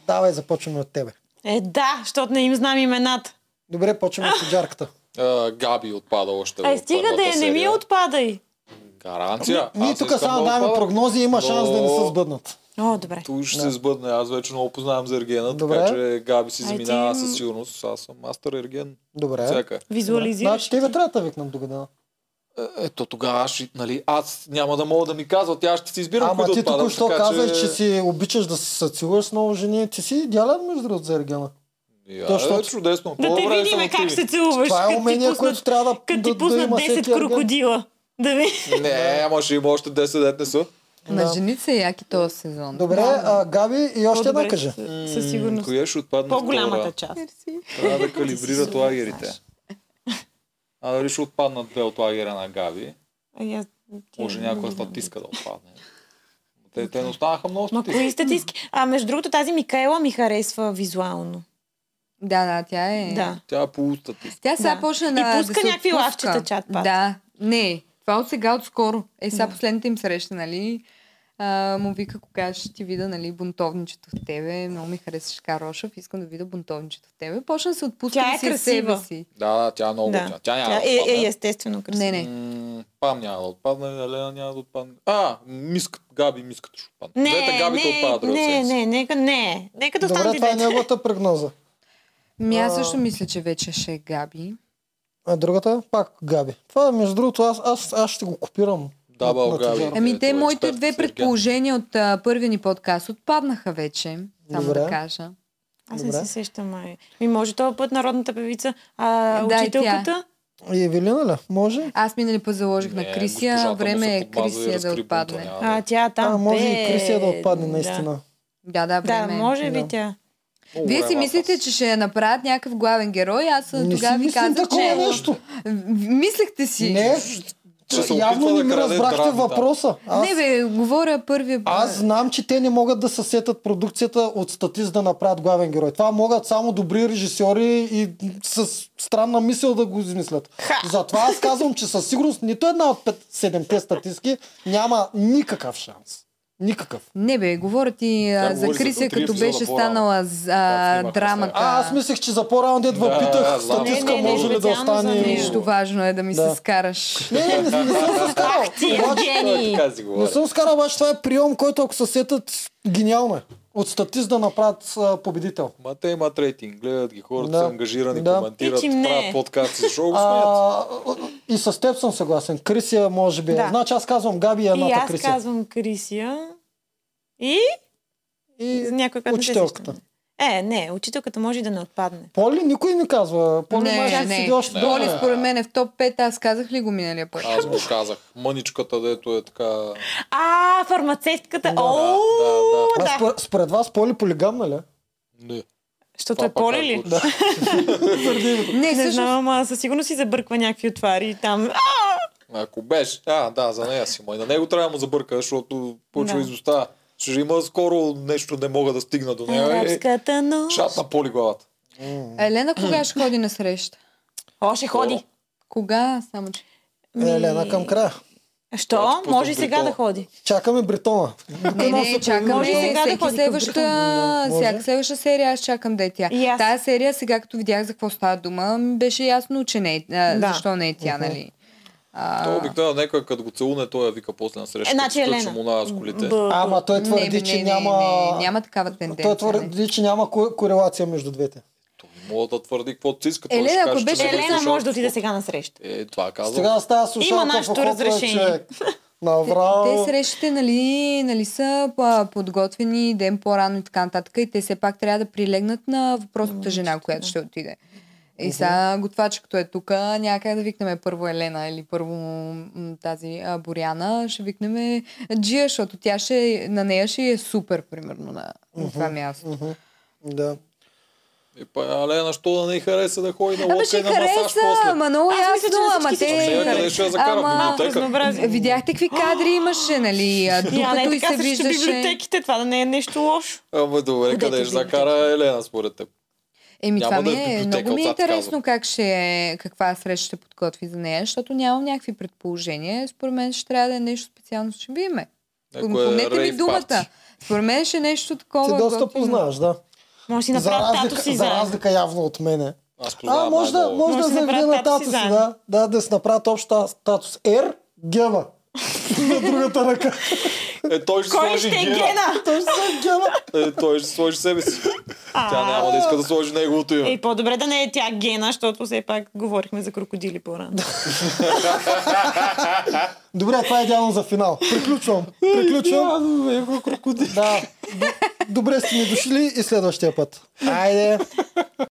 A: Давай, започваме от тебе.
B: Е, да, защото не им знам имената.
A: Добре, почваме с джарката.
C: А, Габи отпада още
B: Ай,
C: в
B: стига да
C: първата
B: е, не ми
C: серия.
B: отпадай.
C: Гаранция.
A: Ами, Ние
C: Аз
A: тук
C: искам
A: само
C: да
A: даваме
C: отпада.
A: прогнози, има шанс да не се
C: Но-
A: сбъднат.
B: О, добре.
C: Той ще се сбъдне. Аз вече много познавам за Ергена,
A: Добре.
C: така че Габи си
B: Ай, ти-
C: заминава със сигурност. Аз съм мастер Ерген.
A: Добре.
C: Всяка.
B: Визуализираш.
A: Значи, тебе трябва да викнат до година.
C: Е, Ето тогава аз, ще- нали, аз няма да мога да ми казва, тя ще си избира
A: Ама
C: кои да
A: ти
C: отпадам,
A: току-що
C: така
A: казах, че си обичаш да се съцелуваш с много жени. Ти си идеален, между другото, за Ергена.
C: Я,
A: Точно.
C: Точно. Е, чудесно.
B: Да те
C: По-добре съм
B: видиме
C: от
B: как
C: тебе.
B: се целуваш.
A: Това
B: като
A: е
B: ти
A: умение,
B: пуснат-
A: което трябва да,
B: Като
A: да,
B: ти
A: да,
B: пуснат
A: има
B: 10
A: всеки ерген.
B: крокодила. Да ви...
C: Не, ама ще има още 10 дет не са.
D: На
A: Да.
D: жените са яки този сезон.
A: Добре, а, Габи и още една
B: По-добре,
A: кажа.
B: със- Със
C: М,
B: сигурност.
C: Коя ще отпадне
B: По-голямата
C: втора?
B: част.
D: Мерси.
C: Трябва да калибрира лагерите. А дали ще отпаднат две от лагера на Габи?
B: Ай, аз-
C: Може някоя статистика да отпадне. Те, те не останаха много
B: Ма
C: статистики.
B: кои статистики? А между другото тази Микаела ми харесва визуално.
D: Да, да, тя е.
B: Да.
C: Тя е полустатистика.
D: Тя сега
B: Да.
D: да. почна
B: И
D: да.
B: пуска
D: да се
B: някакви
D: отпуска.
B: лавчета чат-пат.
D: Да, не. Това от сега, от скоро. Е, сега
B: Да.
D: последната им среща, нали? А, му вика, кога ще ти видя, нали, бунтовничето в тебе. Много ми харесаш Карошев, искам да видя бунтовничето в тебе. Почна да се отпуска
B: Тя
D: да
B: е
D: си е
B: красива.
D: себе си.
C: Да, да, тя е много
B: Да.
C: готина. Тя няма
B: Тя
C: да
B: е, е
C: отпадне.
B: естествено красива.
D: Не, не.
C: М, Пам няма да отпадне, Елена няма да отпадне. А, миска, Габи, миската ще отпадне.
B: Не,
C: Двете габите
B: не,
C: отпадат другата
B: не,
C: седмица.
B: не, нека не. Нека да останат
A: Добре,
B: и
A: това е
B: двете.
A: неговата прогноза.
D: Ми Ами, аз
A: А.
D: също мисля, че вече ще е Габи.
A: А другата пак Габи. Това е между другото, аз, аз, аз ще го копирам.
C: Да,
A: на-
C: бе,
A: на
C: Габи.
A: тежара.
D: Ами
C: Ето,
D: те, моите
C: е експерт
D: две
C: Сергей.
D: предположения от а, първия ни подкаст отпаднаха вече. Само
A: Добре.
D: да кажа.
B: Аз не
A: Добре.
B: се сещам, май. Ми може този път народната певица, а
D: Да, и тя.
B: учителката?
A: И Евелина ли? Може?
D: Аз минали път заложих
C: Не,
D: на
C: госпожата
D: Крисия.
C: му
D: Време
C: се
D: е
C: подмазва и
D: Крисия да
C: разкри
D: отпадне.
C: бунтовня.
B: А, тя там
A: А, може
B: пе-
A: и Крисия да отпадне, наистина.
D: Да, да,
B: Да,
D: време е.
A: Да.
B: може би тя.
C: Много
D: Вие
C: време
D: си
C: аз
D: мислите,
C: съм.
B: *laughs*
D: че ще я направят някакъв главен герой. Аз
A: Не си
D: тогава ви
A: мислим
D: казах,
A: такова
D: че...
A: нещо.
D: В- Мислехте си.
A: Не,
C: Че се
A: явно
C: опитва
A: не
C: да
A: ми
C: краде
A: разбрахте
C: драми, да.
A: въпроса. Аз,
D: Не бе, говоря първия
A: аз знам, че те не могат да съсетат продукцията от статист да направят главен герой. Това могат само добри режисьори и с странна мисъл да го измислят. Затова аз казвам, че със сигурност нито една от 7-те статистики няма никакъв шанс. Никакъв.
D: Не бе, говоря ти а,
C: Тя
D: за
C: говори за
D: Крисия,
C: три
D: като
C: епизода
D: беше
C: по-рано.
D: станала за
C: Когато
D: а,
C: снимахме
D: драмата.
C: сега.
A: А, аз мислех, че за по-рано дед да,
C: Да,
A: питах
C: да, знам.
A: статистика,
B: Не, не, не,
A: може ли да
B: специално за
A: остане...
B: нея.
D: Нещо важно е да ми
A: Да.
D: се скараш.
A: Не, не, не, не съм се скарал.
B: Ти,
A: Обаче-
B: Евгений!
C: е Така си говоря.
A: Не съм скарал, обаче това е прием, който ако се сетат, гениално е. От статист да направят а, победител.
C: Ма те имат рейтинг, гледат ги хората,
A: Да.
C: са ангажирани,
A: Да.
C: коментират,
B: Ти, Е, че не.
C: правят подкасти, защото го смеят.
A: А, и с теб съм съгласен. Крисия може би.
B: Да.
A: Значи аз казвам Габи и едната
B: И аз
A: Крисия.
B: казвам Крисия. И
A: И
B: някой, която не се
A: учителката.
B: сещам. Е, не, учителката може и да не отпадне.
A: Поли никой не казва. Поли
D: Не,
A: май ще
D: не.
A: седи още
C: Да.
D: Боли
A: добре.
D: според мен е в топ 5, аз казах ли го миналия път?
C: Аз го казах. Мъничката, дето е така...
B: А, фармацевтката.
A: Да,
B: О,
C: да,
A: А
B: да.
A: според, според вас Поли полигамна ли? е?
C: Не.
B: Защото
C: Това
B: е
C: пак
B: поле ли?
C: е Да.
D: Не,
B: Не
D: всъщност
B: знам, ама със сигурност си забърква някакви отвари и там. А,
C: Ако беше, а, да, за нея си, ма и на него трябва да му забърка, защото почва
D: Да.
C: да. изостава. Ще има скоро нещо, не мога да стигна до нея. Е,
B: Арабската нощ.
C: шат на поли главата.
D: Елена кога ще ходи на среща?
B: Още Е, ходи.
D: Кога само, че?
B: Ми-
A: Е, Елена към края.
C: Аз
B: Що?
C: пуснах
B: Може и сега
C: бритон.
B: да ходи.
A: Чакаме Бритона.
D: Не, не, чакаме
B: Може сега да
D: всеки
B: ходи
D: следваща,
A: към Британия.
D: всяка следваща серия, аз чакам да е тя.
B: И аз.
D: Тая серия, сега като видях за какво става дума, ми беше ясно, че не е, а,
B: Да.
D: защо не е тя, нали? А,
C: То обикновено някой, като го целуне, той я вика после на среща.
B: Е, значи
C: като
B: Елена.
C: сключи му на с колите.
B: Б-
A: Ама той твърди,
D: не,
A: че
D: не,
A: няма...
D: Не, не, няма такава
A: Той
D: тенденция. нали? не.
A: твърди, че няма ко- корелация между двете.
C: Той мога да твърди каквото си иска. той
D: Елена,
C: ще каже,
D: ако
C: че
D: беше
C: не го
B: Елена
C: слуша.
B: може да отиде сега на среща.
C: Е, това казвам.
A: Сега става слушалка
B: Има нашето
A: в ухото на
B: разрешение. *laughs*
A: човек.
D: Те
A: Направо.
D: срещите, нали, нали са а, подготвени ден по-рано и така нататък. И те все пак трябва да прилегнат на въпросната жена, която ще отиде. И сега готвачката е тук, някак да викнем първо Елена или първо м, тази а, Боряна, ще викнем Джия, защото тя ще, на нея ще е супер, примерно, на, на това място.
A: Да.
C: Е, па, Елена, що да не й хареса да ходи на
D: Ама
C: лодка
D: ще
C: и е на масаж
D: хареса,
C: после?
D: ама много
B: Аз мисля,
D: ясно,
B: че на
D: ама
B: всички
D: те...
B: ще
C: Ще я къде ще я закара в
D: Ама-
B: Малко
C: библиотека.
B: разнообразие.
D: Видяхте какви кадри имаше, нали? а,
B: Я, не
D: Докато
B: е
D: и
B: така
D: се
B: срещу
D: виждаше.
B: библиотеките, това да не е нещо лошо.
C: Ама добре,
B: Където
C: къде ще
B: библиотека?
C: закара Елена според теб?
D: Еми,
C: Няма
D: това
C: да
D: ми
C: е
D: е
C: библиотека,
D: много ми е
C: отзад казвам.
D: интересно как ще е, каква среща ще подготви за нея, защото нямам някакви предположения. Според мен ще трябва да е нещо специално, ще биме.
C: е
D: Помнете ми
C: рейв
D: думата.
C: парти.
D: Според мен ще е нещо
A: Ти
D: такова.
A: доста
D: готино.
A: познаваш, да.
B: Може си
A: За
B: направи тато
A: разлика,
B: си
A: за
B: заедно.
A: разлика явно от мене.
C: Аз познавам
A: А, може да,
C: най-много.
A: може да
B: Може да си
A: заведе
B: направят
A: на тато
B: татуси
A: си,
B: заедно.
A: да. Да, да си направят обща статус. Р, Гена. на другата
B: *laughs*
A: ръка.
C: Е, той ще
B: Кой
C: сложи
B: ще е
C: гена.
B: гена?
A: Той ще се Гена.
C: Е, той ще сложи себе си. Тя няма да иска да сложи неговото име.
B: Ей, по-добре да не е тя гена, защото все пак говорихме за крокодили по-рано.
A: Добре, това е идеално за финал. Приключвам. Приключвам. Да. Д- Добре сте ми дошли и следващия път. Айде.